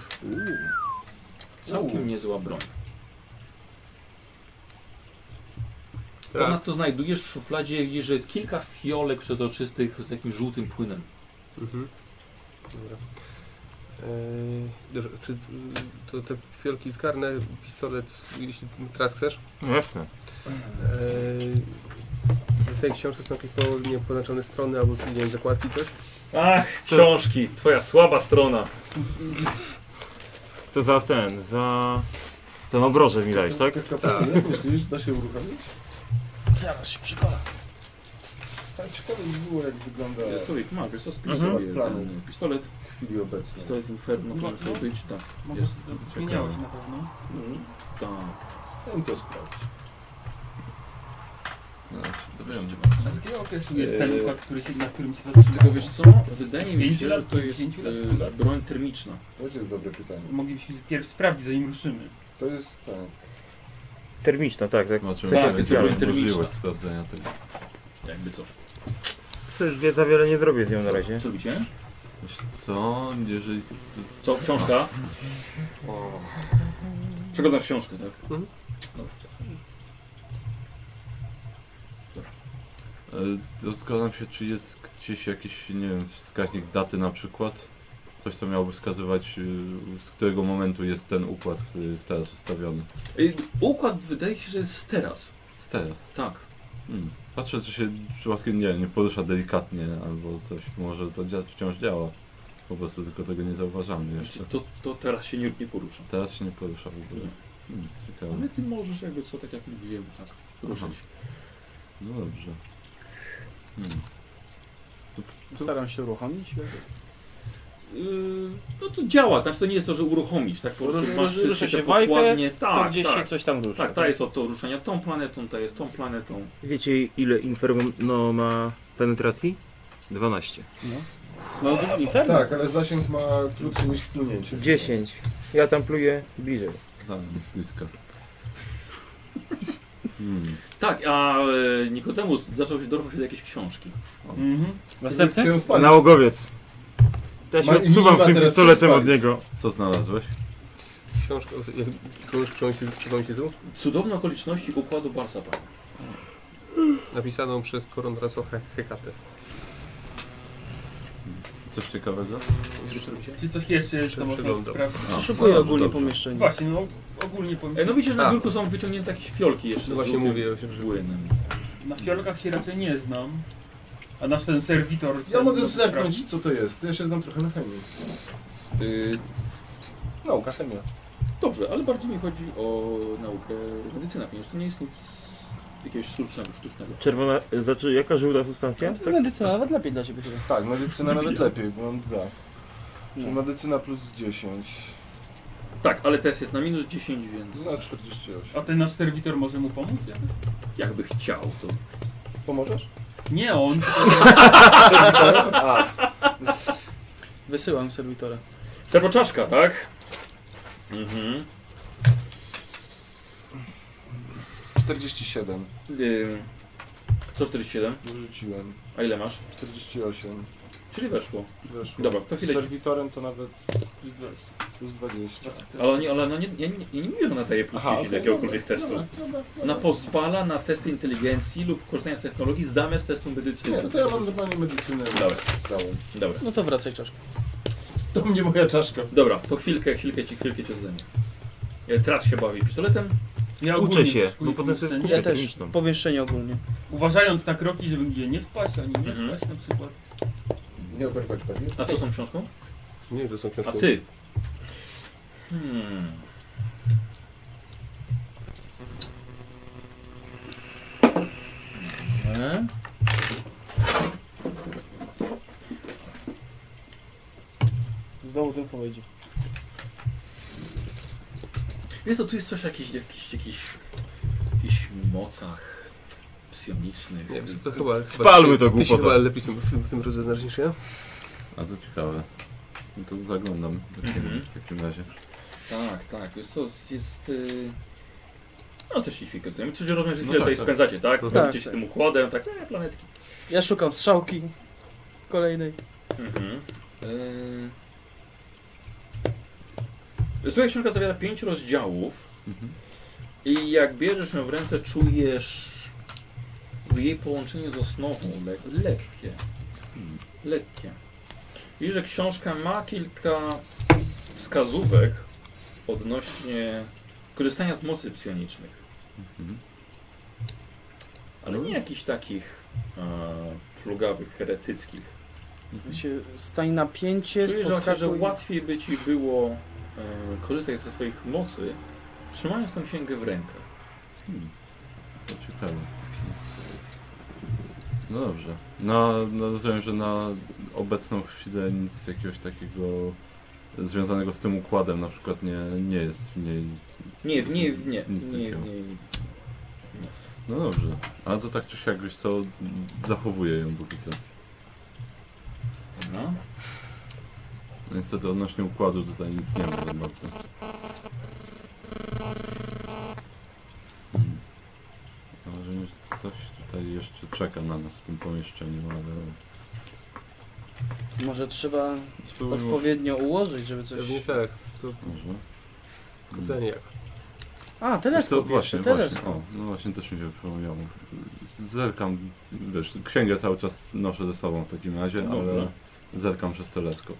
S1: Całkiem niezła broń. Ponadto znajdujesz w szufladzie, widzisz, że jest kilka fiolek przezroczystych z jakimś żółtym płynem.
S7: Mhm. Dobra. Eee, dobrze, czy y, to te fiolki zgarnę, pistolet, jeśli teraz chcesz?
S9: No Jasne.
S7: Eee, w tej książce są jakieś po, nie, wiem, poznaczone strony albo nie wiem, zakładki, coś?
S1: Ach, książki, twoja słaba strona.
S9: To za ten, za... Ten obroże mi dajesz, tak?
S4: Tylko pytanie, myślisz, da się uruchomić?
S6: Zaraz się przekona.
S4: Tak, ciekawe by było, jak wygląda
S1: Słowik, masz, E, wiesz co, spisz
S9: Mhm.
S1: sobie ten pistolet.
S4: w chwili obecnej.
S1: Pistolet Inferno,
S2: No,
S1: no,
S2: no.
S1: być, tak,
S2: Mogę-
S1: jest.
S2: Zmieniało się na pewno.
S1: Mhm. Tak.
S4: Ja bym to sprawdzić.
S3: No, dowiemy.
S2: A z jakiego okresu jest
S1: Eee,
S2: ten układ, który się, na którym się zatrzymał?
S1: Tylko wiesz co, wydaje mi
S2: Pięć
S1: się, że
S2: lat,
S1: to jest
S2: pięciu lat,
S1: e,
S2: stu lat.
S1: broń termiczna.
S4: To też jest dobre pytanie.
S2: Moglibyśmy pierw sprawdzić, zanim ruszymy.
S4: To jest tak.
S9: Termiczna, tak, tak.
S3: No, czy
S1: Tak,
S3: tak,
S1: jest
S3: jest
S1: to termiczna.
S3: możliwość sprawdzenia tego.
S1: Jakby co.
S9: Przecież wie za wiele nie zrobię z nią na razie.
S1: Co robicie?
S3: Wiesz Co, jeżeli... z-
S1: Co, książka? Przeglądasz książkę, tak?
S7: Mhm.
S1: Dobra.
S3: e, Zastanawiam się, czy jest gdzieś jakiś, nie wiem, wskaźnik daty na przykład? Coś, co miałoby wskazywać, y, z którego momentu jest ten układ, który jest teraz ustawiony.
S1: Ej, E, Układ wydaje się, że jest teraz.
S3: Z teraz.
S1: Tak.
S3: Hmm. Patrzę, czy się przypadkiem nie, nie porusza delikatnie, albo coś. Może to dzia- wciąż działa. Po prostu tylko tego nie zauważamy jeszcze.
S1: To, to teraz się nie, nie porusza.
S3: Teraz się nie porusza w ogóle. Hmm, ciekawe.
S1: Ale ty możesz jakby co, tak jak mówiłem, tak ruszyć.
S3: No dobrze. Hmm.
S6: Staram się uruchomić.
S1: Yy, no to działa, znaczy to nie jest to, że uruchomić, tak po prostu
S6: Roz-
S1: masz
S6: rozrusza
S1: wszystkie
S6: się
S1: te
S6: wajchę,
S1: pokładnie.
S6: Tak,
S1: Tak,
S6: to gdzieś
S1: tak.
S6: się coś tam rusza.
S1: Tak, ta jest od to ruszenia tą planetą, ta jest tą planetą.
S9: Wiecie ile Inferno ma penetracji? 12.
S6: No, to inferno.
S4: Tak, ale zasięg ma krótszy niż wpłynięcie.
S9: 10. Ja tam pluję bliżej.
S3: Tam jest blisko. Hmm.
S1: Tak, a e, Nikodemus zaczął się dorwał się do jakiejś książki.
S2: Mhm.
S6: Następny?
S4: Chcę ją spalić.
S9: Nałogowiec. Ja się
S4: Ma-
S9: odsuwam
S4: ma
S9: z tym
S4: teraz
S9: pistoletem
S4: przespać.
S9: od niego.
S3: Co znalazłeś?
S7: Książka, komuś przypomni- przypomni się tu?
S1: Cudowne okoliczności układu Barsa Pana.
S7: Napisaną przez Korondraso He- Hekatę.
S3: Coś ciekawego?
S2: Czy coś jeszcze jest, to można
S7: Przeglądam.
S2: sprawdzić?
S3: A,
S6: Szukuję
S3: no,
S6: ogólnie
S3: dobrze.
S6: pomieszczenia.
S2: Właśnie, no ogólnie
S1: E, no
S2: powiem.
S1: widzisz, że na
S7: A.
S1: biurku są wyciągnięte jakieś fiolki jeszcze.
S7: No
S1: z
S7: właśnie
S1: żółtym
S7: mówię, że- że-
S1: płynem.
S2: Na fiolkach się raczej nie znam. A nasz ten serwitor...
S4: Ja
S2: ten-
S4: mogę
S2: no,
S4: zerknąć, co to jest. Ja się znam trochę na chemii. Yy, nauka, chemia.
S1: Dobrze, ale bardziej mi chodzi o naukę medycyna, ponieważ to nie jest nic jakiegoś sztucznego. sztucznego.
S9: Czerwona, y, znaczy jaka żółta substancja?
S6: To medycyna nawet lepiej dla ciebie chyba.
S4: Tak, medycyna nawet lepiej, bo mam dwa. Czyli
S6: No.
S4: medycyna plus 10.
S1: Tak, ale test jest na minus 10, więc
S4: Na 48.
S2: No, A ten nasz serwitor może mu pomóc? jakoś?
S1: jakby chciał, to
S4: Pomożesz?
S2: Nie on.
S4: Serwitorem? As.
S6: Wysyłam serwitora.
S1: Serwoczaszka, tak? Mhm.
S4: 47.
S1: Ym, Co 47?
S4: Wyrzuciłem.
S1: A ile masz?
S4: 48.
S1: Czyli weszło.
S4: Weszło.
S1: Dobra, to
S4: Z
S1: chwilę.
S4: serwitorem to nawet
S2: Plus 20.
S4: plus 20.
S1: Ale, nie, ale no nie, ja, nie, ja nie mówię, że ona daje plus 10 do
S4: okej,
S1: jakiegokolwiek
S4: dobra,
S1: testu.
S4: dobra, dobra,
S1: Ona
S4: dobra.
S1: pozwala na testy inteligencji lub korzystania z technologii zamiast testu
S4: Nie,
S1: medycyny.
S4: no to ja mam normalnie medycynę
S1: Dobra.
S4: zdałem.
S1: Dobra.
S6: No to wracaj czaszkę.
S4: To mnie moja czaszka.
S1: Dobra, to chwilkę, chwilkę ci, chwilkę cię zdejmę. E, Teraz się bawi pistoletem.
S2: Ja
S9: Uczę
S2: ogólnie
S9: się,
S2: wyszukuję
S9: bo potem sobie
S2: pomieszczenie.
S9: kupię
S6: Ja też.
S9: techniczną.
S6: Powiększenie ogólnie.
S2: Uważając na kroki, żeby gdzie nie wpaść, ani nie
S1: Mhm.
S2: spaść na przykład.
S4: Nie oberwać pewnie.
S1: A co z tą książką?
S5: Nie wiem, to są
S1: A
S5: książki.
S1: ty? Hmm. Dobrze.
S6: Znowu tylko wejdzie.
S1: Wiesz co, tu jest coś o jakichś, jakichś, jakichś, jakichś mocach psionicznych.
S5: Nie wiem, to chyba...
S9: Spalmy
S5: chyba,
S9: to
S5: Ty się
S9: głupotę.
S5: chyba lepiej są w tym, w tym rozeznasz niż ja?
S3: A co ciekawe. No to zaglądam w takim,
S1: Mhm.
S3: w takim razie.
S1: Tak, tak. Wiesz co, jest... y, No też się chwilkę zajmie. Czyli rozumiem, że
S3: No
S1: chwilę
S3: tak,
S1: tutaj
S3: tak.
S1: spędzacie, tak?
S5: No
S1: Bawicie
S6: tak,
S1: się
S6: tak.
S1: tym układem, tak? E, planetki.
S6: Ja szukam strzałki kolejnej.
S1: Mhm. Y, Słuchaj, książka zawiera pięć rozdziałów.
S3: Mhm.
S1: I jak bierzesz ją w ręce, czujesz jej połączenie z osnową, le- lekkie. Lekkie. Widzisz, że książka ma kilka wskazówek odnośnie korzystania z mocy psionicznych.
S3: Mhm.
S1: Ale nie jakichś takich e, plugawych, heretyckich.
S6: Się stań napięcie,
S1: Czujesz, że, że
S6: podskakuj.
S1: łatwiej by ci było e, korzystać ze swoich mocy, trzymając tą księgę w rękach.
S3: Hmm. To ciekawe. No dobrze. No, no rozumiem, że na obecną chwilę nic jakiegoś takiego związanego z tym układem na przykład nie, nie jest w niej.
S1: Nie, w nie, w nie.
S3: Nic
S1: nie, nie,
S3: takiego.
S1: nie, nie.
S3: No dobrze. Ale to tak czy siak wiesz co, zachowuję ją póki co.
S1: Dobra.
S3: No Niestety odnośnie układu tutaj nic nie ma za bardzo. Hmm. Mam wrażenie, że coś tutaj jeszcze czeka na nas w tym pomieszczeniu, ale
S6: Może trzeba
S3: spróbujmy.
S6: odpowiednio ułożyć, żeby coś...
S7: Pewnie tak.
S3: Może. Hmm.
S7: Pytanie jak.
S6: A,
S3: To
S6: teleskop
S3: właśnie,
S6: jeszcze,
S3: właśnie.
S6: teleskop.
S3: O, no właśnie też mi się przypomniało. Zerkam, wiesz, księgę cały czas noszę ze sobą w takim razie,
S1: Dobra.
S3: ale zerkam przez teleskop.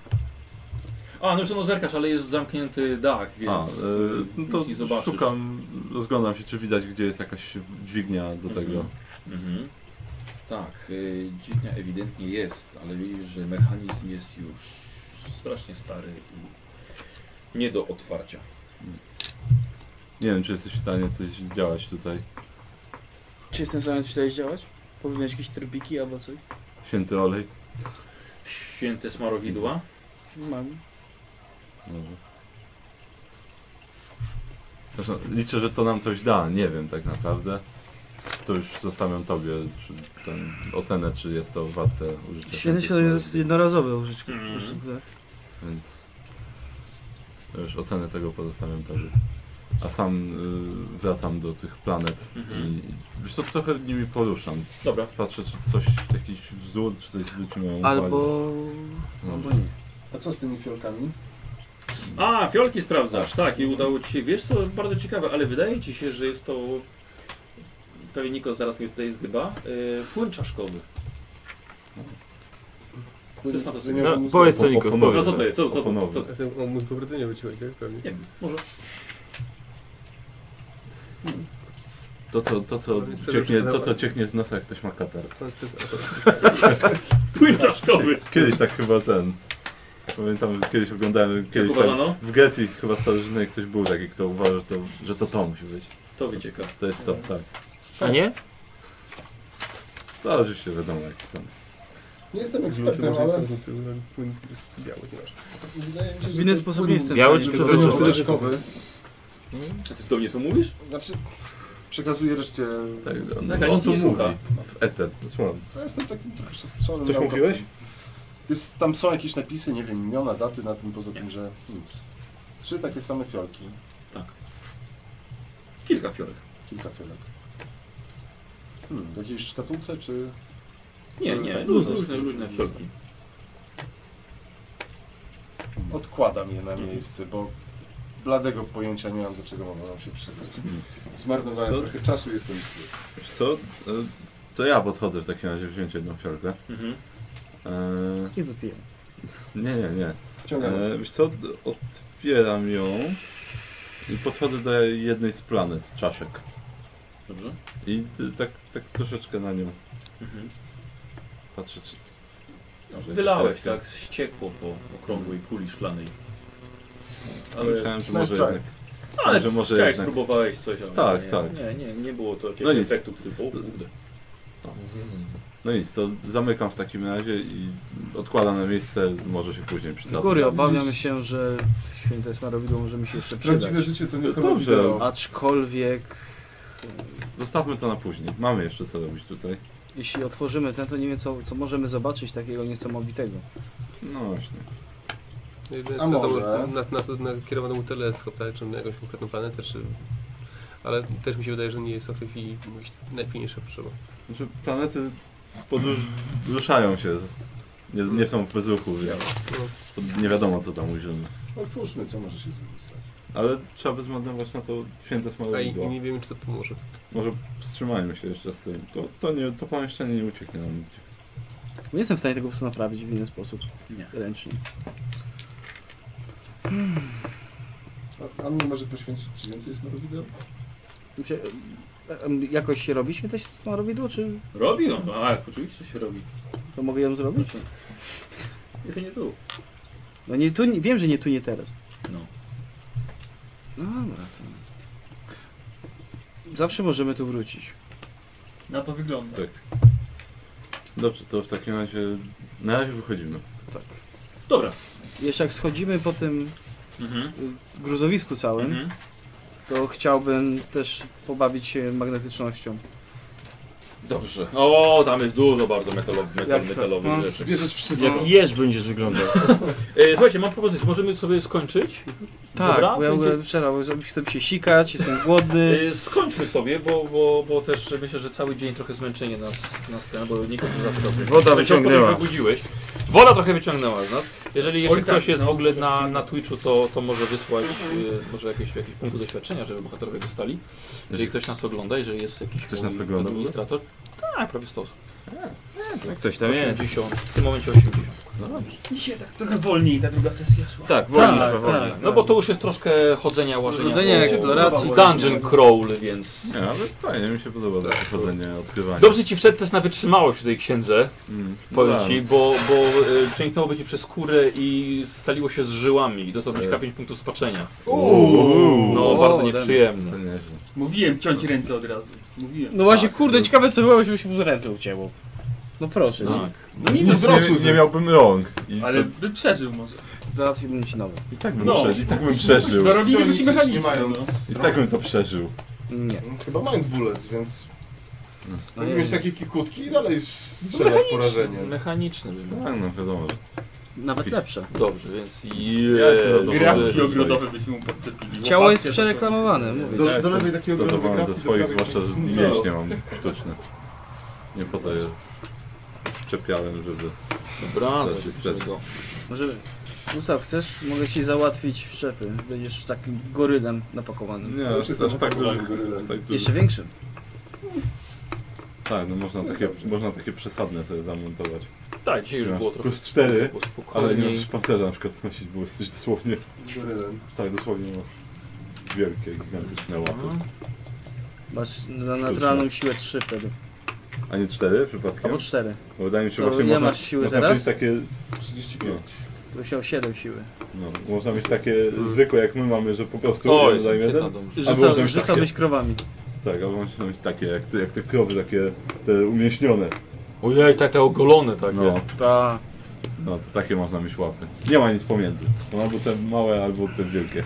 S1: A, no już no zerkasz, ale jest zamknięty dach, więc
S3: A, e, no
S1: nic nie
S3: to
S1: zobaczysz.
S3: szukam, rozglądam się, czy widać, gdzie jest jakaś dźwignia do
S1: Mhm.
S3: tego.
S1: Mhm. Tak, y, dziwnia ewidentnie jest, ale widzisz, że mechanizm jest już strasznie stary i nie do otwarcia.
S3: Nie wiem, czy jesteś w stanie coś działać tutaj.
S6: Czy jestem w stanie coś tutaj działać? Powinien mieć jakieś trybiki albo coś?
S3: Święty olej.
S1: Święte smarowidła.
S6: Mam.
S3: Może. Zresztą liczę, że to nam coś da, nie wiem tak naprawdę. To już zostawiam tobie czy ten, ocenę, czy jest to warte użycia.
S6: Świetnie się to
S3: tego
S6: jest jednorazowe użyczki.
S1: Mhm.
S6: użytek, tak.
S3: Więc to już ocenę tego pozostawiam tobie. A sam y, wracam do tych planet
S1: Mhm.
S3: i wiesz co, trochę nimi poruszam.
S1: Dobra.
S3: Patrzę, czy coś, jakiś wzór, czy coś zwróci moją uwagę.
S6: Albo...
S3: No,
S6: albo nie.
S4: A co z tymi fiolkami?
S1: A, fiolki sprawdzasz, tak, i udało ci się. Wiesz co, bardzo ciekawe, ale wydaje ci się, że jest to. Pewnie Niko zaraz mnie tutaj zdyba. Y, płyn czaszkowy. To jest fantastyczne.
S4: Wymiar
S9: No,
S4: umysłu.
S9: powiedz co
S3: Po-
S9: Nikos,
S3: poponowy.
S1: No
S9: powiedz.
S1: co to jest? Co, co, co, co,
S3: Oponowy.
S1: co?
S5: A to, o, mój powrodzenie wyciąłeś, tak? Pewnie.
S1: Nie wiem, może.
S3: To, co, to, co
S5: Powiedz,
S3: cieknie,
S5: przepraszam,
S3: to, co cieknie z nosa, jak ktoś ma katar.
S5: To jest, to jest,
S1: Płyn czaszkowy!
S3: Kiedyś tak chyba ten. Pamiętam, że kiedyś oglądałem
S1: Jak
S3: kiedyś tam,
S1: uważano?
S3: w Grecji chyba starożytnej ktoś był taki, kto uważał, że to, że to to musi być.
S1: To wycieka.
S3: To jest to, tak.
S9: A nie?
S3: To oczywiście wiadomo jakiś tam.
S4: Nie jestem
S5: Luty
S4: ekspertem,
S5: może
S4: ale
S5: jest ten płyn biały, nie masz.
S4: wydaje mi się, że...
S6: W inny
S4: to
S6: sposób
S4: płyn
S6: nie jestem w
S9: Biały
S6: stanie
S9: czy
S6: tego-
S4: Wymiar
S9: przezroczysty?
S4: resztkowy.
S1: A Ty do mnie to mówisz?
S4: Znaczy, przekazuję reszcie...
S3: Tak, on,
S1: Tak, ale
S3: on
S1: nikt
S3: to
S1: nie
S3: mówi
S1: słucha.
S3: w eter. Znaczy, no, Słucham.
S4: Ja jestem takim trochę szastrzonym
S3: Coś
S4: naukowcem.
S3: mówiłeś?
S4: Jest, tam są jakieś napisy, nie wiem, imiona, daty na tym, poza tym, że nic. Trzy takie same fiolki,
S1: Kilka fiolek.
S4: kilka fiolek. Hmm, w jakiejś szkatułce, czy...
S1: Nie, nie, luz, luźne, luźne tak. fiolki.
S4: Odkładam je na miejsce, bo bladego pojęcia nie mam, do czego mogą się przydać.
S3: Hmm.
S4: Zmarnowałem
S3: To-
S4: trochę czasu, jestem...
S3: Wiesz co? E, To ja podchodzę w takim razie wziąć jedną fiolkę.
S1: Mhm.
S3: E,
S9: Nie wypiję.
S3: nie, nie, nie.
S4: E, Wciągam
S3: E, wiesz co? Otwieram ją. I podchodzę do jednej z planet, czaszek.
S1: Dobrze?
S3: I ty- tak, tak troszeczkę na nią
S1: Mhm.
S3: patrzę, czy... Może
S1: Wylałeś,
S3: jakaś reakcja.
S1: tak, ściekło po okrągłej kuli szklanej. Ale,
S3: Myślałem, że
S4: Nice
S3: może
S4: try.
S3: jednak...
S1: ale
S3: że może
S1: chciałeś,
S3: jednak-
S1: spróbowałeś coś, ale
S3: Tak,
S1: nie,
S3: tak.
S1: Nie, nie, nie było to
S3: No
S1: jakiegoś
S3: nic.
S1: efektu, który był, kurde.
S3: No nic, to zamykam w takim razie i odkładam na miejsce, może się później przyda.
S6: Do góry obawiam się, że święte smarowidło może mi się jeszcze przydać.
S4: Prawdziwe życie to nie
S3: No Dobrze.
S4: chyba wideo.
S6: Aczkolwiek,
S3: Zostawmy to na później. Mamy jeszcze co robić tutaj.
S6: jeśli otworzymy ten, to nie wiem, co, co możemy zobaczyć takiego niesamowitego.
S3: No właśnie.
S7: Jedyne
S4: A
S7: co, to
S4: może?
S7: na, na, to nakierowano mu teleskop, tak? czy na jakąś konkretną planetę, czy... Ale też mi się wydaje, że nie jest to w tej chwili jakaś najpilniejsza potrzeba.
S3: Znaczy planety podróż... ruszają się. zas- Nie, nie są w bezruchu, więc to nie wiadomo co tam ujrzymy.
S4: Otwórzmy, co może się z nimi stać.
S3: Ale trzeba by zmarnować na to święte
S7: A i, i
S3: smarowidło.
S7: nie wiemy, czy to pomoże.
S3: Może wstrzymajmy się jeszcze z tym. To, to, nie, to pomieszczenie nie ucieknie nam nigdzie.
S6: Nie jestem w stanie tego po prostu naprawić w inny sposób,
S1: Nie.
S6: ręcznie.
S4: A, a mnie może poświęcić ci więcej smarowideo?
S6: Się- em, Jakoś się robi święte smarowidło, czy
S1: Robi on, a tak, oczywiście się robi.
S6: to mogę ją zrobić?
S1: Jeszcze nie tu.
S6: No nie tu, nie- wiem, że nie tu, nie teraz.
S1: No.
S6: No dobra, to... Zawsze możemy tu wrócić.
S2: Na to wygląda.
S3: Tak. Dobrze, to w takim razie na razie wychodzimy.
S1: Dobra.
S6: Jeszcze jak schodzimy po tym
S1: Mhm.
S6: y, gruzowisku całym,
S1: Mhm.
S6: to chciałbym też pobawić się magnetycznością.
S1: Dobrze. O, tam jest dużo bardzo metalowych, metal,
S6: Jak-
S1: metalowych
S9: no.
S1: rzeczy.
S4: Zbierzesz wszystko.
S9: Jak jeż będziesz wyglądał.
S1: E, słuchajcie, mam propozycję, możemy sobie skończyć?
S6: Tak,
S1: Dobra,
S6: bo ja
S1: będzie-
S6: będzie... szczerze, chcę się sikać, jestem głodny.
S1: E, skończmy sobie, bo, bo, bo też myślę, że cały dzień trochę zmęczenie nas, nas ten, bo nie kończy zasypał.
S9: Woda wyciągnęła.
S1: obudziłeś. Woda trochę wyciągnęła z nas. Jeżeli jeszcze
S2: Oj, tak,
S1: ktoś jest w
S2: no.
S1: ogóle na, na Twitchu, to, to może wysłać e, może jakieś, jakieś punkty doświadczenia, żeby bohaterowie dostali. Jeżeli ktoś nas ogląda, jeżeli jest jakiś
S3: Ktoś
S1: mój
S3: nas ogląda w ogóle?
S1: administrator. Tak, prawie 100 osób.
S9: tak, Ktoś tam jest.
S1: 80, w tym momencie 80.
S3: No dobrze.
S2: Dzisiaj tak trochę wolniej ta druga sesja szła.
S9: Tak, wolniej
S6: Tak,
S9: tak, powoli.
S6: tak.
S1: No bo to już jest troszkę chodzenia, łażenia.
S6: Chodzenia,
S1: po-
S6: eksploracji.
S1: Dungeon crawl, więc...
S3: Nie, ale fajnie, mi się podoba to chodzenie, odkrywanie.
S1: Dobrze ci wszedł też na wytrzymałość w tej księdze,
S3: Mm,
S1: powiem
S3: tak.
S1: ci, bo, bo e, przeniknęłoby ci przez skórę i scaliło się z żyłami i dostałbyś
S3: E.
S1: K5 punktów spaczenia.
S3: Uuu.
S1: No,
S6: O,
S1: bardzo
S6: damn.
S1: nieprzyjemne.
S3: To nieźle.
S2: Mówiłem ciąć ręce od razu. Mówiłem.
S6: No właśnie,
S1: Tak,
S6: kurde,
S1: no.
S6: ciekawe co było, jakby się mu ręce ucięło. No proszę,
S1: Tak.
S2: No nie
S3: Nie,
S2: dorosły,
S3: nie, nie miałbym rąk. I,
S2: ale
S3: to,
S2: by przeżył może.
S6: załatwiłbym ci nowe.
S3: I tak bym
S2: no.
S3: przeżył. I tak bym przeżył.
S4: No,
S2: Dorobimy ci
S4: Strzelnicy,
S2: mechanicznie,
S4: Nie mając...
S3: I tak bym to przeżył.
S6: Nie.
S4: Mm, Chyba mind bullets, więc...
S6: No,
S4: Mogę
S6: nie,
S4: mieć
S6: nie.
S4: takie kikutki i dalej
S3: No
S4: strzelać porażenie.
S1: Mechaniczne by było.
S3: Tak, no wiadomo, że
S6: Nawet lepsze.
S1: Dobrze, więc
S3: jestem
S1: Jezu,
S2: Grabki
S9: no,
S1: żeby-
S2: ogrodowe byśmy mu podczepili.
S6: Ciało jest
S2: Łopatkę
S6: przereklamowane, mówię.
S4: Do, do lewej takiego
S3: zadowolony ze swoich, zwłaszcza, że mięśnie mam sztuczne. Nie po to je wszczepiałem, żeby...
S1: Dobra,
S3: Coś
S1: zaraz
S3: jest
S1: tego.
S6: Może... Gustaw, chcesz? Mogę ci załatwić wszczepy. Będziesz takim gorylem napakowanym.
S3: Nie,
S4: To już
S3: aż
S4: jestem
S3: tak duży.
S4: gorylem.
S3: Tak, duży.
S6: Jeszcze większym.
S3: tak, no można takie, można takie przesadne sobie zamontować.
S1: Tak, dzisiaj już
S3: Masz
S1: było trochę
S3: Plus cztery,
S1: było
S3: ale nie
S1: spokojniej.
S3: masz pancerza na przykład nosić, bo jesteś dosłownie...
S4: Gorylem.
S3: Tak, dosłownie masz wielkie, gigantyczne łapy.
S1: Mhm.
S6: Masz na naturalną siłę 3 wtedy.
S3: A nie cztery przypadkiem?
S6: Albo 4.
S3: Bo wydaje mi się,
S6: To
S3: właśnie
S6: ile
S3: można,
S6: masz siły
S3: można
S6: teraz? No.
S3: mieć takie,
S4: 35.
S6: To się o 7 siły.
S3: no, można mieć takie
S6: Mhm.
S3: zwykłe jak my mamy, że po prostu
S1: O,
S3: jeden
S1: jest
S3: daje
S1: ankieta,
S3: jeden.
S1: dobrze.
S3: A było
S6: Rzuca,
S3: coś
S6: rzucałbyś krowami.
S3: Tak, albo można mieć takie jak te, jak te krowy, takie te umięśnione.
S1: Ojej, tak te ogolone takie.
S3: No,
S6: Ta.
S3: no to takie można mieć łapy. Nie ma nic pomiędzy. No, albo te małe, albo te wielkie.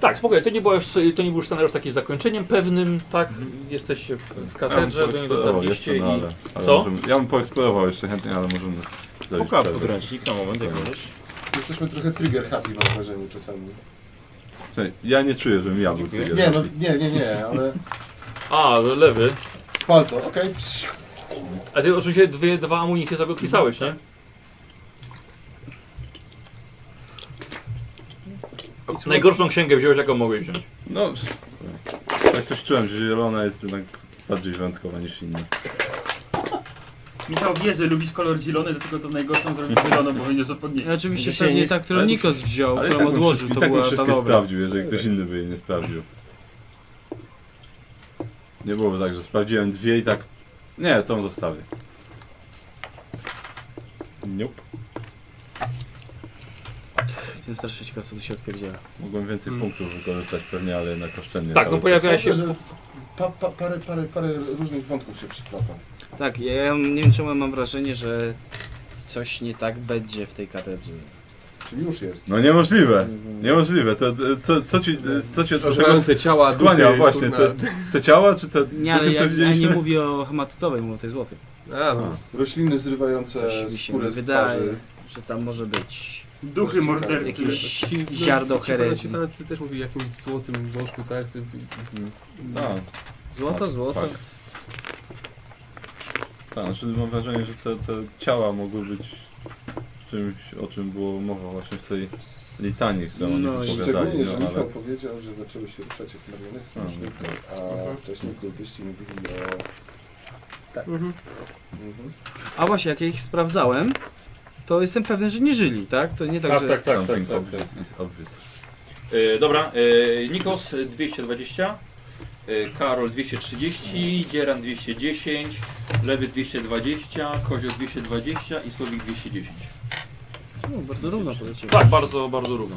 S1: Tak, spokojnie, to nie, było już, to nie był scenariusz taki z zakończeniem pewnym, tak?
S3: Mhm.
S1: Jesteście w, w katedrze, do niego dotarliście i...
S3: no, ale, ale
S1: Co?
S3: Możemy, ja bym poeksplorował jeszcze chętnie, ale możemy zrobić
S9: Puka w
S3: przerwę.
S9: podręcznik na moment, jak możesz.
S3: No.
S4: Jesteśmy trochę trigger happy mam wrażenie czasami.
S3: Słuchaj, Ja nie czuję, żebym ja był tego.
S4: Nie, no, nie, nie, nie, ale...
S1: A, lewy.
S4: Spal to, okej. Psz.
S1: A ty oczywiście dwie, dwa amunicje sobie
S2: No,
S1: odpisałeś,
S2: tak.
S1: nie? Najgorszą księgę wziąłeś, jaką mogłeś wziąć.
S3: No, tak coś czułem, że zielona jest jednak bardziej wyjątkowa niż inna.
S2: Michał wie, że lubisz kolor zielony, dlatego to najgorszą zrobić
S1: Mhm.
S2: zielono, bo będziesz to
S6: I
S2: podnieść.
S6: oczywiście
S9: Dzisiaj
S6: pewnie
S9: nie-
S6: ta, którą
S3: ale-
S6: Nikos wziął,
S3: Ale i
S6: którą
S3: tak bym
S6: odłożył,
S3: wszystkie,
S6: to
S3: tak bym
S6: była ta
S3: wszystkie
S6: dobra.
S3: sprawdził, jeżeli ktoś inny by jej nie sprawdził. Nie było tak, że sprawdziłem dwie i tak... Nie, tą zostawię. Nope.
S9: Jestem strasznie ciekaw, co tu się odpierdziela.
S3: Mogłem więcej
S6: Hmm.
S3: punktów wykorzystać pewnie, ale jednak oszczędnie.
S1: Tak,
S3: cały
S1: no pojawia
S4: Sądzę,
S1: się...
S4: że pa, pa, parę, parę, parę różnych wątków się przyplata.
S6: Tak, ja ja nie wiem czemu mam wrażenie, że coś nie tak będzie w tej katedrze.
S4: Czyli już jest.
S3: No niemożliwe, niemożliwe. To, to, co, co ci, co ci od tego
S5: Żrące ciała,
S3: skłania
S5: duchy,
S3: właśnie?
S5: kurna.
S3: Te, te ciała, czy te
S6: Nie, ale
S3: duchy, co
S6: ja, ja nie
S3: widzieliśmy?
S6: mówię o hematytowej, mówię o tej złotej.
S5: A, no.
S4: Rośliny zrywające
S6: Coś mi się
S4: skórę z
S6: wydaje,
S4: twarzy.
S6: że tam może być
S2: Duchy mordercy.
S6: jakieś
S5: Ci- no,
S6: ziarno
S5: ci
S6: herezji.
S5: pana- Ci pan też mówi o jakimś złotym bożku, tak? Ty-
S3: No,
S6: Złoto, złoto.
S3: tak. Tak, znaczy mam wrażenie, że te, te ciała mogły być czymś, o czym było mowa właśnie w tej litanii, którą oni
S6: No Mhm. i-
S3: wypowiadali.
S4: Szczególnie, że
S3: No, ale...
S4: Michał Tak, powiedział, że zaczęły się ruszać osłabione
S3: A, no
S4: księżnicy, a wcześniej kultyści mówili o...
S6: Mhm.
S4: Mhm.
S6: A właśnie, jak ja ich sprawdzałem, to jestem pewny, że nie żyli, tak? To nie tak, że...
S3: tak, Something obvious is obvious.
S1: E, dobra, e, Nikos e, 220, e, Karol 230, Dzieran 210, Lewy 220, Kozio 220 i Słowik 210.
S6: No, bardzo równo poleciło.
S1: Tak, bardzo, bardzo równo.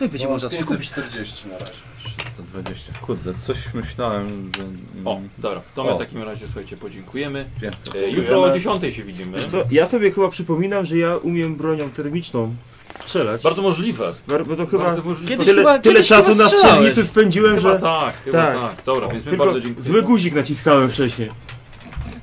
S6: No i będzie
S4: No,
S6: można coś kupić.
S4: 540 na razie.
S3: 320. Kurde, coś myślałem, że... mm,
S1: O, dobra, to my
S3: O.
S1: w takim razie, słuchajcie, podziękujemy.
S3: 500.
S1: E, jutro o 10 się widzimy.
S9: Wiesz co, ja sobie chyba przypominam, że ja umiem bronią termiczną strzelać.
S1: Bardzo możliwe.
S9: Bar- bo to chyba
S1: bardzo możliwe.
S6: Kiedyś
S9: tyle,
S6: chyba-
S9: tyle
S6: kiedyś
S9: czasu
S6: chyba
S9: na
S6: strzelałeś.
S9: strzelnicy spędziłem,
S1: Chyba
S9: że...
S1: tak, chyba
S9: tak.
S1: tak. Dobra, więc my
S9: Tylko
S1: bardzo dziękujemy.
S9: zły guzik naciskałem wcześniej.